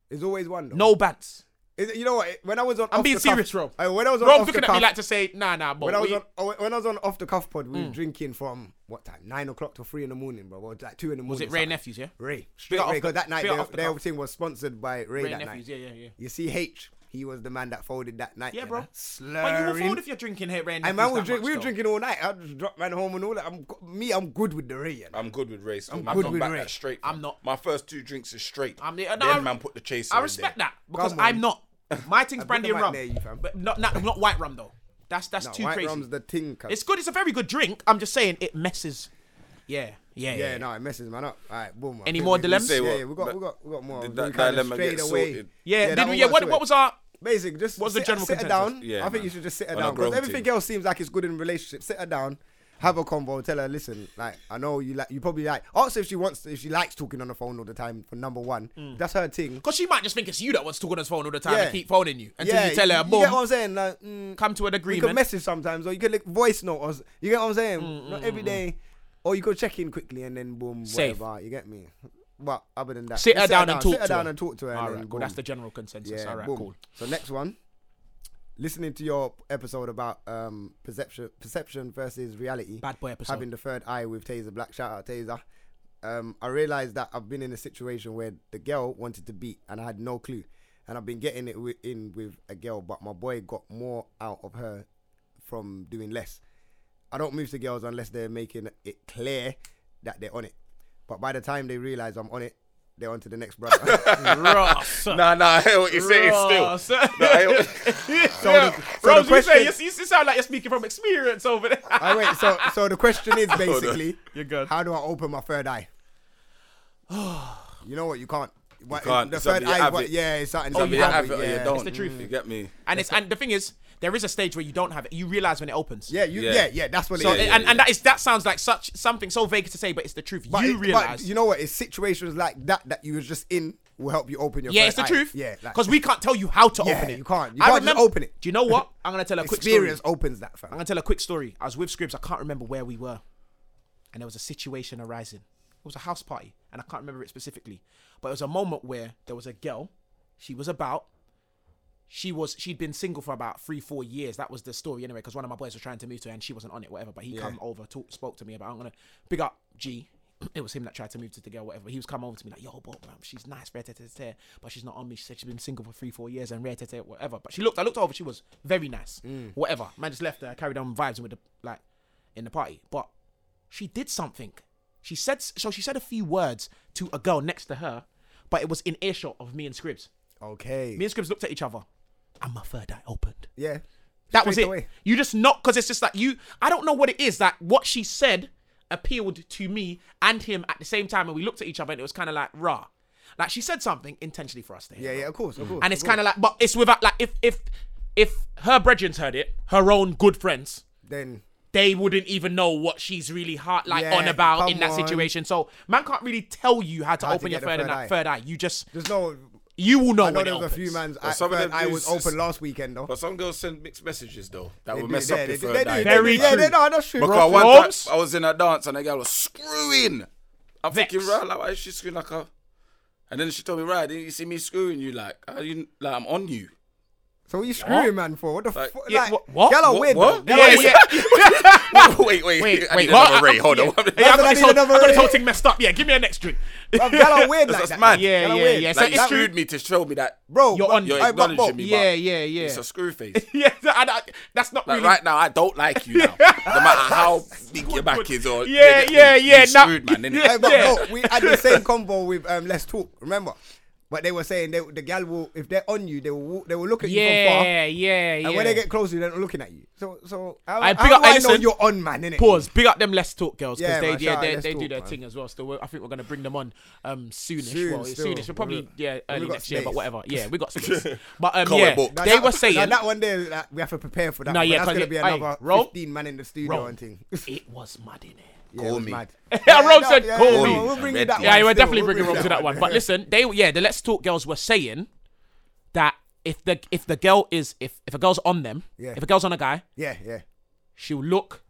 S4: It's always one. Though.
S3: No bants.
S4: Is it- you know what? When I was on,
S3: I'm
S4: off
S3: being
S4: the cuff-
S3: serious, Rob.
S4: Uh, when I was on,
S3: Rob's
S4: off the
S3: looking at
S4: cuff,
S3: me like to say, nah, nah, but
S4: when I was
S3: we- Mm.
S4: on, oh, when I was on off the cuff pod, we were drinking from what time? Nine o'clock till three in the morning, bro. Well, it's like two in the morning.
S3: was it Ray
S4: something.
S3: Nephews, yeah?
S4: Ray,
S3: Big
S4: straight
S3: up
S4: Ray,
S3: off the-
S4: because that night
S3: big up
S4: their,
S3: off the
S4: their
S3: cuff.
S4: thing was sponsored by Ray,
S3: Ray
S4: that
S3: Nephews, yeah,
S4: night.
S3: yeah, yeah.
S4: You see, H, he was the man that folded that night.
S3: Yeah,
S4: you
S3: bro.
S4: know?
S3: But you will
S4: Slurring.
S3: fold if you're drinking here, Ray Nephews.
S4: And man, we,
S3: that
S4: drink,
S3: much,
S4: we were
S3: though.
S4: drinking all night. I just dropped man home and all that. I'm go- me, I'm good with the Ray. You know?
S5: I'm good with race. I'm,
S4: good
S5: not
S4: with
S5: back
S4: Ray.
S5: that straight.
S3: I'm
S5: fam.
S3: not.
S5: My first two drinks is straight.
S3: I'm the-
S5: then
S3: no, I-
S5: man put the chaser.
S3: I respect that because
S4: Come on.
S3: I'm not. My thing's
S4: put
S3: brandy
S4: the
S3: and
S4: mic
S3: rum,
S4: near you, fam.
S3: but not, not not white rum though. That's that's
S4: No,
S3: too
S4: white
S3: crazy.
S4: rum's the thing. cuz.
S3: It's good. It's a very good drink. I'm just saying it messes. Yeah, yeah, yeah.
S4: yeah,
S3: yeah.
S4: no, it messes man up. All right, boom. Man.
S3: Any
S4: We-
S3: more
S4: we-
S3: dilemmas?
S4: Yeah,
S5: Say what?
S4: yeah, we got,
S5: But
S4: we got, we got more.
S5: did
S4: We
S5: that
S4: kinda
S5: dilemma get
S4: straight away.
S5: sorted?
S3: Yeah,
S4: that
S3: did
S4: one
S3: we, yeah
S4: got
S3: what,
S4: sorted.
S3: what was our?
S4: Basic, just
S3: What's the
S4: sit,
S3: general
S4: sit her
S3: consensus?
S4: down.
S5: Yeah,
S4: I think
S5: man.
S4: you should just sit her
S5: On a
S4: down
S5: grown
S4: because everything
S5: team.
S4: else seems like it's good in relationships. Sit her down, have a convo, tell her, listen, like I know you like you probably like ask her if she wants if she likes talking on the phone all the time for number one.
S3: Mm.
S4: That's her thing.
S3: Because she might just think it's you that wants to talk on his phone all the time
S4: Yeah.
S3: and keep phoning you until you tell her,
S4: you get what
S3: boom,
S4: I'm saying? Like, mm,
S3: come to an
S4: you
S3: agreement.
S4: can message sometimes, or you can like voice note, or s- you get what I'm saying?
S3: Mm,
S4: Not every day, or you could check in quickly and then boom,
S3: Safe.
S4: whatever. You get me? But other than that,
S3: Sit her
S4: just
S3: down and talk
S4: Sit her
S3: to
S4: down
S3: her.
S4: and talk to her. and
S3: all
S4: then
S3: right, cool.
S4: boom.
S3: That's the general consensus. all right,
S4: boom.
S3: cool.
S4: So next one, listening to your episode about um, perception, perception versus reality.
S3: Bad boy episode.
S4: Having the third eye with Taser Black. Shout out Taser. Um, I realized that I've been in a situation where the girl wanted to beat, and I had no clue. And I've been getting it wi in with a girl, but my boy got more out of her from doing less. I don't move to girls unless they're making it clear that they're on it. But by the time they realize I'm on it, they're on to the next brother.
S3: Ross.
S5: Nah, nah, hell, it's, it's still.
S3: Ross.
S5: Nah, hell.
S4: so
S3: Yeah.
S4: the- so
S3: Rose,
S4: the
S3: you, say, you,
S4: question-
S3: you sound like you're speaking from experience over there.
S4: I wait. So, so the question is basically,
S3: You're good.
S4: How do I open my third eye? you know what? You can't. What-
S5: can't.
S4: The
S5: It's
S4: third
S5: either you
S4: eye.
S5: have
S4: What,
S5: it.
S4: yeah, it's something.
S5: Either you have it or you
S4: yeah.
S5: don't.
S3: the truth.
S5: You get me?
S3: and it's and the thing is, there is a stage where you don't have it. You realize when it opens.
S4: Yeah, you,
S5: Yeah.
S4: yeah, yeah, That's what
S3: So
S4: it is.
S5: yeah,
S3: and,
S5: yeah.
S3: and that is that sounds like such something so vague to say, but it's the truth.
S4: But
S3: you
S4: it-
S3: realize.
S4: But you know what? It's situations like that that you was just in will help you open your.
S3: yeah,
S4: third
S3: it's the
S4: eye.
S3: truth.
S4: Yeah, like-
S3: because we can't tell you how to
S4: Yeah,
S3: open it.
S4: you can't. You
S3: I
S4: can't just
S3: remember,
S4: open it.
S3: Do you know what? I'm gonna tell a quick
S4: experience
S3: story.
S4: opens that.
S3: I'm
S4: Fam.
S3: gonna tell a quick story. I was with Scribs. I can't remember where we were, and there was a situation arising. It was a house party, and I can't remember it specifically, but it was a moment where there was a girl. She was about. She was. She'd been single for about three, four years. That was the story anyway. Because one of my boys was trying to move to her, and she wasn't on it, whatever. But he come over, talk, spoke to me about. I'm gonna big up G. It was him that tried to move to the girl, whatever. He was come over to me like, "Yo, bro, man, she's nice, rare, tear, tear, tear, but she's not on me." She said she's been single for three, four years, and rare, tear, tear, whatever. But she looked, I looked over. She was very nice, whatever. Man, just left her, carried on vibes with the like in the party. But she did something. She said so. She said a few words to a girl next to her, but it was in earshot of me and Scribs.
S4: Okay.
S3: Me and Scribs looked at each other, and my third eye opened.
S4: Yeah.
S3: That was
S4: Straight
S3: it.
S4: away.
S3: You just not because it's just like you. I don't know what it is that what she said appealed to me and him at the same time, and we looked at each other, and it was kind of like rah, like she said something intentionally for us to hear.
S4: Yeah, yeah. Of course, of course.
S3: And it's kind of like, but it's without like if if if her brethrens heard it, her own good friends,
S4: then.
S3: they wouldn't even know what she's really hard like
S4: Yeah,
S3: on about
S4: come
S3: in that
S4: on.
S3: situation. So man can't really tell you how to
S4: to
S3: open your
S4: get the
S3: third and
S4: third
S3: that
S4: eye.
S3: third eye. You just
S4: There's no.
S3: you will know
S4: I know
S3: when Oh, it
S4: there was a
S3: opens.
S4: few man's. eye-
S5: some of
S4: third
S5: them
S4: eye
S5: is-
S4: was open last weekend though.
S5: But some girls send mixed messages, though, that
S4: They
S5: will
S4: do,
S5: mess
S4: yeah,
S5: up
S4: they
S5: your
S4: do,
S5: third
S4: they do,
S5: eye.
S4: they do,
S3: Very
S4: yeah,
S3: true.
S4: they- No, that's true.
S5: Because one time,
S3: Holmes?
S5: I was in a dance and a girl was screwing. I'm
S3: Vex.
S5: thinking, right, like, why is she screwing like a. And then she told me, right, didn't you see me screwing you? Like, how you, like I'm on you.
S4: So what you screwing man for? What the
S5: Like-
S4: fuck?
S3: Yeah,
S4: Like,
S3: wha- what?
S4: Y'all are
S5: What-
S4: weird.
S5: what?
S4: though.
S3: Yeah, yeah.
S5: wait, wait,
S3: Wait,
S5: I
S3: wait,
S5: need
S3: what?
S5: another Ray, hold on.
S3: Yeah, I
S4: That's what
S3: got
S4: I
S3: this
S4: need
S3: whole, I
S4: another
S3: got this
S4: Ray.
S3: whole thing messed up. Yeah, give me a next drink.
S4: Bruv, Y'all are weird like
S5: That's
S4: that.
S5: mad.
S4: Y'all
S3: Yeah,
S4: are
S3: yeah,
S4: weird.
S3: yeah. So
S5: Like,
S3: it's
S5: you
S3: true.
S5: screwed me to show me that
S4: Bro,
S3: You're
S4: you're
S3: on-
S4: on.
S5: you're
S4: I, but,
S5: acknowledging
S4: bro,
S5: me.
S3: Yeah,
S5: but
S3: yeah, yeah.
S5: It's a screw face.
S3: yeah, I, I, that's not
S5: Like
S3: really.
S5: right now, I don't like you now. no matter how big your back is or
S3: Yeah,
S5: you get me?
S3: yeah, yeah,
S5: You
S3: nah.
S5: screwed, man. innit?
S3: Yeah.
S4: Hey, but bro, we had the same combo with um, Let's Talk. Remember, But they were saying they, the gal will, if they're on you, they will walk, they will look at you from far.
S3: Yeah, yeah, yeah.
S4: And when they get close, to you, they're not looking at you. So, so how,
S3: Aye,
S4: how
S3: big
S4: do
S3: up-
S4: I
S3: aye,
S4: know
S3: listen.
S4: you're on, man? Innit?
S3: Pause. Big up them Let's Talk girls because
S4: Yeah,
S3: they,
S4: man,
S3: yeah,
S4: shout
S3: they,
S4: out
S3: they
S4: Let's
S3: do
S4: Talk,
S3: their
S4: man.
S3: thing as well. So we're- I think we're gonna bring them on um, soonish.
S4: Soon,
S3: well,
S4: still.
S3: soonish. We'll probably yeah early
S4: got
S3: next year, but
S4: space.
S3: whatever. Yeah, we got space. but um,
S5: Can't
S3: yeah,
S5: wait, book.
S4: Now
S3: they
S4: that-
S3: were saying
S4: now that one there. Like, we have to prepare for that.
S3: Nah,
S4: No,
S3: yeah,
S4: yeah, that's
S3: 'cause
S4: gonna
S3: it-
S4: be
S3: aye,
S4: another
S3: roll.
S4: fifteen man in the studio
S3: Roll.
S4: and thing.
S3: it was mad in there.
S4: Yeah, it was
S5: me.
S4: mad.
S3: Yeah, Rob
S4: no,
S3: said,
S4: yeah,
S3: "Call
S4: no,
S5: me."
S4: We'll bring you that
S3: Yeah,
S5: Yeah,
S4: one
S3: you were
S4: still,
S3: definitely
S4: we'll
S3: bringing
S4: bring
S3: Rob to that one. But listen, they yeah, the Let's Talk girls were saying that if the if the girl is if if a girl's on them,
S4: Yeah.
S3: if a girl's on a guy,
S4: Yeah, yeah.
S3: she'll look,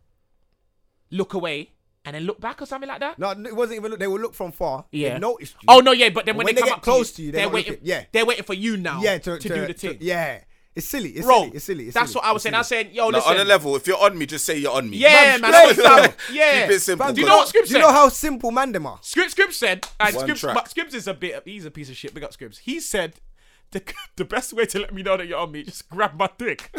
S3: look away, and then look back or something like that.
S4: No, it wasn't even. Look, they will look from far. They
S3: Yeah.
S4: noticed you.
S3: Oh no, yeah, but then when,
S4: when
S3: they,
S4: they
S3: come
S4: get
S3: up
S4: close to
S3: to
S4: you,
S3: you,
S4: they
S3: they're
S4: don't look
S3: waiting.
S4: at- yeah.
S3: they're waiting for you now.
S4: yeah, to, to-
S3: do the
S4: to-
S3: thing.
S4: yeah, it's silly. It's
S3: Bro,
S4: silly. It's silly. It's
S3: that's
S4: silly,
S3: what I was
S4: it's
S3: saying.
S4: silly.
S3: I was saying, yo,
S5: Like,
S3: listen.
S5: on a level, if you're on me, just say you're on me.
S3: yeah, man.
S5: straight.
S3: straight up. yeah.
S5: Keep it simple.
S4: Fam, do
S5: good.
S4: you
S3: know
S4: know,
S3: what Scribs
S4: do you
S3: said?
S4: know how simple man them are?
S3: Scribs, Scribs said, and
S5: One
S3: Scribs,
S5: track.
S3: but Scribs is a bit, he's a piece of shit. Big up Scribs. He said, the, the best way to let me know that you're on me, is just grab my dick.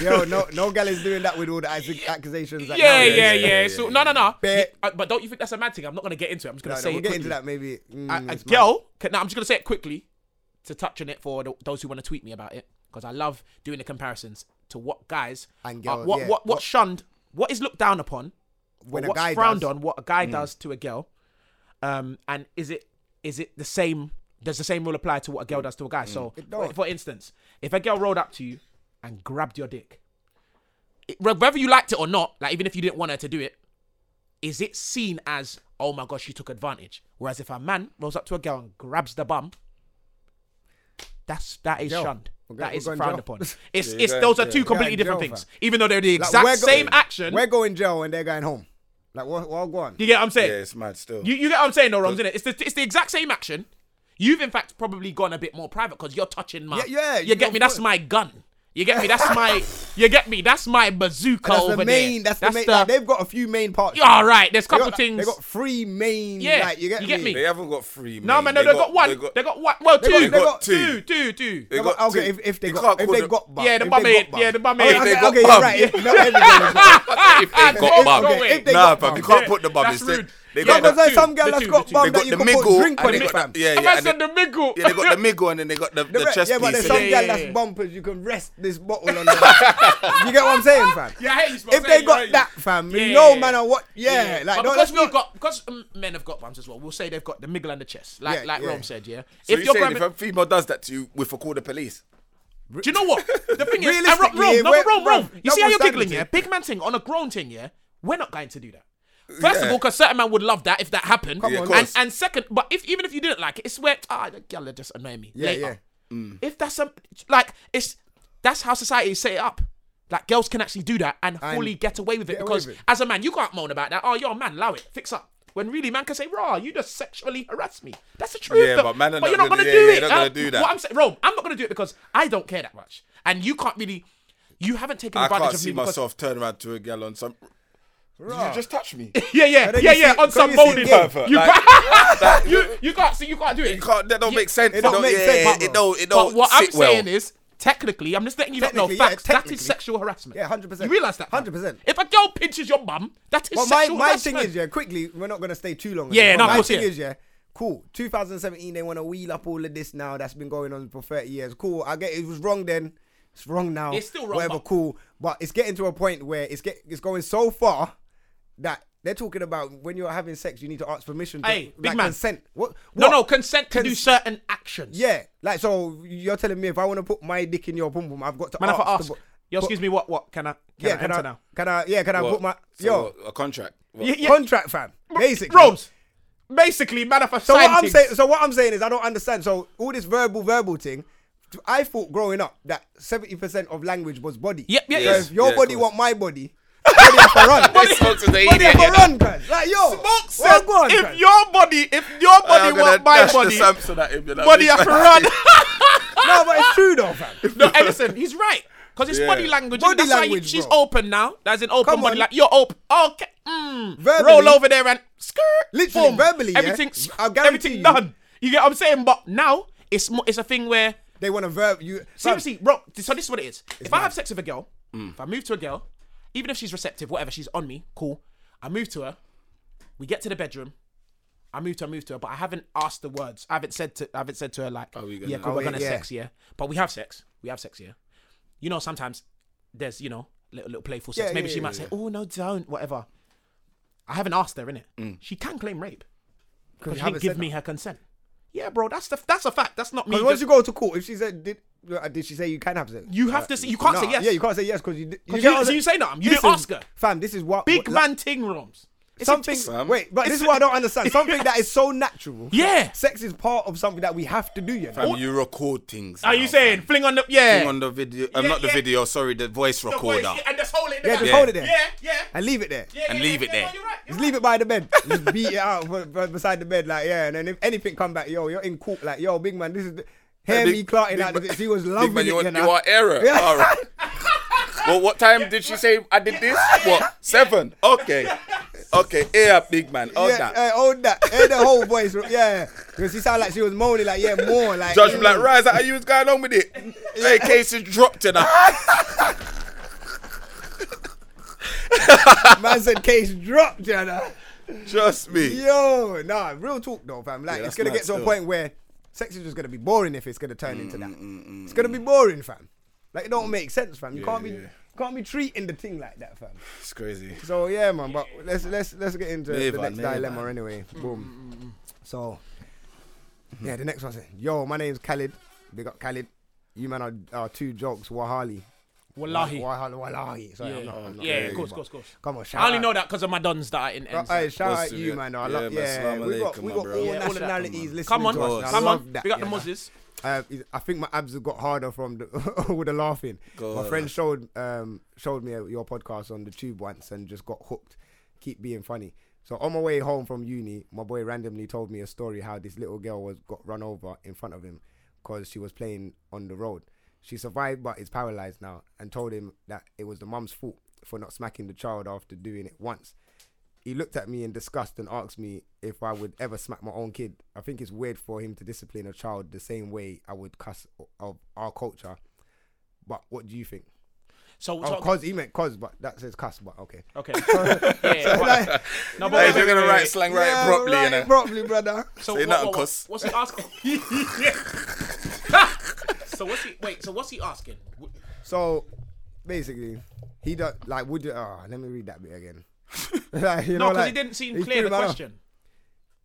S4: Yo, no, no gal is doing that with all the ac- accusations. that
S3: yeah,
S4: now,
S3: yeah, yeah,
S5: yeah,
S3: So no, no, no.
S4: Bet.
S3: Uh, But don't you think that's a mad thing? I'm not gonna get into it. I'm just gonna
S4: No, no,
S3: say
S4: we'll
S3: it
S4: get
S3: quickly.
S4: into that maybe. Mm,
S3: A- a
S4: it's mad.
S3: girl. Can, no, I'm just gonna say it quickly to touch on it for th- those who want to tweet me about it because I love doing the comparisons to what guys
S4: And
S3: are-
S4: girls,
S3: what,
S4: yeah.
S3: what what shunned, what is looked down upon, or
S4: When a
S3: what's
S4: guy
S3: frowned
S4: does. Mm.
S3: on, what a guy does to a girl, um, and is it is it the same? Does the same rule apply to what a girl does to a guy? So,
S4: Mm. don't.
S3: for instance, if a girl rolled up to you and grabbed your dick, it- whether you liked it or not, like even if you didn't want her to do it, is it seen as oh my gosh, she took advantage? Whereas if a man rolls up to a girl and grabs the bum, that's that is
S4: Jail.
S3: shunned.
S4: We're go-
S3: that
S4: we're
S3: is
S4: going
S3: frowned
S4: jail.
S3: upon. It's
S5: you're
S3: it's
S5: going
S3: those are
S5: jail.
S3: two completely
S4: We're
S3: different
S4: going jail,
S3: things.
S4: fam.
S3: Even though they're the
S4: Like,
S3: exact
S4: we're go-
S3: same action.
S4: We're going jail and they're going home. Like what? What? Go on.
S3: You get what I'm
S5: Yeah,
S3: saying?
S5: it's mad still.
S3: You, you get what I'm saying, though, Roms, innit? It's the, it's the exact same action. You've, in fact, probably gone a bit more private because you're touching my.
S4: Yeah, yeah,
S3: You
S4: you
S3: get
S4: know,
S3: me? That's
S4: of
S3: my gun. You get me? That's my. You get me? That's my bazooka
S4: That's
S3: over
S4: the main.
S3: there.
S4: That's the main. like, they've got a few main parts.
S3: all right, there's a
S4: They
S3: couple
S4: got, like,
S3: things.
S4: They got three main.
S3: Yeah,
S4: like, you get
S3: you get
S4: me.
S5: They haven't got three.
S3: no, man, no, they, got, one. They got, one. Well, two.
S5: got-
S3: They
S5: they
S3: got
S5: got
S3: two.
S5: two.
S3: Two, two.
S5: They
S4: No,
S5: got
S4: but okay,
S5: two.
S4: if, if they
S5: You
S4: got
S5: can't
S4: if
S5: call
S4: they
S5: them-
S4: got bum,
S3: Yeah, the
S4: if
S3: bum
S4: they
S3: ain't-
S4: got
S3: yeah, the bum ain't.
S4: Okay,
S5: If they
S4: okay, okay,
S5: got bum.
S4: right. If not everybody's got bum.
S5: if they got bum.
S4: okay, if they
S5: nah,
S4: got
S5: fam,
S4: bum.
S5: you can't
S3: Yeah,
S5: put the bum.
S3: that's
S5: Instead,
S3: rude.
S5: they
S3: Yeah,
S5: got
S4: Because
S5: the,
S4: there's some
S3: the
S4: girl that's
S3: two, the
S4: got
S3: two.
S5: they
S4: bum
S5: got
S4: that
S5: the
S4: you can put
S5: miggle
S4: drink on
S5: and they
S4: it,
S5: got
S4: fam.
S5: the, yeah,
S3: A
S5: yeah,
S3: man
S5: and
S3: said
S5: they-
S3: the mingle.
S5: yeah, they got the miggle and then they got the, the,
S4: The re-
S5: chest
S4: yeah, but
S5: piece.
S4: there's
S5: innit?
S4: some
S3: yeah,
S4: gal
S3: yeah.
S4: that's bumpers. You can rest this bottle on the back. You get what I'm saying, fam?
S3: Yeah, I hate you, Spurs.
S4: If
S3: I hate you,
S4: they
S3: I hate
S4: got
S3: you.
S4: that, fam,
S3: Yeah,
S4: you know,
S3: yeah,
S4: man,
S3: yeah.
S4: or what? Yeah, like
S3: But
S4: don't.
S3: because
S4: let's
S3: we've
S4: not-
S3: got because um, men have got bums as well. We'll say they've got the miggle and the chest, like
S4: Yeah,
S3: like
S4: yeah.
S3: Rome said. Yeah.
S5: So if you're saying if a female does that to you, we're for call the police.
S3: Do you know what? The thing is, and Ro-
S4: Realistically,
S3: Rome,
S4: yeah,
S3: no,
S4: we're-
S3: Rome, Rome.
S4: bruv,
S3: You see how you're giggling,
S4: notwithstanding
S3: yeah?
S4: it.
S3: Big man thing on a grown thing, yeah? We're not going to do that. First of
S5: Yeah.
S3: all, because certain man would love that if that happened.
S4: Yeah,
S5: of
S3: and,
S5: course.
S3: and second, but if even if you didn't like it, it's where ah the girl just annoy me.
S4: Yeah,
S3: later.
S5: Mm.
S3: If that's a like it's that's how society is set it up. Like girls can actually do that and, fully get away with it
S4: away
S3: because
S4: with it.
S3: as a man you can't moan about that. Oh, you're a man, allow it, fix up. When really man can say, "Raw, you just sexually harassed me." That's the truth.
S5: Yeah,
S3: though.
S5: but man are not
S3: you're not
S5: gonna-
S3: gonna
S5: yeah,
S3: do
S5: yeah,
S3: it.
S5: they're not gonna
S3: Uh,
S5: do that.
S3: What I'm saying, Rome, I'm not gonna do it because I don't care that much, and you can't really. You haven't taken
S5: I
S3: advantage
S5: can't
S3: of
S5: see
S3: me because
S5: myself turn around to a gal on some. Did you just touch me?
S3: yeah, yeah,
S4: then
S3: yeah,
S4: you
S3: yeah.
S4: see-
S3: On
S4: then
S3: some
S4: you see
S3: molding,
S4: it
S3: you,
S4: again.
S5: Like-
S3: can't-
S5: like-
S3: you you can't see, you can't do it.
S5: It can't, that don't
S3: You-
S5: make sense.
S4: it don't make
S5: yeah,
S4: sense,
S5: yeah,
S4: bro.
S5: It don't. It don't.
S3: But what I'm
S5: sit well.
S3: saying is, technically, I'm just letting you lot know
S4: Technically, yeah,
S3: facts. That is
S4: technically.
S3: sexual harassment.
S4: Yeah, 100%.
S3: You realize that? man?
S4: 100%.
S3: If a girl pinches your bum, that is
S4: But my,
S3: sexual
S4: my
S3: harassment.
S4: thing is, yeah, quickly, we're not gonna stay too long. on
S3: Yeah,
S4: it,
S3: no,
S4: but
S3: of
S4: my
S3: course,
S4: thing
S3: yeah.
S4: is, yeah, cool. 2017, they wanna wheel up all of this now that's been going on for 30 years. Cool, I get it was wrong then. It's wrong now.
S3: It's still wrong,
S4: Whatever,
S3: but-
S4: cool. But it's getting to a point where it's get it's going so far that they're talking about when you're having sex, you need to ask permission. To,
S3: Hey, big
S4: like,
S3: man.
S4: consent. What?
S3: No,
S4: what?
S3: no, consent to do
S4: Cons-
S3: certain actions.
S4: Yeah, like so, you're telling me if I want to put my dick in your pum pum, I've got to
S3: Man, if
S4: ask.
S3: I ask,
S4: to put-
S3: yo,
S4: put-
S3: excuse me, what, what can I, can
S4: yeah,
S3: I
S4: can
S3: enter
S4: I,
S3: now?
S4: can I, yeah, can I
S5: What?
S4: put my
S5: So
S4: yo
S5: what, a contract. What?
S3: Yeah, yeah.
S4: contract, fam? Basically,
S3: Robes. Basically, man, if I
S4: So
S3: sign
S4: what I'm
S3: things-
S4: saying, so what I'm saying is, I don't understand. So all this verbal, verbal thing, I thought growing up that 70% of language was body.
S3: Yep, yep,
S4: So
S3: yes.
S4: if your
S5: Yeah, of
S4: body
S5: course.
S4: want my body, body have to run.
S5: This talks to the
S4: Body
S5: idiot,
S4: have
S5: yeah.
S4: to run, cuz. Like yo,
S3: Smoke
S4: well,
S3: said,
S4: go on,
S3: if
S4: cuz.
S3: your body, if your
S5: I'm
S3: body
S5: gonna
S3: want my
S5: dash the
S3: body,
S5: Samson at him, you know,
S3: body
S5: this
S3: have to
S5: man.
S3: run.
S4: no, but it's true though, fam.
S3: no, hey, listen, he's right. Because it's
S5: Yeah.
S3: body language.
S4: Body
S3: That's why
S4: language,
S3: you, she's
S4: bro.
S3: open now. That's an open
S4: Come
S3: body
S4: on.
S3: like You're open. Okay. Mm.
S4: Verbally-
S3: Roll over there and skirt.
S4: Literally,
S3: boom.
S4: verbally, yeah.
S3: Everything's,
S4: I'll guarantee
S3: everything
S4: you-
S3: done. You get what I'm saying? But now, it's, mo- it's a thing where
S4: They want to verb you. fam,
S3: Seriously, bro. So this is what it is. if I have sex with a girl,
S4: Mm.
S3: if I move to a girl, even if she's receptive, whatever, she's on me, cool. I move to her. We get to the bedroom.
S2: I moved to, I moved to her, but I haven't asked the words. I haven't said to, I haven't said to her like,
S5: we
S2: yeah,
S5: gonna-
S2: cool,
S4: Oh,
S2: we're
S4: yeah,
S2: gonna
S4: yeah.
S2: sex, yeah. But we have sex, we have sex, yeah. You know, sometimes there's, you know, little, little playful sex.
S4: Yeah,
S2: Maybe
S4: yeah,
S2: she
S4: yeah,
S2: might say, oh no, don't, whatever. I haven't asked her in it. She can claim rape because
S4: Mm. you
S2: she
S4: haven't
S2: didn't give
S4: said
S2: me her consent. Yeah, bro, that's the that's a fact. That's not me.
S4: Because once
S2: just-
S4: you go to court, if she said, did, uh, did she say you can have sex? Uh,
S2: you have to. Say, you can't
S4: Nah,
S2: say yes.
S4: Yeah, you can't say yes because you. Did,
S2: you-
S4: get what I'm
S2: so you
S4: saying?
S2: say no, you didn't
S4: This
S2: ask her.
S4: fam. This is what
S2: Big
S4: what-
S2: man ting rooms. It's a-
S4: Something.
S2: it's-
S4: wait, but this
S2: it's-
S4: is what I don't understand. Something that is so natural.
S2: Yeah.
S4: Sex is part of something that we have to do. You know.
S5: Fam, you record things.
S2: Are
S5: now,
S2: you saying
S5: fam.
S2: fling on the yeah?
S5: Thing on the video? Um,
S2: Yeah,
S5: not the
S2: yeah.
S5: video. Sorry, the voice
S2: The voice,
S5: recorder.
S2: yeah, and just hold it. in the
S4: Yeah,
S2: back.
S4: just
S5: Yeah.
S4: hold it there.
S2: yeah, yeah, yeah,
S4: And leave it there.
S2: yeah,
S5: And
S2: yeah,
S5: leave it
S2: yeah,
S5: there.
S2: no, you're right, you're
S4: Just leave it by the bed. Just beat it out b- b- beside the bed, like yeah. And then if anything come back, yo, you're in court, like yo, big man, this is the, hear
S5: Big-
S4: me clarting
S5: Big
S4: out.
S5: man-
S4: the- She was
S5: Big
S4: loving
S5: man,
S4: it,
S5: you, are-
S4: you know.
S5: you are error.
S4: Yeah.
S5: All right. well, what time did she say I did this? What seven? Okay, okay. Yeah, big man. All
S4: yeah,
S5: that.
S4: eh, hold that. Hear the whole voice, yeah. Because she sounded like she was moaning, like yeah, more, like
S5: Judge be like,
S4: mm.
S5: right, is that how you was going on with it? Hey, case is dropped tonight.
S4: Man said case dropped, you know.
S5: Trust me.
S4: Yo, nah, real talk though, fam. Like
S5: Yeah,
S4: it's
S5: that's
S4: gonna
S5: mad
S4: get to a
S5: still. Mm,
S4: point where sex is just gonna be boring if it's gonna turn into that. it's gonna be boring, fam. Like it don't make sense, fam. You can't be
S5: yeah.
S4: can't be treating the thing like that, fam.
S5: It's crazy.
S4: So yeah, man. But let's let's let's get into
S5: Never,
S4: the next
S5: never.
S4: dilemma anyway.
S5: Mm,
S4: Boom. So yeah, the next one's yo. My name's Khalid. Big up Khalid. You man are, are two jokes. Wahali.
S2: Wallahi.
S4: Wahali. Wallahi. Sorry,
S2: Yeah,
S4: I'm not. I'm not
S2: yeah,
S4: really,
S2: of course,
S4: but-
S2: course, course.
S4: Come on, shout
S2: I only
S4: out.
S2: know that because of my dons that I in.
S4: Uh,
S2: ends.
S4: hey, shout out
S5: What's
S4: you,
S5: the-
S4: man. I
S5: yeah,
S4: love,
S5: man,
S4: yeah,
S5: salaam
S4: we got,
S5: alaikum,
S4: we
S5: my
S4: got
S5: bro.
S4: all
S5: Yeah,
S2: all of that,
S4: nationalities listening
S2: Come on,
S4: to us. and I
S2: come
S4: love
S2: on.
S4: that,
S2: Big up
S4: you
S2: the
S4: know.
S2: Moses.
S4: Uh, is- I think my abs have got harder from the with the laughing. my
S5: on.
S4: friend showed um, showed me your podcast on the tube once and just got hooked. Keep being funny. So on my way home from uni, my boy randomly told me a story how this little girl was got run over in front of him because she was playing on the road. She survived but is paralyzed now and told him that it was the mum's fault for not smacking the child after doing it once. He looked at me in disgust and asked me if I would ever smack my own kid. I think it's weird for him to discipline a child the same way I would cuss o- of our culture. But what do you think?
S2: So,
S4: Oh,
S2: so
S4: cause he meant cause, but that says cuss. But okay.
S2: okay. yeah, yeah, right. No,
S5: Hey,
S2: wait,
S5: if you're
S2: wait,
S5: gonna
S2: wait,
S5: write
S2: wait.
S5: slang, write
S4: Yeah,
S5: it properly,
S4: right,
S5: innit?
S4: properly, brother.
S2: So
S5: Say
S2: what,
S5: nothing,
S2: what- what-
S5: cuss.
S2: What's he asking? so what's he? Wait. So what's he asking?
S4: So basically, he does like would. you- Ah, let me read that bit again. like, you
S2: No,
S4: know,
S2: because
S4: like,
S2: he didn't seem
S4: he
S2: clear
S4: threw
S2: the
S4: him out.
S2: question.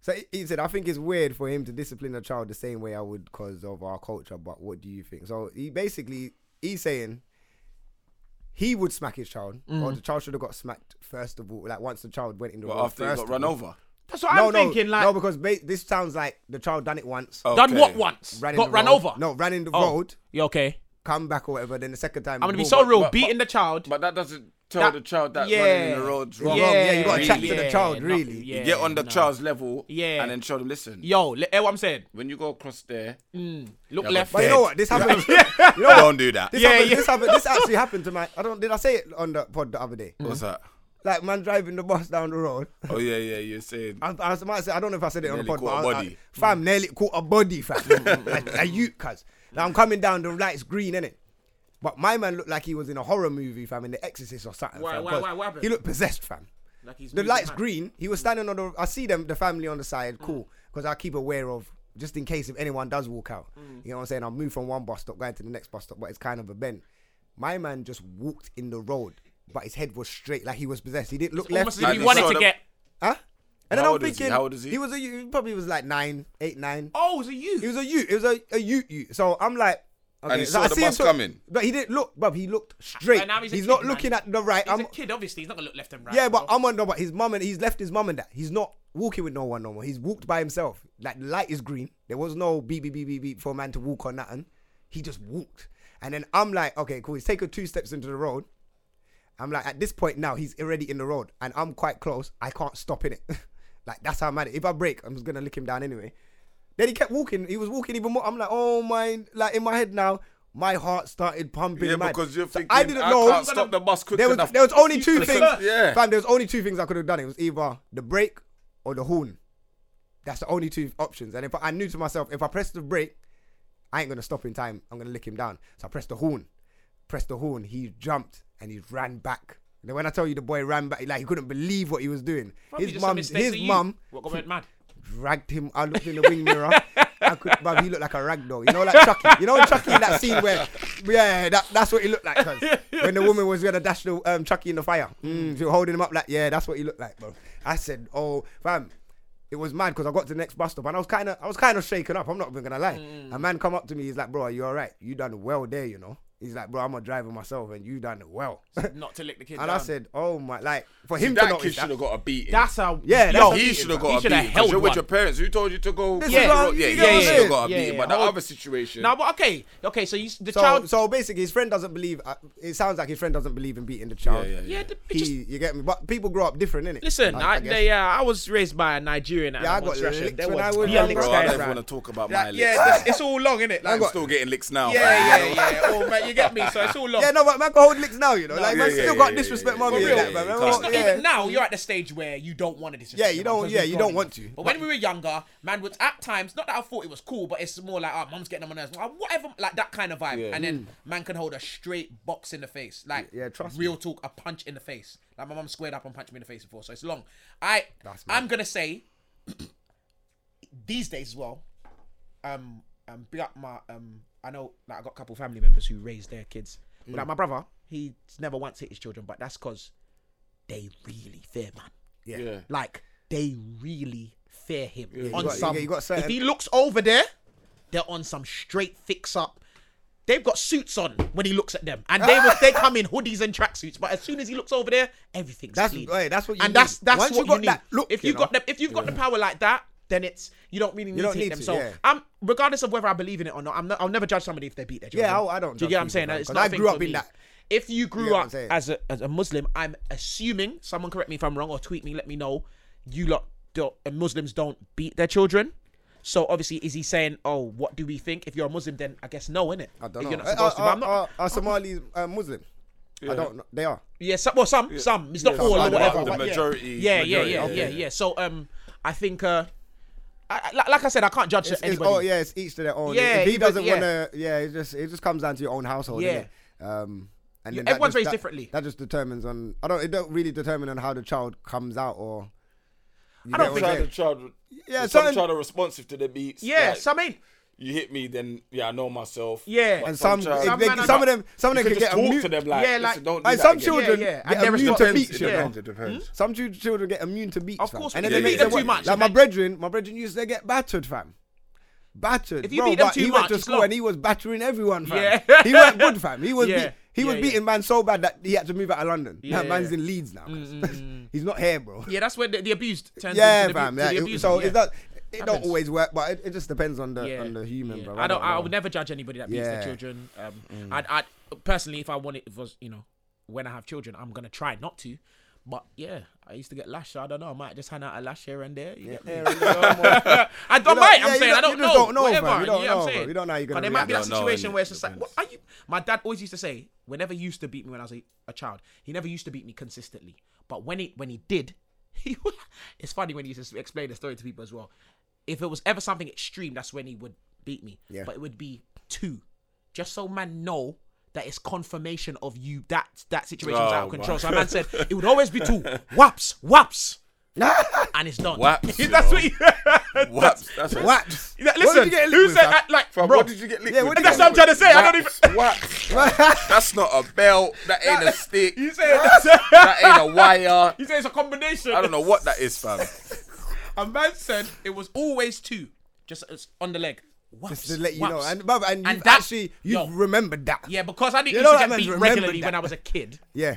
S4: So he- he said, I think it's weird for him to discipline a child the same way I would because of our culture, but what do you think? So he basically, he's saying he would smack his child,
S2: Mm.
S4: or the child should have got smacked first of all, like once the child went in the
S5: But
S4: road.
S5: after you
S4: first
S5: got
S4: of
S5: run
S4: all.
S5: over.
S2: That's what
S4: No,
S2: I'm
S4: no,
S2: thinking. Like
S4: no, because ba- this sounds like the child done it once.
S2: done
S5: Okay.
S2: what once?
S4: in
S2: got
S4: the
S2: run
S4: road.
S2: over.
S4: No, ran in the
S2: Oh,
S4: road,
S2: You okay?
S4: come back or whatever, then the second time.
S2: I'm gonna be
S4: boom.
S2: so real.
S5: but-
S2: Beating the child.
S5: But that doesn't tell
S2: That-
S5: the child that running
S2: yeah.
S5: in the road's wrong.
S4: Yeah, yeah, you gotta chat to the child,
S2: no,
S4: really. You
S5: Get on the
S2: no.
S5: child's level
S2: Yeah.
S5: and then show them, listen,
S2: Yo, le- hear what I'm saying.
S5: when you go across there,
S2: Look
S5: Yeah,
S2: left.
S4: But you know what? This happened. you know what?
S5: don't do that.
S4: This,
S2: Yeah,
S4: happened,
S2: yeah.
S4: this happened. This actually happened to my. I don't. Did I say it on the pod the other day?
S2: Mm.
S5: What's that?
S4: Like man driving the bus down the road.
S5: Oh, yeah, yeah, you're saying.
S4: I, I might say I don't know if I said it on the
S5: Nearly
S4: pod, but
S5: caught a
S4: I- I-
S5: body. Mm.
S4: fam, nearly caught a body, fam. like, like you, cuz. Now I'm coming down, the light's green, innit? But my man looked like he was in a horror movie, fam, in The Exorcist or something.
S2: Why-
S4: fam,
S2: why-
S4: 'cause
S2: why- what happened?
S4: He looked possessed, fam.
S2: Like he's
S4: the
S2: moving
S4: light's
S2: mad. Mm.
S4: green. He was standing on the. I see them, the family on the side, cool. Because I keep aware of, just in case if anyone does walk out.
S2: Mm.
S4: You know what I'm saying? I'll move from one bus stop going to the next bus stop, but it's kind of a bend. My man just walked in the road, but his head was straight, like he was possessed. He didn't look left.
S2: Almost as
S5: I
S2: if he
S5: just
S2: wanted
S5: saw
S2: to
S5: the-
S2: get.
S4: Huh? And then
S5: How
S4: I'm
S5: old is he?
S4: thinking,
S5: How old is he?
S4: He was a youth, he probably was like nine, eight, nine.
S2: Oh, is it
S4: He
S2: you?
S4: was a youth. He was a, a youth youth. So I'm like, okay,
S5: he
S4: so
S5: saw
S4: I
S5: the
S4: see him
S5: bus
S4: so-
S5: coming.
S4: but he didn't look. But he looked straight.
S2: But now he's
S4: he's
S2: a
S4: not
S2: kid,
S4: looking
S2: man.
S4: at the right.
S2: He's
S4: I'm,
S2: a kid, obviously. He's not gonna look left and right.
S4: um, yeah, but uh,
S2: bro.
S4: I'm on no. But his mum and he's left his mum and that. He's not walking with no one no more. He's walked by himself. Like the light is green. There was no beep beep beep beep beep for a man to walk on nothing. He just walked. And then I'm like, okay, cool. He's taken two steps into the road. I'm like, at this point now, he's already in the road, and I'm quite close. I can't stop in it. like that's how mad it. If I break, I'm just gonna lick him down anyway. Then he kept walking. He was walking even more. I'm like, oh my! Like in my head now, my heart started pumping.
S5: Yeah,
S4: mad.
S5: because you're
S4: So
S5: thinking,
S4: I didn't know.
S5: can't stop the bus quick
S4: there was
S5: enough.
S4: there was only
S2: You
S4: two
S2: could've
S4: things.
S2: searched.
S5: Yeah.
S4: fam. There was only two things I could have done. It was either the brake or the horn. That's the only two options. And if I, I knew to myself, if I press the brake, I ain't gonna stop in time. I'm gonna lick him down. So I pressed the horn, pressed the horn. He jumped and he ran back. And then when I tell you the boy ran back, like he couldn't believe what he was doing.
S2: Probably
S4: his
S2: just a
S4: mum,
S2: mistake
S4: his
S2: that you-
S4: mum,
S2: What got went mad?
S4: dragged him. I looked in the wing mirror. I could, but he looked like a rag doll. You know, like Chucky. You know, Chucky in that scene where, yeah, that, that's what he looked like. 'cause When the woman was gonna dash the um, Chucky in the fire, mm, she was holding him up like, yeah, that's what he looked like, bro. I said, oh, fam. It was mad because I got to the next bus stop and I was kind of, I was kind of shaken up. I'm not even gonna lie. A man come up to me, he's like, "Bro, are you all right? You done well there, you know." He's like, "Bro, I'm a driver myself, and you done well." and
S3: Not to lick the kid
S4: I
S3: down.
S4: said, "Oh my!" Like for him to
S5: That kid
S4: notice
S5: should
S4: that.
S5: have got a beating.
S3: That's how.
S4: Yeah,
S3: yo,
S4: that's
S5: he
S4: beating,
S5: should have
S4: bro.
S5: got a
S3: He shoulda
S5: beating. 'cause
S3: held
S5: You're with
S3: one.
S5: your parents. Who told you to go?
S4: This
S5: Yeah,
S4: is what-
S5: yeah,
S4: you get
S5: yeah, he
S4: what I'm
S5: should have
S4: saying?
S5: got a
S3: Yeah,
S5: beating.
S3: yeah.
S5: But that
S3: Hold-
S5: other situation,
S3: Now, but okay, okay. So you, the
S4: So,
S3: child.
S4: so basically, his friend doesn't believe. Uh, it sounds like his friend doesn't believe in beating the child.
S5: Yeah, yeah,
S3: yeah, the,
S4: He,
S3: just,
S4: you get me? But people grow up different, innit?
S3: listen. I,
S4: guess.
S3: they, uh, I was raised by a Nigerian. and
S4: Yeah, I
S3: was
S4: got
S3: Russian.
S4: licked
S3: There
S4: when I
S3: was
S4: was
S3: yeah,
S4: young,
S3: licks
S5: bro,
S4: bro.
S5: I
S4: guys,
S5: don't
S4: right.
S5: want to talk about
S3: Yeah,
S5: my
S3: yeah,
S5: licks.
S3: that's- it's all long, innit? Like,
S5: I'm still getting licks now.
S3: yeah, yeah, yeah. Oh man, you get me. So it's all long.
S4: yeah, no, but man, can hold licks now, you know. like,
S5: yeah,
S4: man,
S5: yeah,
S4: still
S5: yeah,
S4: got
S5: yeah,
S4: disrespect,
S5: yeah,
S4: mummy.
S5: yeah,
S4: and
S5: yeah,
S4: that,
S5: yeah,
S4: man.
S5: yeah.
S4: Man,
S5: It's
S4: what-
S3: Not
S4: yeah.
S3: even now, you're at the stage where you don't want to disrespect.
S4: Yeah, you
S3: your mum
S4: don't-
S3: 'cause
S4: yeah,
S3: you've
S4: you
S3: grown
S4: don't
S3: up.
S4: want to.
S3: But, when we were younger, man, was at times not that I thought it was cool, but it's more like, oh, mum's getting them on us, whatever, like that kind of vibe. And then man can hold a straight box in the face, like
S4: Mm. Yeah, trust
S3: real talk, a punch in the face. Like my mum squared up and punched me in the face before, so it's long. I, I'm gonna say, these days as well, um, um, big up my um, I know like I got a couple family members who raised their kids. But like my brother, he's never once hit his children, but that's because they really fear man.
S4: Yeah.
S3: Like they really fear him. On
S4: You got- you
S3: some,
S4: got- you got certain-
S3: if he looks over there, they're on some straight fix up. They've got suits on when he looks at them, and they will, they come in hoodies and tracksuits. But as soon as he looks over there, everything's
S4: That's-
S3: clean.
S4: hey, that's what you
S3: and
S4: need.
S3: that's that's
S4: Once
S3: what
S4: you got
S3: need.
S4: that look,
S3: if
S4: you
S3: you've got
S4: know.
S3: the if you've got the power like that, then it's you don't really need
S4: don't
S3: to hit
S4: need
S3: them.
S4: to,
S3: so
S4: yeah.
S3: I'm regardless of whether I believe in it or not, I'm not, I'll never judge somebody if they beat their children.
S4: Yeah, I- I don't
S3: Do you
S4: judge
S3: get what I'm
S4: people,
S3: saying?
S4: man,
S3: It's
S4: 'cause
S3: not a
S4: I
S3: thing
S4: grew
S3: for
S4: up in
S3: me.
S4: that.
S3: If you grew
S4: get what I'm
S3: up
S4: saying?
S3: as a as a Muslim, I'm assuming someone correct me if I'm wrong or tweet me, let me know. You lot, don't, uh, Muslims don't beat their children. So obviously, is he saying, "Oh, what do we think?" If you're a Muslim, then I guess no, innit?
S4: I don't know. Uh,
S3: You're not
S4: Are-
S3: supposed to. But
S4: are-
S3: I'm not.
S4: Are are Somalis uh, Muslim? I don't know. They are.
S3: Yeah, some, well, some, some. It's not
S5: Yeah,
S3: all
S5: some,
S3: or
S5: but
S3: whatever.
S5: the
S3: but yeah.
S5: majority-
S3: Yeah, yeah,
S5: majority,
S3: yeah, yeah,
S5: okay.
S3: yeah, So, um, I think, uh, I, I- like, like I said, I can't judge
S4: It's, it's,
S3: anybody.
S4: oh yeah, it's each to their own.
S3: Yeah,
S4: if he
S3: even-
S4: doesn't
S3: yeah.
S4: want to, yeah, it just it just comes down to your own household.
S3: Yeah.
S4: innit? Um, and
S3: You-
S4: then that
S3: everyone's
S4: just-
S3: raised
S4: that-
S3: differently.
S4: That just determines on. I don't. It don't really determine on how the child comes out or. you
S3: I
S4: get
S3: don't
S4: what I'm
S3: think-
S10: Child,
S4: saying?
S10: child,
S4: Yeah,
S10: yeah, some
S4: certain-
S10: child are responsive to the beats.
S3: Yeah,
S10: like,
S3: so I mean,
S10: you hit me, then yeah, I know myself.
S3: Yeah.
S10: But
S4: and some
S10: child-
S4: if they-
S3: man
S4: some,
S3: are-
S4: of them some of
S10: you can
S4: them can
S10: just
S4: get
S10: talk
S4: immune
S10: to them like,
S3: Yeah,
S10: listen,
S3: like-
S10: don't do
S4: Like
S10: that
S4: some
S10: again.
S4: children
S3: Yeah, yeah. And
S4: get
S3: they're
S4: immune to
S3: responsible.
S4: beats, you know.
S3: Yeah.
S5: it depends.
S4: Some chil- children get immune to beats.
S3: Of
S4: fam.
S3: course,
S4: and
S3: if
S4: then
S3: you
S4: they
S3: beat
S4: make
S3: them
S4: their
S3: too
S4: wa-
S3: much,
S4: Like my
S3: then-
S4: brethren, my brethren used to get battered, fam. Battered.
S3: If you
S4: bro,
S3: beat them
S4: but
S3: too
S4: he
S3: much,
S4: went to
S3: it's
S4: school
S3: long.
S4: and he was battering everyone, fam.
S3: Yeah.
S4: he went good, fam. He was
S3: Yeah.
S4: beat, he
S3: Yeah,
S4: was
S3: yeah.
S4: beating man so bad that he had to move out of London.
S3: Yeah,
S4: that man's
S3: yeah. Mm,
S4: in Leeds now. 'cause He's not here, bro.
S3: yeah, that's where the, the abused turns
S4: Yeah,
S3: into the, abu-
S4: fam.
S3: to
S4: yeah.
S3: the
S4: It-
S3: abuser,
S4: so
S3: yeah.
S4: it does. It don't
S3: Happens.
S4: always work, but it, it just depends on the
S3: Yeah.
S4: on the human,
S3: Yeah.
S4: bro.
S3: I don't. I would
S4: know.
S3: never judge anybody that beats their
S4: Yeah. Mm.
S3: children. Um, I'd, I'd personally, if I wanted, if it was you know, when I have children, I'm gonna try not to. But yeah, I used to get lashed. so I don't know. I might just hand out a lash here and there. You get me? I don't
S4: You don't-
S3: mind.
S4: yeah,
S3: I'm
S4: you
S3: saying
S4: don't-
S3: I don't
S4: you
S3: know.
S4: just don't know,
S3: whatever.
S4: fam. You don't
S3: know what
S4: know,
S3: I'm saying?
S4: bro. You don't know how you're
S3: But
S4: gonna
S3: there might be that
S4: react.
S5: Don't know,
S3: situation
S5: innit?
S3: where it's just like, what are you? My dad always used to say, whenever he used to beat me when I was a, a child, he never used to beat me consistently. But when he when he did, he would- it's funny when he used to explain the story to people as well. If it was ever something extreme, that's when he would beat me.
S4: Yeah.
S3: But it would be two, just so man know. That is confirmation of you that that situation was
S5: Oh,
S3: out of control.
S5: man.
S3: So a man said it would always be two whaps, whaps, and it's done.
S5: Whaps, you
S3: That's
S5: know.
S3: what. He,
S5: Whaps. That's
S4: What?
S3: Yeah,
S4: What
S3: listen,
S4: did you get
S3: who
S4: linked
S3: said
S4: with,
S3: that? Like,
S5: Fam,
S3: bro,
S5: what did you get licked
S4: Yeah,
S5: with?
S4: what did
S3: that's what I'm trying to say. I don't even.
S5: Wax. That's not a belt. That ain't a stick.
S3: You say that's-
S5: That ain't a wire.
S3: you say it's a combination.
S5: I don't know what that is, fam.
S3: A man said it was always two, just as on the leg. Whoops,
S4: Just to let you know,
S3: whoops.
S4: and brother, and,
S3: And
S4: you've
S3: that-
S4: actually you
S3: yo.
S4: have remembered that.
S3: yeah, because I didn't
S4: You
S3: used
S4: know
S3: to
S4: that
S3: get
S4: man
S3: beat
S4: remembered
S3: regularly
S4: that.
S3: when I was a kid.
S4: yeah,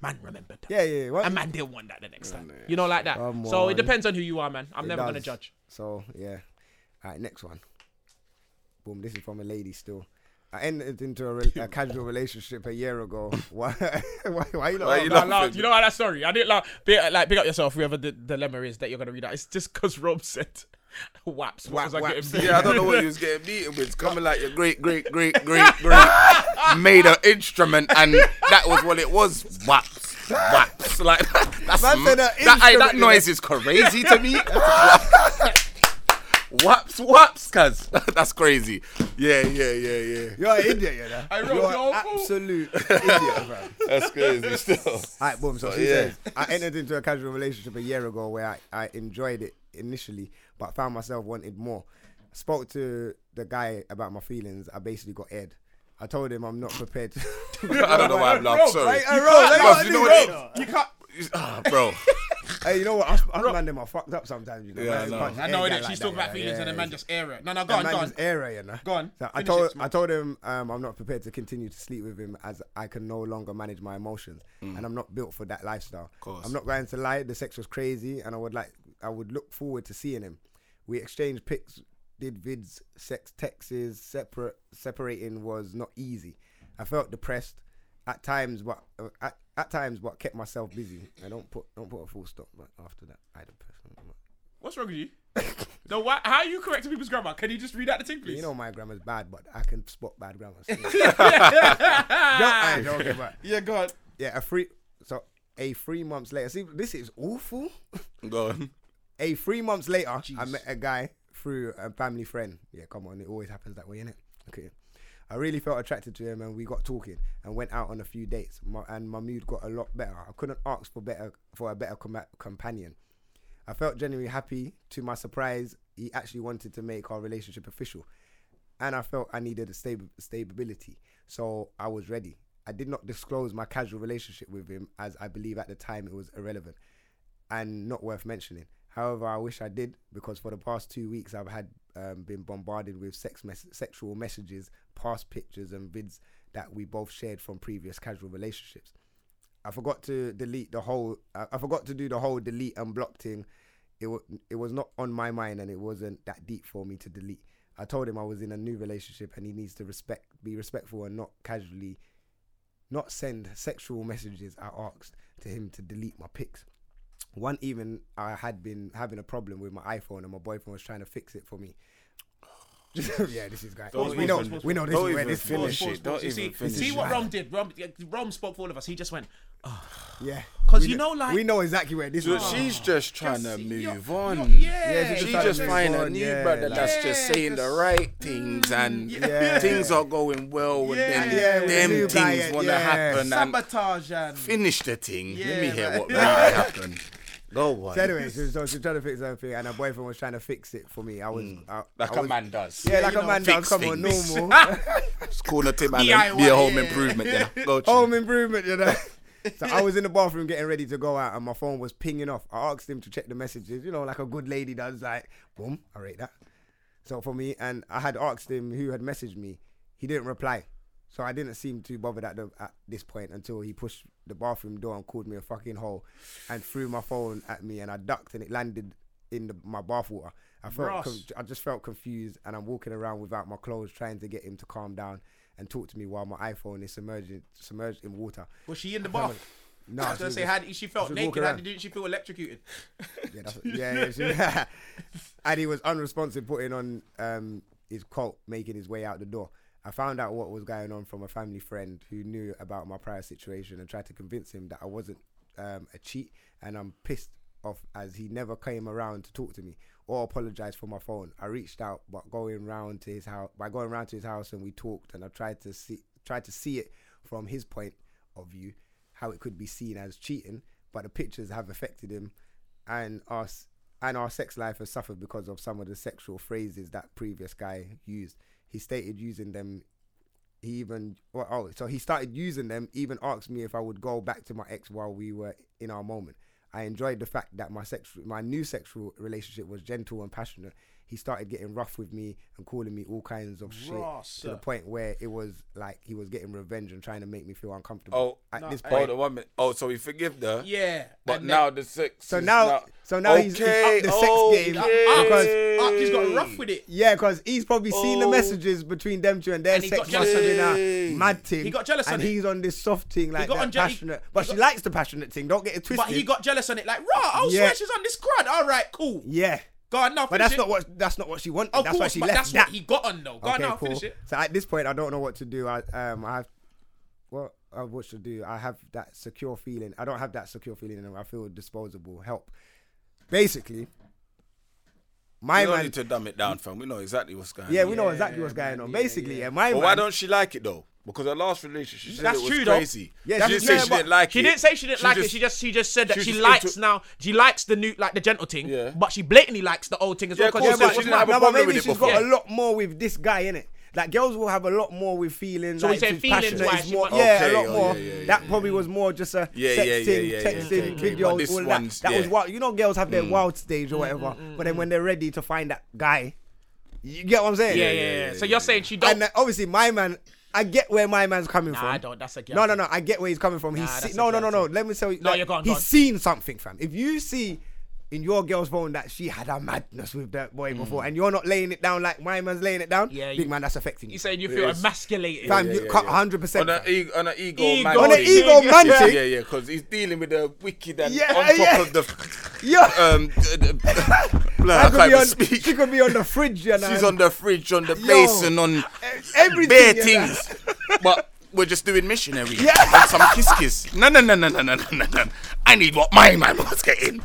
S3: Man remembered that.
S4: yeah, yeah. What?
S3: A man didn't want that the next time. You know, like that.
S4: Come
S3: So it
S4: on.
S3: depends on who you are, man. I'm
S4: It
S3: never gonna
S4: does.
S3: judge.
S4: So yeah. All right, next one. Boom. This is from a lady still. I entered into a, re- a casual relationship a year ago. Why? why, why you
S5: Why
S4: not?
S5: you
S3: I
S5: laugh?
S3: laughed. You know how that story? I didn't laugh. Be, like, pick up yourself, whoever the dilemma is that you're gonna read out. It's just because Rome said, "Waps." What
S4: Wha-
S3: was I
S4: whaps.
S3: getting beat?
S5: Yeah, I don't know what you was getting beaten with. It's coming like your great, great, great, great, great made an instrument, and that was what it was. Waps, waps. Like that's
S4: Man said a
S5: that, aye, that
S4: instrument,
S5: noise is crazy to me. Waps, waps, cuz that's crazy. Yeah, yeah, yeah, yeah.
S4: You're an idiot, you know.
S3: I wrote
S4: You're
S3: your
S4: an
S3: fault.
S4: absolute idiot, bro.
S5: That's crazy. Still,
S4: All right, boom. So she
S5: yeah.
S4: says, I entered into a casual relationship a year ago where I, I enjoyed it initially, but found myself wanted more. Spoke to the guy about my feelings. I basically got aired. I told him I'm not prepared.
S5: I don't know why I'm laughing. Sorry.
S4: Hey, Rob, like,
S5: Bruv,
S4: what
S5: you
S4: I
S5: know
S4: do,
S5: what
S4: Rob?
S5: it- Ah, bro.
S4: Hey, you know what? Us, us man, them are fucked up sometimes. You know,
S5: Yeah, I
S4: you
S5: know.
S4: can't
S5: I
S4: air
S3: know
S4: guy
S3: that
S4: like
S3: she's talking
S4: yeah,
S3: about feelings
S4: yeah,
S3: and the
S4: yeah.
S3: man just air it. No, no, go
S4: That
S3: on,
S4: man
S3: go on.
S4: was era, you know.
S3: Go on,
S4: So I
S3: finish
S4: told
S3: it,
S4: I told him um, I'm not prepared to continue to sleep with him as I can no longer manage my emotions,
S3: Mm.
S4: and I'm not built for that lifestyle. I'm not going to lie. The sex was crazy, and I would like I would look forward to seeing him. We exchanged pics, did vids, sex texts. Separate separating was not easy. I felt depressed at times, but uh, at, at times, but kept myself busy. I don't put don't put a full stop but after that. I depressed.
S3: What's wrong with you? no, why, how are you correcting people's grammar? Can you just read out the thing, please?
S4: You know my grammar's bad, but I can spot bad grammar. so- No, I'm joking, but-
S3: yeah, go on.
S4: yeah, a three so a three months later. See, this is awful.
S5: Go on.
S4: A three months later, I met a guy through a family friend. Yeah, come on, it always happens that way, innit? Okay. I really felt attracted to him, and we got talking and went out on a few dates. My, and my mood got a lot better. I couldn't ask for better for a better com- companion. I felt genuinely happy. To my surprise, he actually wanted to make our relationship official, and I felt I needed a stable stability, so I was ready. I did not disclose my casual relationship with him, as I believe at the time it was irrelevant and not worth mentioning. However, I wish I did because for the past two weeks I've had um, been bombarded with sex mes- sexual messages, past pictures, and vids that we both shared from previous casual relationships. I forgot to delete the whole. I, I forgot to do the whole delete and block thing. It was it was not on my mind, and it wasn't that deep for me to delete. I told him I was in a new relationship, and he needs to respect, be respectful, and not casually, not send sexual messages. I asked to him to delete my pics. One evening, I had been having a problem with my iPhone, and my boyfriend was trying to fix it for me. yeah, this is great.
S5: Don't
S4: We know,
S5: even-
S4: we know this
S5: don't
S4: is where
S5: even
S4: this
S5: finish
S4: finishes.
S5: it. Don't
S3: You
S5: even
S3: see,
S5: finish
S3: see
S5: it.
S3: what Rom did. Rom, yeah, Rom spoke for all of us. He just went,
S4: Yeah,
S3: 'Cause
S4: We
S3: you
S4: kn-
S3: know, like-
S4: we know exactly where this
S5: So
S4: is.
S5: she's just trying
S3: Just-
S5: to move
S3: you're-
S5: on.
S3: you're- yeah. Yeah,
S4: she's
S5: she
S4: trying to
S5: just
S4: move
S5: find a
S4: on,
S5: new
S4: yeah,
S5: brother
S4: like-
S5: that's just
S3: Yeah,
S5: saying the
S3: just-
S5: right things and
S4: Yeah.
S5: things are going well and then
S4: Yeah, with
S5: them
S4: the new
S5: things
S4: diet,
S5: want to
S4: yeah.
S5: happen and
S3: sabotage and.
S5: finish the thing. Let me
S3: Yeah,
S5: hear
S3: man.
S5: what really happened. Go
S4: So
S5: on.
S4: anyway, she was, she was trying to fix her thing, and her boyfriend was trying to fix it for me. I was I, I
S5: Mm. Like a
S4: was-
S5: man does.
S4: Yeah, like a man
S5: fix
S4: does. Come on,
S5: things.
S4: normal
S5: It's called a tip and
S3: DIY,
S5: be a home
S3: yeah.
S5: improvement. Yeah. Go
S4: home improvement, you know. So I was in the bathroom getting ready to go out, and my phone was pinging off. I asked him to check the messages, you know, like a good lady does. Like, boom, I rate that. So for me, and I had asked him who had messaged me. He didn't reply, so I didn't seem too bothered at, the, at this point until he pushed the bathroom door and called me a fucking hoe, and threw my phone at me, and I ducked, and it landed in the, my bathwater. I felt, con- I just felt confused, and I'm walking around without my clothes, trying to get him to calm down and talk to me while my iPhone is submerged in, submerged in water.
S3: Was she in the bath?
S4: No,
S3: I was gonna
S4: she
S3: say,
S4: was-
S3: how did she felt
S4: she was
S3: naked?
S4: walking
S3: How
S4: around.
S3: did, didn't she feel electrocuted?
S4: Yeah, that's, yeah, yeah. she- and he was unresponsive, putting on um, his coat, making his way out the door. I found out what was going on from a family friend who knew about my prior situation and tried to convince him that I wasn't um, a cheat. And I'm pissed off as he never came around to talk to me or apologize for my phone. I reached out, but going round to his house by going round to his house and we talked, and I tried to see tried to see it from his point of view, how it could be seen as cheating. But the pictures have affected him and our and our sex life has suffered because of some of the sexual phrases that previous guy used. He stated using them. He even well, oh, so he started using them. Even asked me if I would go back to my ex while we were in our moment. I enjoyed the fact that my sexual, my new sexual relationship was gentle and passionate. He started getting rough with me and calling me all kinds of shit to the point where it was like he was getting revenge and trying to make me feel uncomfortable.
S5: Oh,
S4: at this
S5: oh,
S4: point,
S5: the one minute. Oh, so he forgived her.
S3: Yeah.
S5: But
S3: And
S5: now the sex.
S4: So
S5: is
S4: now,
S5: not-
S4: so now he's, he's
S5: Okay,
S4: up the sex game
S5: okay.
S4: because
S3: then, oh, she's got rough with it.
S4: yeah, because he's probably seen the
S5: Oh.
S4: messages between them two and their
S3: And he got
S4: sex
S3: jealous
S4: must
S3: of
S4: have
S3: it.
S4: been a mad thing.
S3: He got jealous
S4: and
S3: on it.
S4: he's on this soft thing like
S3: got
S4: that,
S3: on je- he-
S4: passionate.
S3: he
S4: But she
S3: got-
S4: likes the passionate thing. Don't get it twisted.
S3: But he got jealous on it, like, rah, oh,
S4: Yeah.
S3: swear she's on this crud. All right, cool.
S4: yeah.
S3: God, no,
S4: But that's not what that's not what she wanted.
S3: Of
S4: that's
S3: course,
S4: why she
S3: Oh, but
S4: left
S3: that's
S4: that.
S3: what he got on, though. God, no, finish it.
S4: So at this point, I don't know what to do. I um, I have what uh, what should I do. I have that secure feeling. I don't have that secure feeling, and I feel disposable. Help. Basically, My
S5: we don't
S4: man.
S5: need to dumb it down, fam. We know exactly what's going on.
S4: yeah, we know exactly what's going on. Basically, yeah, my
S5: But
S4: man.
S5: why don't she like it though? Because her last relationship, she said
S3: That's
S5: it was
S3: true, though.
S5: crazy.
S4: Yeah,
S5: she
S4: she-
S5: didn't say
S4: yeah,
S5: she
S4: but
S5: didn't like
S3: She
S5: it.
S3: didn't say she didn't like it. She just she just said that
S5: she was
S3: she
S5: just
S3: likes
S5: into-
S3: now. She likes the new like the gentle thing,
S5: Yeah.
S3: but she blatantly likes the old thing as
S5: Yeah,
S3: well. Because
S5: of course,
S3: she said
S5: yeah,
S3: she
S5: she didn't
S3: might-
S5: have a
S4: no, but
S5: problem
S4: maybe
S5: with it
S4: she's got
S5: before.
S4: a lot more with this guy in it. Like girls will have a lot more with feelings.
S3: So we
S4: like,
S3: say
S4: it's
S3: feelings
S4: passionate,
S3: wise,
S4: it's
S3: she
S4: more,
S3: might-
S4: yeah,
S5: Okay,
S4: a lot
S5: oh,
S4: more.
S5: yeah, yeah,
S4: that probably was more just a
S5: Yeah, yeah,
S4: sexting,
S5: yeah, yeah, yeah,
S4: texting,
S5: okay, okay,
S4: video,
S5: but this
S4: all that.
S5: one's-
S4: That was
S5: yeah. Mm.
S4: wild. You know, girls have their wild stage
S3: Mm,
S4: or whatever. but then when they're ready to find that guy, you get what I'm saying?
S3: yeah, yeah, yeah. So you're saying she don't?
S4: And uh, obviously, my man, I get where my man's coming
S3: Nah,
S4: from.
S3: I don't. That's a
S4: No, no, no. I get where he's coming from. He's
S3: Nah,
S4: see-
S3: that's
S4: no,
S3: a
S4: no, no, no.
S3: guarantee.
S4: Let me tell you.
S3: No,
S4: like,
S3: you're gone,
S4: He's
S3: gone.
S4: seen something, fam. If you see in your girl's phone that she had a madness with that boy before, and you're not laying it down like my man's laying it down,
S3: Mm. Yeah,
S4: big
S3: you-
S4: man, that's affecting you.
S3: You saying you feel
S5: is.
S3: emasculated?
S4: fam, you cut 100.
S5: on
S4: percent
S5: an ego, on an ego,
S3: Ego.
S5: man
S4: On an
S5: thing.
S4: ego
S3: Yeah,
S4: man
S5: Yeah,
S4: thing.
S5: yeah, yeah, because he's dealing with the wicked and
S4: Yeah,
S5: on top
S4: yeah.
S5: of the.
S4: Yeah.
S5: Um, the- the- Nah, I
S4: I could
S5: can't
S4: be
S5: even
S4: on,
S5: speak.
S4: She could be on the fridge, you know.
S5: She's on the fridge, on the
S4: Yo.
S5: basin, on
S4: everything,
S5: bare
S4: you know.
S5: things. But we're just doing missionary. And some kiss kiss. No, no, no, no, no, no, no, no, no. I need what my man was getting.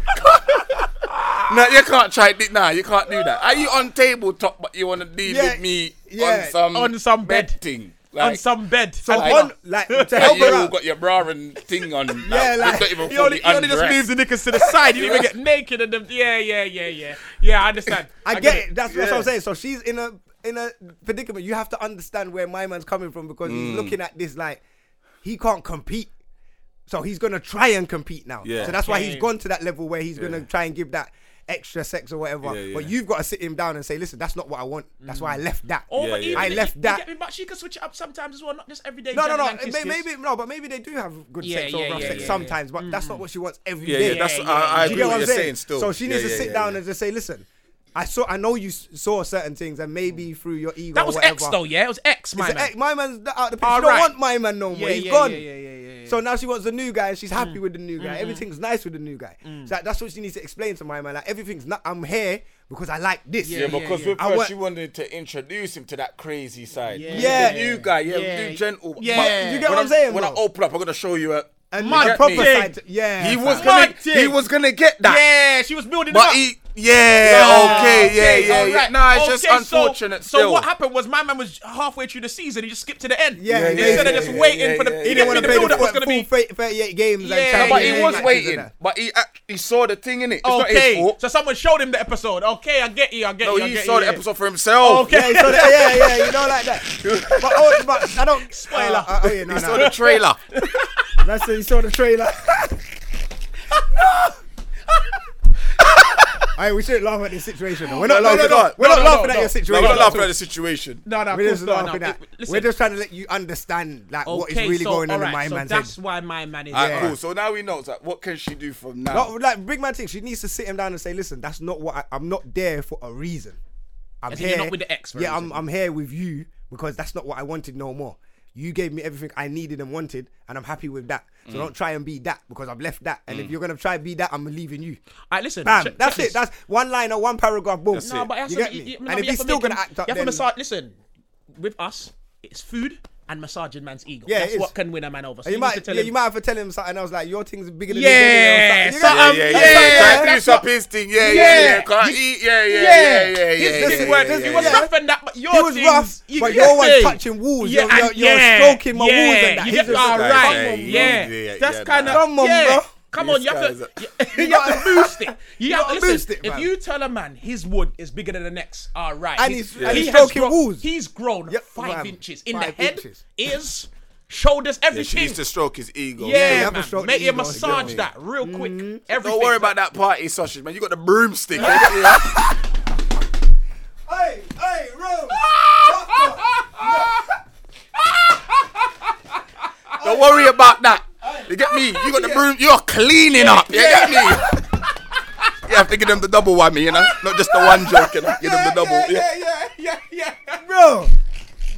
S5: no, you can't try. thi- Nah, you can't do that. Are you on tabletop, but you want to deal
S4: Yeah,
S5: with me
S4: yeah.
S5: on some
S3: On some bed.
S5: thing?
S3: on
S5: Like,
S3: some bed.
S4: So
S3: And-
S4: on, like, to
S5: and
S4: help
S5: you
S4: her
S5: all
S4: out.
S5: got your bra and thing on.
S4: Yeah, like-
S5: you don't even
S3: He
S5: fully
S3: only, he only just
S5: undressed.
S3: moves the knickers to the side. He didn't even get naked and them. Yeah, yeah, yeah, yeah. Yeah, I understand.
S4: I get it. That's what I'm saying. So she's in a in a predicament. You have to understand where my man's coming from because
S5: Mm.
S4: he's looking at this like he can't compete. So he's gonna try and compete now.
S5: Yeah.
S4: So that's why he's
S3: Okay.
S4: gone to that level where he's gonna try and give that extra sex or whatever.
S5: Yeah,
S4: But
S5: yeah.
S4: you've got to sit him down and say, listen, that's not what I want. That's why I left that.
S3: Oh,
S5: Yeah,
S3: but
S5: yeah.
S3: even
S4: I
S3: if-
S4: left
S3: you
S4: that-
S3: get me, but she could switch it up sometimes as well, not just every day.
S4: No, no, no.
S3: gentleman kiss,
S4: May-
S3: kiss.
S4: Maybe no, but maybe they do have good
S3: Yeah,
S4: sex or
S3: yeah,
S4: rough
S3: yeah,
S4: sex
S3: yeah, Mm.
S4: sometimes, but that's not what she wants every day.
S5: Yeah, yeah, that's.
S3: yeah, yeah.
S5: I, I
S4: Do you
S5: agree
S4: get
S5: what
S4: what
S5: you're
S4: I'm
S5: saying. Still,
S4: So she needs
S5: Yeah,
S4: to
S5: yeah,
S4: sit
S5: yeah,
S4: down
S5: yeah.
S4: and just say, listen, I saw, I know you s- saw certain things, and maybe through your ego.
S3: That was
S4: or whatever,
S3: X though, yeah. It was X, my
S4: It's a-
S3: man.
S4: eh, my man's th- out the picture.
S3: All
S4: She don't
S3: right.
S4: want my man no more.
S3: Yeah,
S4: He's
S3: yeah,
S4: gone.
S3: yeah, yeah, yeah, yeah, yeah.
S4: So now she wants a new guy, and she's happy with the new guy. Everything's nice with the new guy. So that- that's what she needs to explain to my man. Like everything's not. I'm here because I like this.
S10: Yeah, because with
S4: I
S10: her,
S4: want-
S10: she wanted to introduce him to that crazy side. Yeah,
S4: Yeah.
S5: the new guy, yeah,
S3: Yeah.
S5: do gentle.
S3: Yeah.
S5: but
S3: You
S4: get
S5: when
S4: what I'm saying,
S5: When I
S4: bro?
S5: open up, I'm gonna show you a.
S4: And
S5: You
S4: the
S5: get
S4: proper
S5: me?
S4: side. Yeah,
S5: He
S4: fam.
S5: was gonna,
S3: Martin.
S5: he was gonna get that.
S3: yeah, she was building it
S5: But
S3: up.
S5: he, yeah, okay, yeah, yeah, yeah.
S3: alright.
S5: Nah, it's just
S3: Okay, so-
S5: unfortunate.
S3: So,
S5: still.
S3: what happened was my man was halfway through the season. He just skipped to the end.
S4: Yeah, yeah,
S3: Instead
S4: yeah,
S3: of just
S5: yeah,
S3: waiting
S5: yeah,
S3: for the,
S5: yeah, yeah.
S3: he
S4: He didn't
S3: didn't mean
S4: want to
S3: the
S4: play
S3: build
S4: the
S3: up was gonna
S4: full
S3: be.
S4: fa- 38 games. and
S3: Yeah,
S5: No,
S4: try
S5: but
S4: and
S5: he
S4: get
S5: was
S4: matches and
S5: waiting.
S4: that.
S5: But he actually saw the thing in it. It's not his
S3: Okay,
S5: fault.
S3: so someone showed him the episode. Okay, I get you. I get
S5: No,
S3: you. I
S5: he
S3: get
S5: saw
S3: you,
S5: the
S3: yeah.
S5: episode for himself.
S3: Okay.
S4: Yeah, so that, oh, yeah, yeah, you know, like that. But, oh, but I don't.
S3: Spoiler.
S4: Uh, uh, oh, yeah, no,
S5: He
S4: no.
S5: saw the trailer.
S4: That's it. You saw the trailer. no. Hey, we shouldn't laugh at this situation. Though. We're not
S5: No, no,
S4: laughing.
S5: no, no.
S4: we're
S5: No,
S4: not
S5: no,
S4: laughing
S5: no,
S4: at your
S5: No,
S4: situation.
S5: we're not laughing at the situation.
S3: No, no, of
S4: We're
S3: course
S4: just
S3: not. No,
S4: laughing at.
S3: It-
S4: We're
S3: listen.
S4: just trying to let you understand like what is
S3: Okay,
S4: really
S3: so,
S4: going on in
S3: alright,
S4: my
S3: so
S4: man's
S3: That's
S4: head.
S3: why my man is.
S5: Alright,
S4: Yeah.
S5: cool. So now he knows that. What can she do from now?
S4: Not, like big man thinks she needs to sit him down and say, "Listen, that's not what I, I'm not there for a reason. I'm
S3: As in
S4: here
S3: you're not with the ex for a
S4: Yeah, I'm,
S3: reason."
S4: I'm here with you because that's not what I wanted no more. You gave me everything I needed and wanted, and I'm happy with that.
S3: Mm.
S4: So don't try and be that because I've left that. And if you're gonna try and be that, I'm leaving you.
S3: All right, listen.
S4: Bam.
S3: Mm. check-
S4: that's
S3: check this.
S4: it. That's one line or one paragraph. Boom.
S3: no, but it has
S4: you
S3: to
S4: get
S3: be-
S4: me.
S3: you- no,
S4: and
S3: but
S4: if
S3: you
S4: he's
S3: have
S4: still
S3: make
S4: gonna
S3: him-
S4: act up,
S3: you have
S4: then,
S3: to massage. Listen, with us, it's food and massaging man's ego.
S4: Yeah, it
S3: that's
S4: is.
S3: what can win a man over. So
S4: you
S3: you, need
S4: might,
S3: to tell
S4: yeah,
S3: him.
S4: you might have to tell him something else like your thing's bigger than
S3: Yeah,
S4: your thing or something. You get
S3: something-
S4: me?
S5: yeah, yeah,
S4: that's
S5: yeah.
S4: not-
S5: yeah. Try to do
S4: that's
S5: some
S4: not-
S5: his thing. Yeah,
S3: Yeah.
S5: yeah, yeah. Can't eat. Yeah, yeah,
S3: Yeah.
S5: yeah, yeah, yeah.
S3: His-
S5: yeah,
S3: his
S5: yeah,
S3: words,
S5: yeah,
S3: he
S5: yeah,
S3: was
S5: yeah.
S3: rough and that, but your
S4: He was
S3: things,
S4: rough,
S3: you
S4: but
S3: get
S4: your one's
S3: me?
S4: touching walls.
S3: Yeah,
S4: You're- you're-
S3: and
S4: you're
S3: yeah,
S4: stroking my walls
S3: yeah,
S4: and that.
S3: You
S4: He's
S3: get,
S4: just
S3: all
S4: like,
S3: right,
S5: "Come on,
S3: yeah,
S5: bro." Yeah,
S3: that's
S5: yeah,
S3: kind of
S5: nah.
S4: Come on,
S3: yeah.
S4: bro.
S3: Come on, you
S5: This
S3: have
S5: guy's
S3: to,
S5: a-
S3: you, you have to boost it. You have
S4: gotta
S3: to listen,
S4: boost it,
S3: If
S4: man.
S3: you tell a man his wood is bigger than the next, all right,
S4: And he's- and
S3: he
S4: he's
S3: has
S4: stroking
S3: grown-
S4: walls.
S3: He's grown
S4: Yep,
S3: five
S4: fam,
S3: inches in
S4: five
S3: the head,
S4: inches.
S3: ears, shoulders,
S5: Yeah, she
S3: everything.
S5: needs to stroke his ego.
S4: you
S3: Yeah,
S4: have a
S3: man.
S4: stroke
S3: Make
S4: that
S3: you
S4: you must
S3: massage
S5: do.
S3: that real quick.
S4: Mm-hmm.
S3: Everything.
S5: Don't worry about that party sausage, man. You got the broomstick. yeah.
S4: Hey, hey, Rome.
S5: Don't worry about that. You get me? You got the broom. You're cleaning up. You get me? You have to give them the double whammy, you know? Not just the one joke, you know? Give them the double. Yeah.
S3: Yeah, yeah, yeah.
S4: Bro.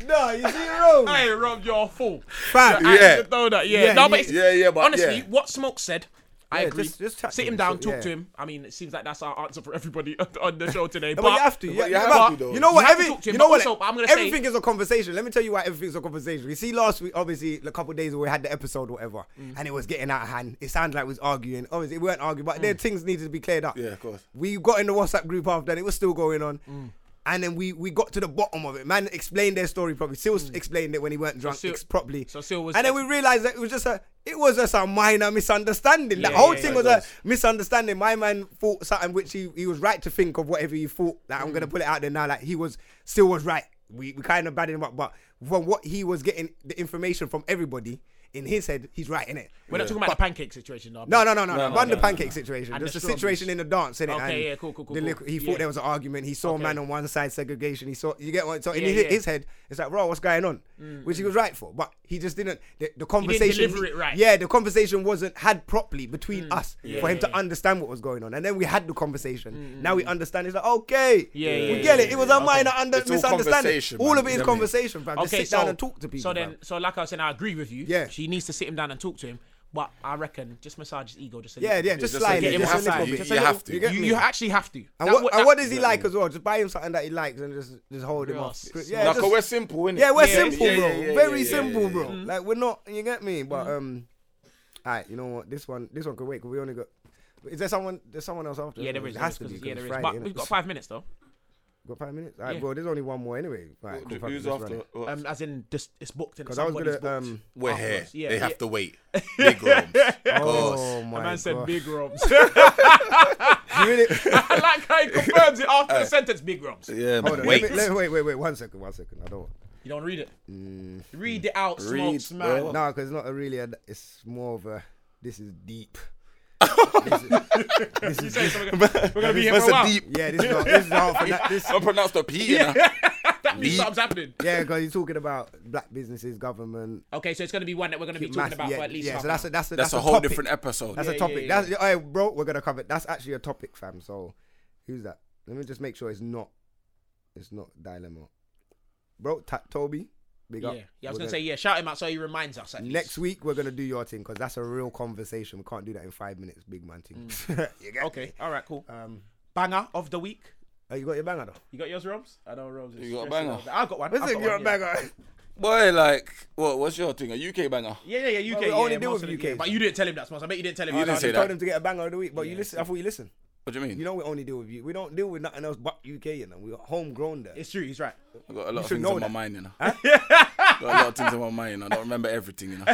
S4: No, you see Rome.
S3: Hey, Rob, you're a fool.
S4: Fam.
S3: I
S5: Yeah.
S3: should know that. Yeah.
S4: Yeah,
S3: no, but
S4: you-
S3: it's,
S5: Yeah, yeah, but
S3: honestly,
S5: yeah.
S3: what Smoke said, I
S4: Yeah,
S3: agree.
S4: just- just chat to
S3: Sit
S4: him,
S3: him down,
S4: so-
S3: talk
S4: yeah.
S3: to him. I mean, it seems like that's our answer for everybody on the show today.
S4: No,
S3: but
S4: but you have to. Yeah,
S5: you have
S4: but
S5: to, though.
S4: You know
S3: You
S4: what?
S3: have to
S4: Every,
S3: talk to him,
S4: you know
S3: but
S4: what?
S3: also, I'm gonna say-
S4: everything is a conversation. Let me tell you why everything's a conversation. You see, last week, obviously, a couple of days ago, we had the episode, or whatever,
S3: Mm.
S4: and it was getting out of hand. It sounded like we was arguing. Obviously, we weren't arguing, but
S3: Mm.
S4: then things needed to be cleared up.
S5: Yeah, of course.
S4: We got in the WhatsApp group after, and it was still going on.
S3: Mm.
S4: And then we, we got to the bottom of it. Man explained their story properly. Still explained it when he weren't drunk
S3: Seal-
S4: ex- properly.
S3: Mm. so Seal was-
S4: and then we realized that it was just a it was just a minor misunderstanding.
S3: Yeah,
S4: the whole
S3: yeah,
S4: thing
S3: yeah.
S4: was a misunderstanding. My man thought something which he, he was right to think of whatever he thought. Like I'm gonna put it out there now. Like he was still was right. We we kind of batted him up, but from what he was getting the information from everybody in his head, he's right in it.
S3: we're not talking about the pancake situation, though.
S4: No, no, no, no, no.
S5: no,
S4: Run
S5: no,
S4: the
S5: no,
S4: pancake situation.
S3: And
S4: There's
S3: the
S4: a situation
S3: strawberries.
S4: in the dance, innit?
S3: Okay,
S4: And
S3: yeah, cool, cool, cool,
S4: the
S3: cool.
S4: liquor- He thought
S3: Yeah.
S4: there was an argument. He saw a man
S3: Okay.
S4: on one side, segregation. He saw, you get what? So in
S3: Yeah,
S4: his,
S3: yeah. Mm,
S4: his head, it's like, bro, what's going on? Which he was right for, but he just didn't. The, the conversation,
S3: deliver it right. Mm.
S4: Yeah, the conversation wasn't had properly between us for him
S3: yeah, Mm,
S4: to understand what was going on. And then we had the conversation. Now we understand. It's like, okay,
S3: Yeah, yeah,
S4: we
S3: yeah,
S4: get it.
S3: yeah,
S4: It was
S3: yeah.
S4: a minor under,
S5: It's all
S4: misunderstanding.
S5: conversation,
S4: All
S5: man.
S4: of it is
S5: You know what I mean?
S4: conversation, fam. Just sit down and talk to people.
S3: So then,
S4: fam.
S3: so like I was saying, I agree with you.
S4: Yeah.
S3: she needs to sit him down and talk to him. But I reckon just massage his ego just a
S4: yeah,
S3: little
S4: yeah,
S3: bit.
S4: just
S5: just
S4: slightly.
S3: get him
S4: just a
S3: outside.
S4: little bit,
S5: You-
S4: just a
S5: you
S4: little-
S5: have to.
S4: get
S3: You,
S4: me?
S3: you actually have to.
S4: And
S3: That
S4: what,
S3: would-
S4: and
S3: that-
S4: what does he like as well? Just buy him something that he likes and just just hold him
S3: Real
S4: off.
S3: s-
S4: Yeah,
S5: Like,
S4: just-
S5: we're simple, innit?
S4: yeah, we're
S3: Yeah,
S4: simple,
S5: yeah,
S4: bro.
S5: yeah, yeah,
S4: Very
S5: yeah, yeah,
S4: simple,
S5: yeah, Mm.
S4: bro. Like we're not. You get me? But um, alright. You know what? This one, this one could wait because we only got. Is there someone? There's someone else after.
S3: yeah,
S4: isn't
S3: there is.
S4: It
S3: there is,
S4: has to
S3: 'cause
S4: be.
S3: it's-
S4: 'cause
S3: Yeah, there
S4: it's
S3: is.
S4: Friday,
S3: But
S4: innit?
S3: we've got five minutes though.
S4: Got five minutes. Alright,
S3: Yeah.
S4: bro. There's only one more anyway. Alright, cool, fuck it,
S5: Who's
S4: let's
S5: after? uh,
S4: run it.
S5: Well,
S3: Um, as in, just it's booked and
S4: 'Cause I was
S3: somebody's
S4: gonna,
S3: booked.
S4: um,
S5: We're here.
S3: afterwards. Yeah,
S5: they have
S3: yeah.
S5: to wait. Big rooms.
S4: Oh my
S3: Man said
S4: God.
S3: big rums.
S4: You really-
S3: I like how he confirms it after the sentence. Big rums.
S5: Yeah,
S4: Hold on.
S5: man.
S4: Wait. Let
S5: Wait.
S4: me, let me, wait, wait, wait. One second. One second. I don't.
S3: You don't read it.
S4: Mm.
S3: Read it out. Smoke,
S5: Read-
S3: smile.
S4: No, because it's not a really. A, it's more of a. This is deep.
S3: You say something. We're gonna be here
S5: That's
S3: for a
S5: a
S3: while.
S5: deep.
S4: Yeah, this is not. This is not for that. This
S5: I pronounced the P. Yeah.
S3: That means something's happening.
S4: Yeah, because you're talking about black businesses, government.
S3: Okay, so it's gonna be one that we're gonna be
S4: mass-
S3: talking about
S4: yeah,
S3: for at least
S4: yeah.
S3: half an
S4: So that's
S3: hour.
S4: a, that's a,
S5: That's a whole
S4: topic.
S5: different episode.
S4: That's a
S3: yeah,
S4: topic.
S3: yeah,
S4: That's all right, bro. We're gonna cover. it. That's actually a topic, fam. So, who's that? Let me just make sure it's not. It's not dilemma, bro. Ta- Toby, big up.
S3: yeah, yeah. I was
S4: We're
S3: gonna say yeah. Shout him out so he reminds us. At
S4: Next week we're gonna do your thing because that's a real conversation. We can't do that in five minutes, big man thing. you
S3: least.
S4: get me?
S3: Mm. Okay. All right. Cool.
S4: Um,
S3: Banger of the week.
S4: oh, you got your banger though.
S3: You got yours, Robs? I know Robs. is
S5: You got a
S3: stressing
S5: banger?
S3: out. I've got one. I've
S4: Listen,
S3: got
S4: you're a
S3: one, yeah.
S4: banger.
S5: Boy, like, what? What's your thing? A UK banger?
S3: Yeah, yeah, yeah. UK.
S4: we
S3: yeah,
S4: only
S3: yeah,
S4: deal
S3: most
S4: with
S3: of the-
S4: UK.
S3: yeah, But you didn't tell him that, Smalls. I bet you didn't tell him.
S5: You
S3: that.
S5: didn't say
S4: I
S5: that.
S4: told him to get a banger of the week, but you listen. I thought you listen.
S5: What do you mean?
S4: You know we only deal with you. We don't deal with nothing else but UK. You know we got homegrown there.
S3: It's true. He's right.
S5: I got a lot of
S4: should
S5: things
S4: know
S5: on my
S4: that.
S5: mind, you know. got a lot of things on my mind, you know. I don't remember everything, you know.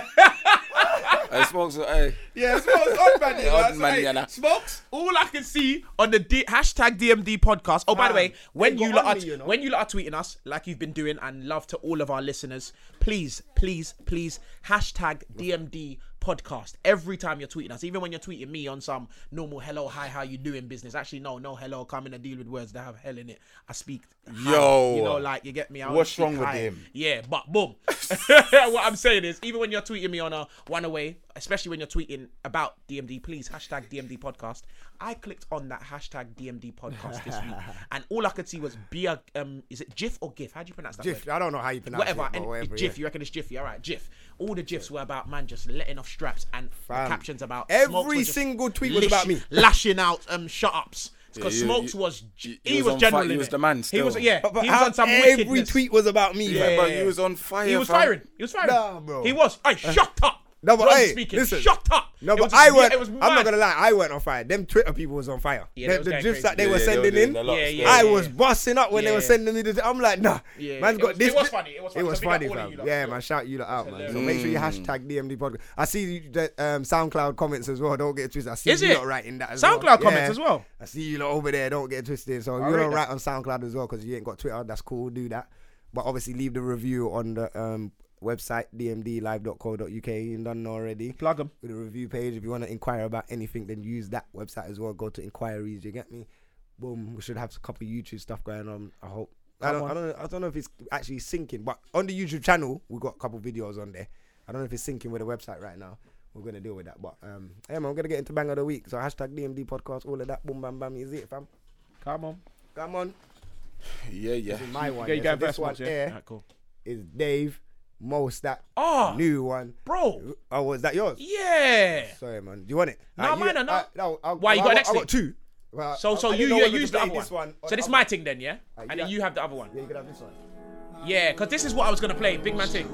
S5: I spoke to, hey,
S3: Yeah, Smokes odd man.
S5: know, Odd so, man, hey, yeah, nah.
S3: Smokes. All I can see on the D- hashtag DMD podcast. Oh, by the
S4: Fam,
S3: way, when
S4: they
S3: you lot
S4: got on
S3: are
S4: me, you know.
S3: when you lot are tweeting us like you've been doing, and love to all of our listeners, please, please, please hashtag DMD podcast every time you're tweeting us even when you're tweeting me on some normal hello hi how you doing business actually no no hello come in and deal with words that have hell in it i speak hi,
S5: Yo.
S3: you know like you get me I only
S5: What's
S3: speak
S5: wrong with
S3: hi.
S5: him?
S3: Yeah, but boom. what I'm saying is, even when you're tweeting me on a one away, especially when you're tweeting about DMD, please hashtag DMD podcast. I clicked on that hashtag DMD podcast this week, and all I could see was beer. Um, is it GIF or GIF? How do you pronounce that?
S4: Jiff,
S3: word?
S4: I don't know how you pronounce
S3: Whatever,
S4: it. but
S3: and
S4: whatever,
S3: GIF,
S4: yeah.
S3: you reckon it's Jiffy? All right, GIF. All the GIFs were about man just letting off straps and the
S4: Fam.
S3: captions about
S4: Every
S3: Smokes was just
S4: single tweet was about me.
S3: lashing out um shut ups because
S5: Yeah, you-
S3: Smokes
S5: you-
S3: was
S5: you-
S3: he,
S5: you was
S3: was,
S5: on
S3: general
S5: fire, you
S3: in
S5: was
S3: it.
S5: the man
S3: He
S5: still.
S3: was yeah,
S4: But, but
S3: he was
S4: how
S3: on some
S4: every
S3: wickedness.
S4: tweet was about me.
S5: yeah,
S4: fam.
S5: bro, you was on fire.
S3: He was
S5: fam.
S3: firing. He was firing.
S4: Nah, bro.
S3: He was. Hey, shut up.
S4: No, but
S3: Ron
S4: hey,
S3: speaking.
S4: listen.
S3: Shut up.
S4: No,
S3: It
S4: but
S3: was
S4: I
S3: just-
S4: weren't.
S3: it was
S4: I'm
S3: mad.
S4: not gonna lie, I weren't on fire. Them Twitter people was on fire.
S3: Yeah,
S4: Them-
S3: they was
S4: the
S3: going
S4: gifs
S3: crazy.
S4: that they
S5: Yeah,
S4: were
S5: there
S4: sending
S5: was-
S4: in,
S5: there was a lot
S3: Yeah,
S5: still.
S3: yeah.
S4: I was busting up when they
S3: Yeah.
S4: were sending me the. I'm like, nah,
S3: Yeah,
S4: man's
S3: it
S4: got
S3: was-
S4: this.
S3: it was funny, it was funny.
S4: It was
S3: So big up
S4: funny,
S3: all of
S4: fam.
S3: you lot. Mm.
S4: yeah, man, shout you lot out, man. So
S3: hilarious.
S4: make sure you hashtag DMD podcast. I see you- the um, SoundCloud comments as well. Don't get it twisted. I see
S3: Is
S4: you
S3: it?
S4: lot writing that as well.
S3: SoundCloud comments as well? Oh,
S4: I see you lot over there. Don't get it twisted. So you
S3: read
S4: don't
S3: that.
S4: write on SoundCloud as well because you ain't got Twitter. That's cool. Do that, but obviously leave the review on the um, website dmdlive.co.uk. You done already
S3: Plug them.
S4: with a review page. If you want to inquire about anything, then use that website as well. Go to inquiries. You get me? Boom. We should have a couple of YouTube stuff going on. I hope. I don't, I don't. I don't know if it's actually syncing, but on the YouTube channel, we got a couple videos on there. I don't know if it's syncing with the website right now. We're gonna deal with that, but um, yeah, man, we're gonna get into bang of the week. So hashtag DMD podcast, all of that. Boom, bam, bam. Is it, fam?
S3: Come on.
S4: Come on.
S5: Yeah, yeah.
S4: This is my one.
S3: Yeah,
S4: Yeah,
S3: you
S4: so
S3: got
S4: this
S3: first
S4: one
S3: watch, yeah.
S4: here
S3: Alright, cool.
S4: is Dave Mo Stack.
S3: Ah,
S4: new one.
S3: bro.
S4: Oh, was that yours?
S3: Yeah.
S4: Sorry, man. Do you want it?
S3: No,
S4: you-
S3: mine are not.
S4: uh, no, I'll-
S3: Why, you
S4: I
S3: got an extra?
S4: I got two. Well,
S3: So,
S4: I-
S3: so
S4: I
S3: you
S4: didn't know
S3: you
S4: whether to
S3: used the
S4: play
S3: other one.
S4: this one or
S3: So this
S4: the
S3: my
S4: other
S3: thing then, yeah. And then
S4: yeah.
S3: you have the other one.
S4: one. You can have this one.
S3: Yeah, because this is what I was gonna play, Big Man Thing.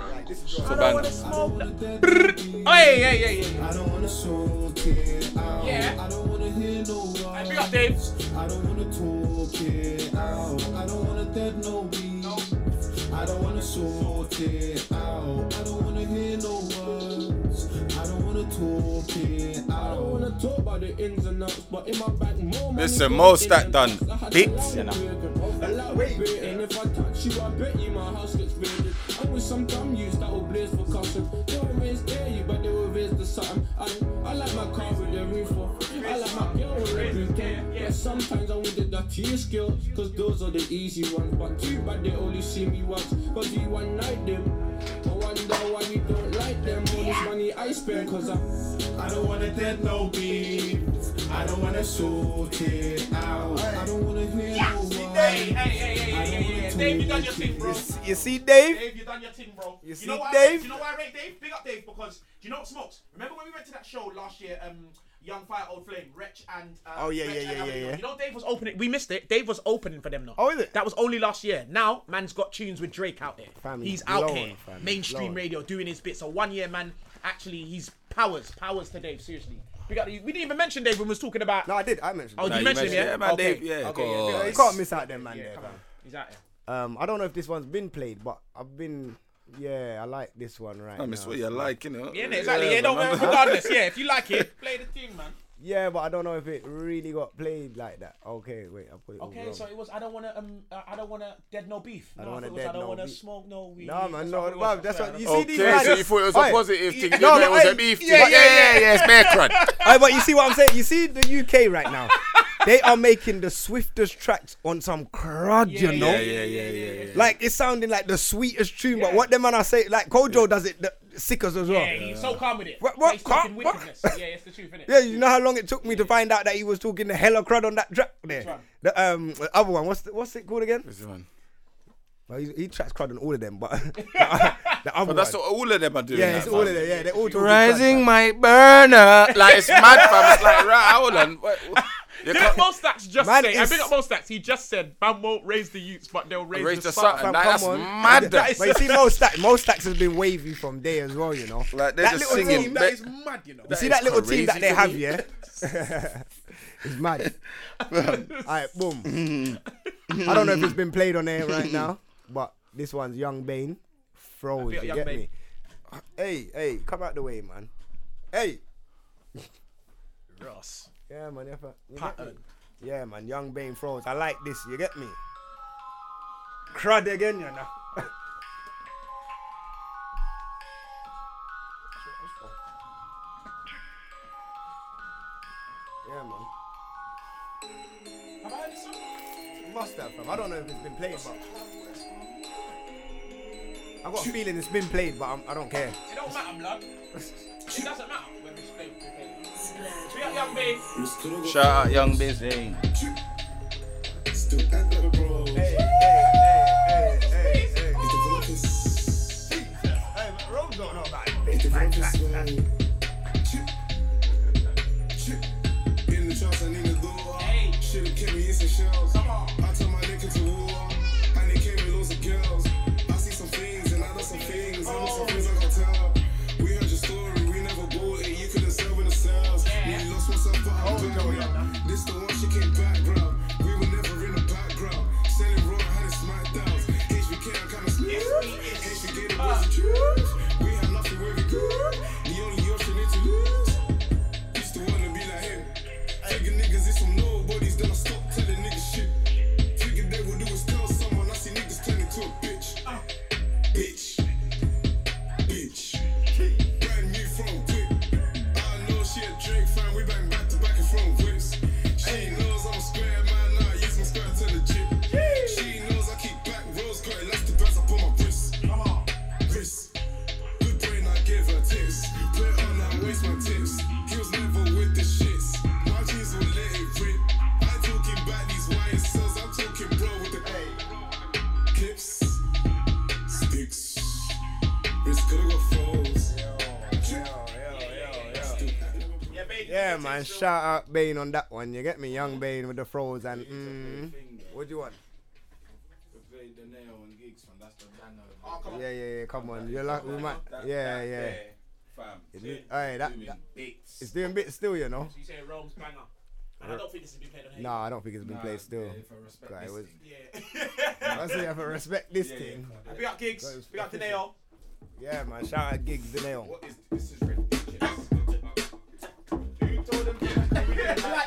S4: Right, this is yours.
S3: I don't wanna smoke that- Brrr. Oh, yeah, yeah, yeah, yeah.
S11: I don't wanna soak it out.
S3: Yeah.
S11: I don't wanna hear no
S3: Hey,
S11: lies.
S3: Big up, Dave.
S11: I don't wanna talk it out. I don't wanna dead no beef. I don't wanna sort it out. I don't wanna hear no words. I don't wanna talk it out. I don't wanna talk about the ins and outs, but in my back more money
S5: Listen,
S11: goes
S5: Mo
S11: in
S5: Stack
S11: and
S5: done
S11: out. I had to
S5: bits,
S11: lie
S5: you know.
S11: I like waiting. And if I touch you, I bet you my house gets raided. I'm with some dumb youths that will blaze for custom. They won't raise dare you, but they will raise the something. I, I like my car with the roof off. I like my girl with the roof off. But sometimes I want the dirty skills, cause those are the easy ones. But too bad they only see me once, cause you one night them. I wonder why we don't like them. All this money I spend, cause I, I don't wanna dead no beef. I don't wanna sort it out. I don't wanna hear no
S3: Hey,
S11: one.
S3: hey, hey, hey, hey, hey, hey, Dave, you done your thing, bro.
S4: You see, Dave?
S3: Dave, you done your thing, bro. You,
S4: see,
S3: know why,
S4: Dave?
S3: Do you know why I rate Dave? Big up Dave because do you know what smokes? Remember when we went to that show last year? Um, Young Fire, Old Flame, Wretch, and uh,
S4: Oh, yeah,
S3: Wretch
S4: yeah,
S3: and
S4: yeah, yeah,
S3: Avenue.
S4: yeah.
S3: You know Dave was opening. We missed it. Dave was opening for them now.
S4: Oh, is it?
S3: That was only last year. Now man's got tunes with Drake out there.
S4: Fam,
S3: he's
S4: he's
S3: out
S4: blowing,
S3: here,
S4: fam, he's
S3: mainstream
S4: blowing.
S3: radio, doing his bits. So one year, man, actually he's powers, powers to Dave. Seriously, big up. We didn't even mention Dave when we was talking about.
S4: No, I did. I mentioned.
S3: Oh,
S4: it.
S3: you
S5: you
S3: mentioned him,
S5: mentioned-
S3: yeah?
S5: yeah, man,
S3: okay.
S5: Dave, yeah, of
S3: okay, yeah,
S5: course.
S4: you can't miss out them, man.
S3: yeah,
S4: there,
S3: come
S4: fam.
S3: on. He's out here.
S4: Um, I don't know if this one's been played, but I've been. Yeah, I like this one right
S5: I
S4: now.
S5: miss what you like, you know.
S3: Yeah, innit? exactly. Yeah, don't worry. Regardless, yeah, if you like it, play the tune, man.
S4: Yeah, but I don't know if it really got played like that. Okay, wait, I put it. all
S3: Okay,
S4: wrong.
S3: so it was I don't wanna um uh, I don't wanna dead no beef. No, I
S4: don't wanna
S3: thought it was,
S4: dead
S3: I don't
S4: no
S3: wanna
S4: beef.
S3: smoke no weed.
S4: Nah, man,
S3: That's
S4: no,
S3: what it
S4: bruv,
S3: was,
S4: that's
S3: I swear,
S4: what
S3: I
S4: you
S3: don't-
S4: see
S5: Okay,
S4: these
S5: so
S4: guys.
S5: you thought it was a
S4: Oi.
S5: positive thing,
S4: No,
S5: you know,
S4: no,
S5: it was a
S4: oi.
S5: beef thing.
S4: Yeah,
S5: But
S4: yeah,
S5: yeah, yeah, yeah, it's bear crud.
S4: Aye, but you see what I'm saying? You see the UK right now. They are making the swiftest tracks on some crud, you know.
S5: Yeah, yeah, yeah, yeah, yeah.
S4: Like it's sounding like the sweetest tune, but what them man are saying, like Kojo does it, the sickers as well.
S3: Yeah, he's so calm with it.
S4: What- what?
S3: He's talking
S4: Calm? What?
S3: wickedness. Yeah, it's the truth, innit?
S4: Yeah, you know how long it took me to find out that he was talking the hella crud on that track there.
S3: one?
S4: The um other one, what's the, what's it called again?
S5: This one.
S4: Well, he, he tracks crud on all of them, but the, other
S5: But that's
S4: one.
S5: what all of them are doing.
S4: yeah,
S5: that,
S4: it's all of
S5: fam.
S4: them. Yeah, they're all talking
S5: Rising
S4: crud,
S5: my burner. Like, it's mad, fam. It's like, right, hold on. What, what? You
S3: Didn't
S5: can't
S3: Mostacks just
S4: Man,
S3: say, I
S4: it's-
S3: big up Mostacks, he just said, man won't raise the youths, but they'll raise,
S5: raise
S3: the,
S5: the
S3: sun.
S5: something.
S4: fam,
S5: Like,
S4: come
S5: that's
S4: on.
S5: mad.
S4: That is- But you see, Mo Stack, Mo Stacks has been wavy from day as well, you know.
S5: Like, they're
S4: that
S5: just
S4: little
S5: singing.
S4: team,
S5: They-
S3: That is mad, you know.
S4: You see
S5: is
S4: that little team that
S5: crazy
S4: they
S5: to
S4: have,
S5: me.
S4: yeah? it's mad. Alright, boom. I don't know if it's been played on air right now, but this one's Young Bane. Froze,
S3: feel
S4: you
S3: Young
S4: get
S3: Bane.
S4: me? Hey, hey, come out the way, man. Hey.
S3: Ross.
S4: Yeah, man. You fa- you get me? Yeah, man. Young Bane Froze. I like this, you get me? Crud again, you know. yeah, man.
S3: Have I heard this song?
S4: Must have, fam. I don't know if it's been played, but. I've got a feeling it's been played, but I'm, I don't care.
S3: It don't matter, blood. It doesn't matter when we play. we play. Big up, young babe.
S5: Shout out Young Busy.
S4: Hey, hey, hey, hey, hey, hey. Rome don't know about it.
S11: In the trust, I need a door.
S3: Hey.
S11: Should've kept me in some shells. I took my nigga to war, and they came with loads of girls. I see some things, and I know some things. I know some things I can tell. We heard your story, we never bought it. You couldn't sell in the sales. Nearly lost myself, but I'm back now. This the one she came back round. We were never in the background. Selling raw, had it smacked down. HBK, I kinda sneezed. HBK, the boys the truth. We have nothing where we grew. The only option is to lose. Used to wanna be like him. Figure niggas is some nobodies, then I stop telling niggas shit. Figure they will do is tell someone I see niggas turn into a bitch. Bitch. Bitch. Brand new from whip. I know she a Drake fan, we bang back to back and from whips. She knows I'm square, man, now I use my square to legit. She knows I keep back rolls, got elastic bands up on my wrists. Wrists. Good brain, I give her tips. Play it on, I waste my tips. He was never with the shits. My jeans will let it rip. I took him Wrist could've got folds.
S4: Yeah, man. Shout out Bane on that one. You get me, young Bane with the froze and. Mm, what do you want?
S3: Oh,
S4: Yeah, yeah, yeah. Come on, you're like we might. Yeah, yeah. All right, that, that it's doing bits still, you know.
S3: You say Rome's banger. And I don't think this has been played on here.
S4: No, I don't think it's been played still. God, it was,
S3: Yeah.
S4: I say, I have respect this thing.
S3: Big up gigs. Big up Daneo.
S4: Yeah, man. Shout out Gigs and Nail.
S3: Like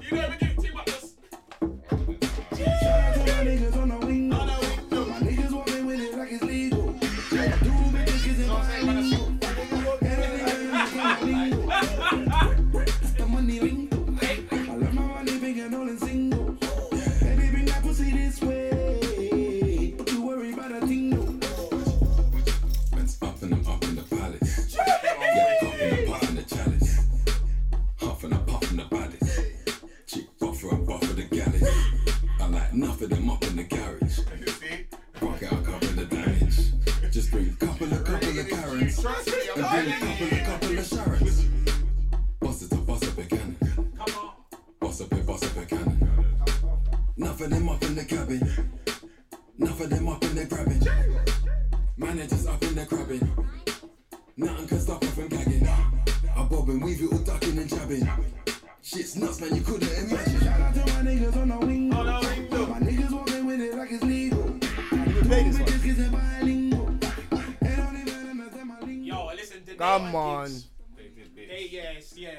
S3: You never give too much. of s-
S11: Up and up in the palace. Up in the pot in the chalice. Huff and a puff in the baddest. Chick buffer and buffer the galley. I like enough of them up in the garage. Rock out, cover the damage. Just bring couple of couple of Karens. And bring couple of couple of Sharons. Bust it to bust up a cannon. Bust up a bust up a cannon. Enough of them up in the cabin. Enough of them up in the grabbing. Managers up in the crabbing. Nothing can stop her from gagging. I bob and weave it all ducking and jabbing. Shit's nuts, man, you couldn't imagine. Shout out to my niggas on the wing.
S3: Oh, no, we do.
S11: My niggas walking with it like it's legal.
S4: play this one?
S11: Cause they're bilingual. They don't even understand my lingo.
S3: Yo, listen to
S4: Come
S3: Neo
S4: on.
S3: and Giggs. They, yes, yeah.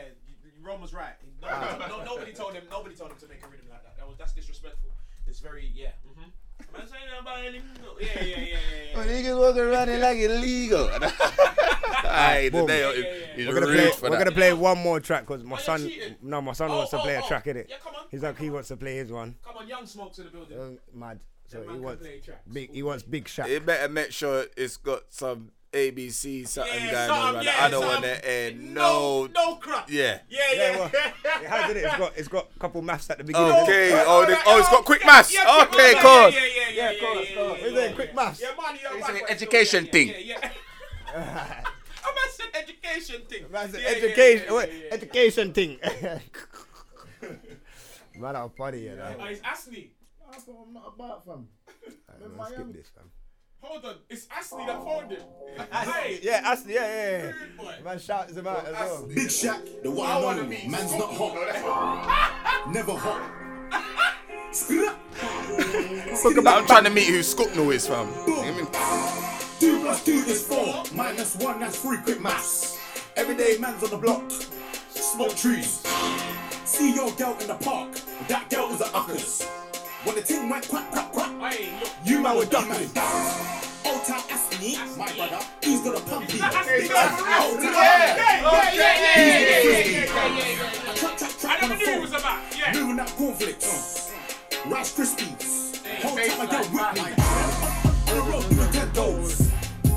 S3: Rome was right.
S4: Ah.
S3: Nobody, no, nobody told him. Nobody told him to make a rhythm like that. That was that's disrespectful. It's very yeah. Mm-hmm. Am I saying that by any- no. Yeah, yeah, yeah, yeah. yeah.
S5: Niggas walking around it like illegal. Aye, the
S4: Boom.
S5: nail is is
S4: We're gonna
S5: rude
S4: play.
S5: for
S4: We're
S5: that.
S4: gonna play one more track because my
S3: Oh, you're
S4: son.
S3: cheating.
S4: No, my son
S3: Oh,
S4: wants to
S3: oh,
S4: play a
S3: oh.
S4: track in it.
S3: Yeah, come on.
S4: He's like he wants to play his one.
S3: Come on, young smokes in the building.
S4: Um, Mad. So
S3: man
S4: he
S3: can
S4: wants
S3: play tracks.
S4: big. He wants big shot.
S5: You better make sure it's got some ABC something
S3: Yeah,
S5: going
S3: something,
S5: on. man.
S3: yeah,
S5: I don't want
S3: something.
S5: to air no.
S3: no, no crap.
S5: Yeah.
S3: yeah,
S4: Yeah,
S3: yeah.
S4: well, it has it. It's got. It's got a couple maths at the beginning.
S5: Okay.
S3: No,
S5: oh, the, oh, it's got quick maths.
S3: Yeah, yeah,
S5: okay,
S3: yeah, Yeah,
S5: cool.
S3: yeah, yeah, yeah,
S4: of
S3: yeah,
S4: course, of course.
S3: yeah,
S4: Is it
S3: yeah,
S4: quick
S3: yeah.
S4: maths?
S3: Yeah, man, you're
S5: It's
S3: right,
S5: an
S3: right,
S5: education
S3: yeah,
S5: thing.
S3: Yeah, yeah. I meant it's an education thing.
S4: That's an
S3: Yeah, yeah,
S4: education.
S3: yeah,
S4: wait,
S3: yeah, yeah.
S4: education thing. Man, I'm funny, you know.
S3: Oh, it's Asni.
S4: I'm not about fam. Let's skip this, fam.
S3: Hold on, it's Asni that phoned him. Hey,
S4: Yeah, that's yeah, yeah.
S3: Good boy.
S4: yeah. Man, shout is about as well.
S11: Big Shaq, the one and only. Man's not hot. Never hot.
S5: I'm trying to meet who Scoopno is from.
S11: Two plus two is four. Minus one, that's three. Quick maths. Everyday man's on the block. Smoke trees. See your girl in the park. That girl was a uckers. When the thing went quack, quack, quack.
S3: hey, look.
S11: You man were ducking. Old town Asni, my brother. He's got a pumpy. Big ass. Oh, yeah.
S3: Yeah, yeah, yeah, yeah, yeah, yeah, yeah, yeah, yeah, yeah, yeah.
S11: Trap, trap,
S3: I
S11: trap on
S3: never knew
S11: the
S3: he
S11: phone.
S3: was about. Yeah.
S11: Noodle nut cornflakes. Rice Krispies. Whole time I get with me. On the road doing ten toes.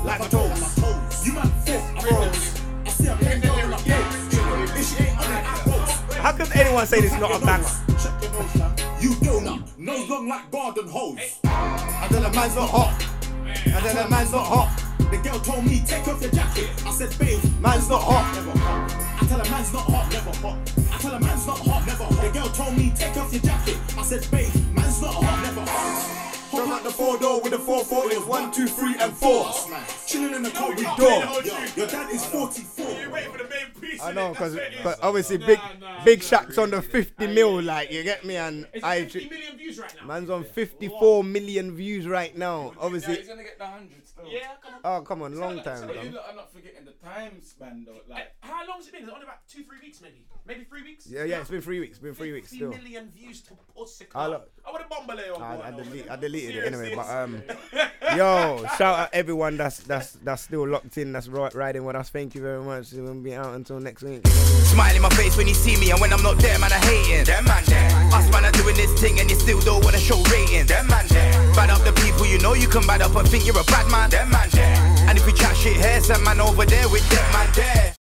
S11: Like my toes. You man fourth, I rose. I see a pen down on my pose. This shit ain't on the apples.
S4: How can anyone say this is not a banger?
S11: Check your nose, man. You donut. Nose long like garden hose. And then the man's not hot.
S4: And then that man's not hot.
S11: The girl told me, take off your jacket. I said, babe, man's not hot, never hot. I tell her, man's not hot, never hot. I tell her, man's not hot, never hot. The girl told me, take off your jacket. I said, babe, man's not hot, never hot. Hop out the four door with the four four. It was one, two, three, and four. Chilling in the corridor.
S3: can't play the whole
S11: Yo,
S3: tune.
S11: Your dad is 44.
S3: You wait for the main piece.
S4: I
S3: innit?
S4: know,
S3: That's
S4: cause,
S3: what it is.
S4: but obviously big,
S3: nah,
S4: big Shaq's on the 50 mil, like you get me, and
S3: It's
S4: I.
S3: 50 million views right now.
S4: Man's on 54 million views right now. Obviously,
S10: he's gonna get the hundred still.
S3: Yeah, come on.
S4: oh come on, long
S3: like-
S4: time.
S3: it's like
S4: fam.
S10: You lot are not forgetting the time span though. Like,
S3: Uh, How long has it been? It's only about two, three weeks, maybe. Maybe three weeks.
S4: Yeah, yeah, it's been three weeks. Been three weeks
S3: 50
S4: still.
S3: million views to Pussica.
S4: I
S3: I,
S4: look-
S3: would have bombed Malay on board,
S4: I, I,
S3: I would've-
S4: delete, I deleted it
S3: Seriously,
S4: anyway, but
S3: it's-
S4: um, yo, shout out everyone that's that's that's still locked in, that's ri- riding with us. Thank you very much. We'll be out until next week.
S1: Smile in my face when you see me, and when I'm not there, man, I hating. Them man there. Us man are doing this thing, and you still don't wanna show ratings. Them man there. Bad up the people you know you can bad up and think you're a bad man. Them man there. And if we chat shit here, some man over there with them man there.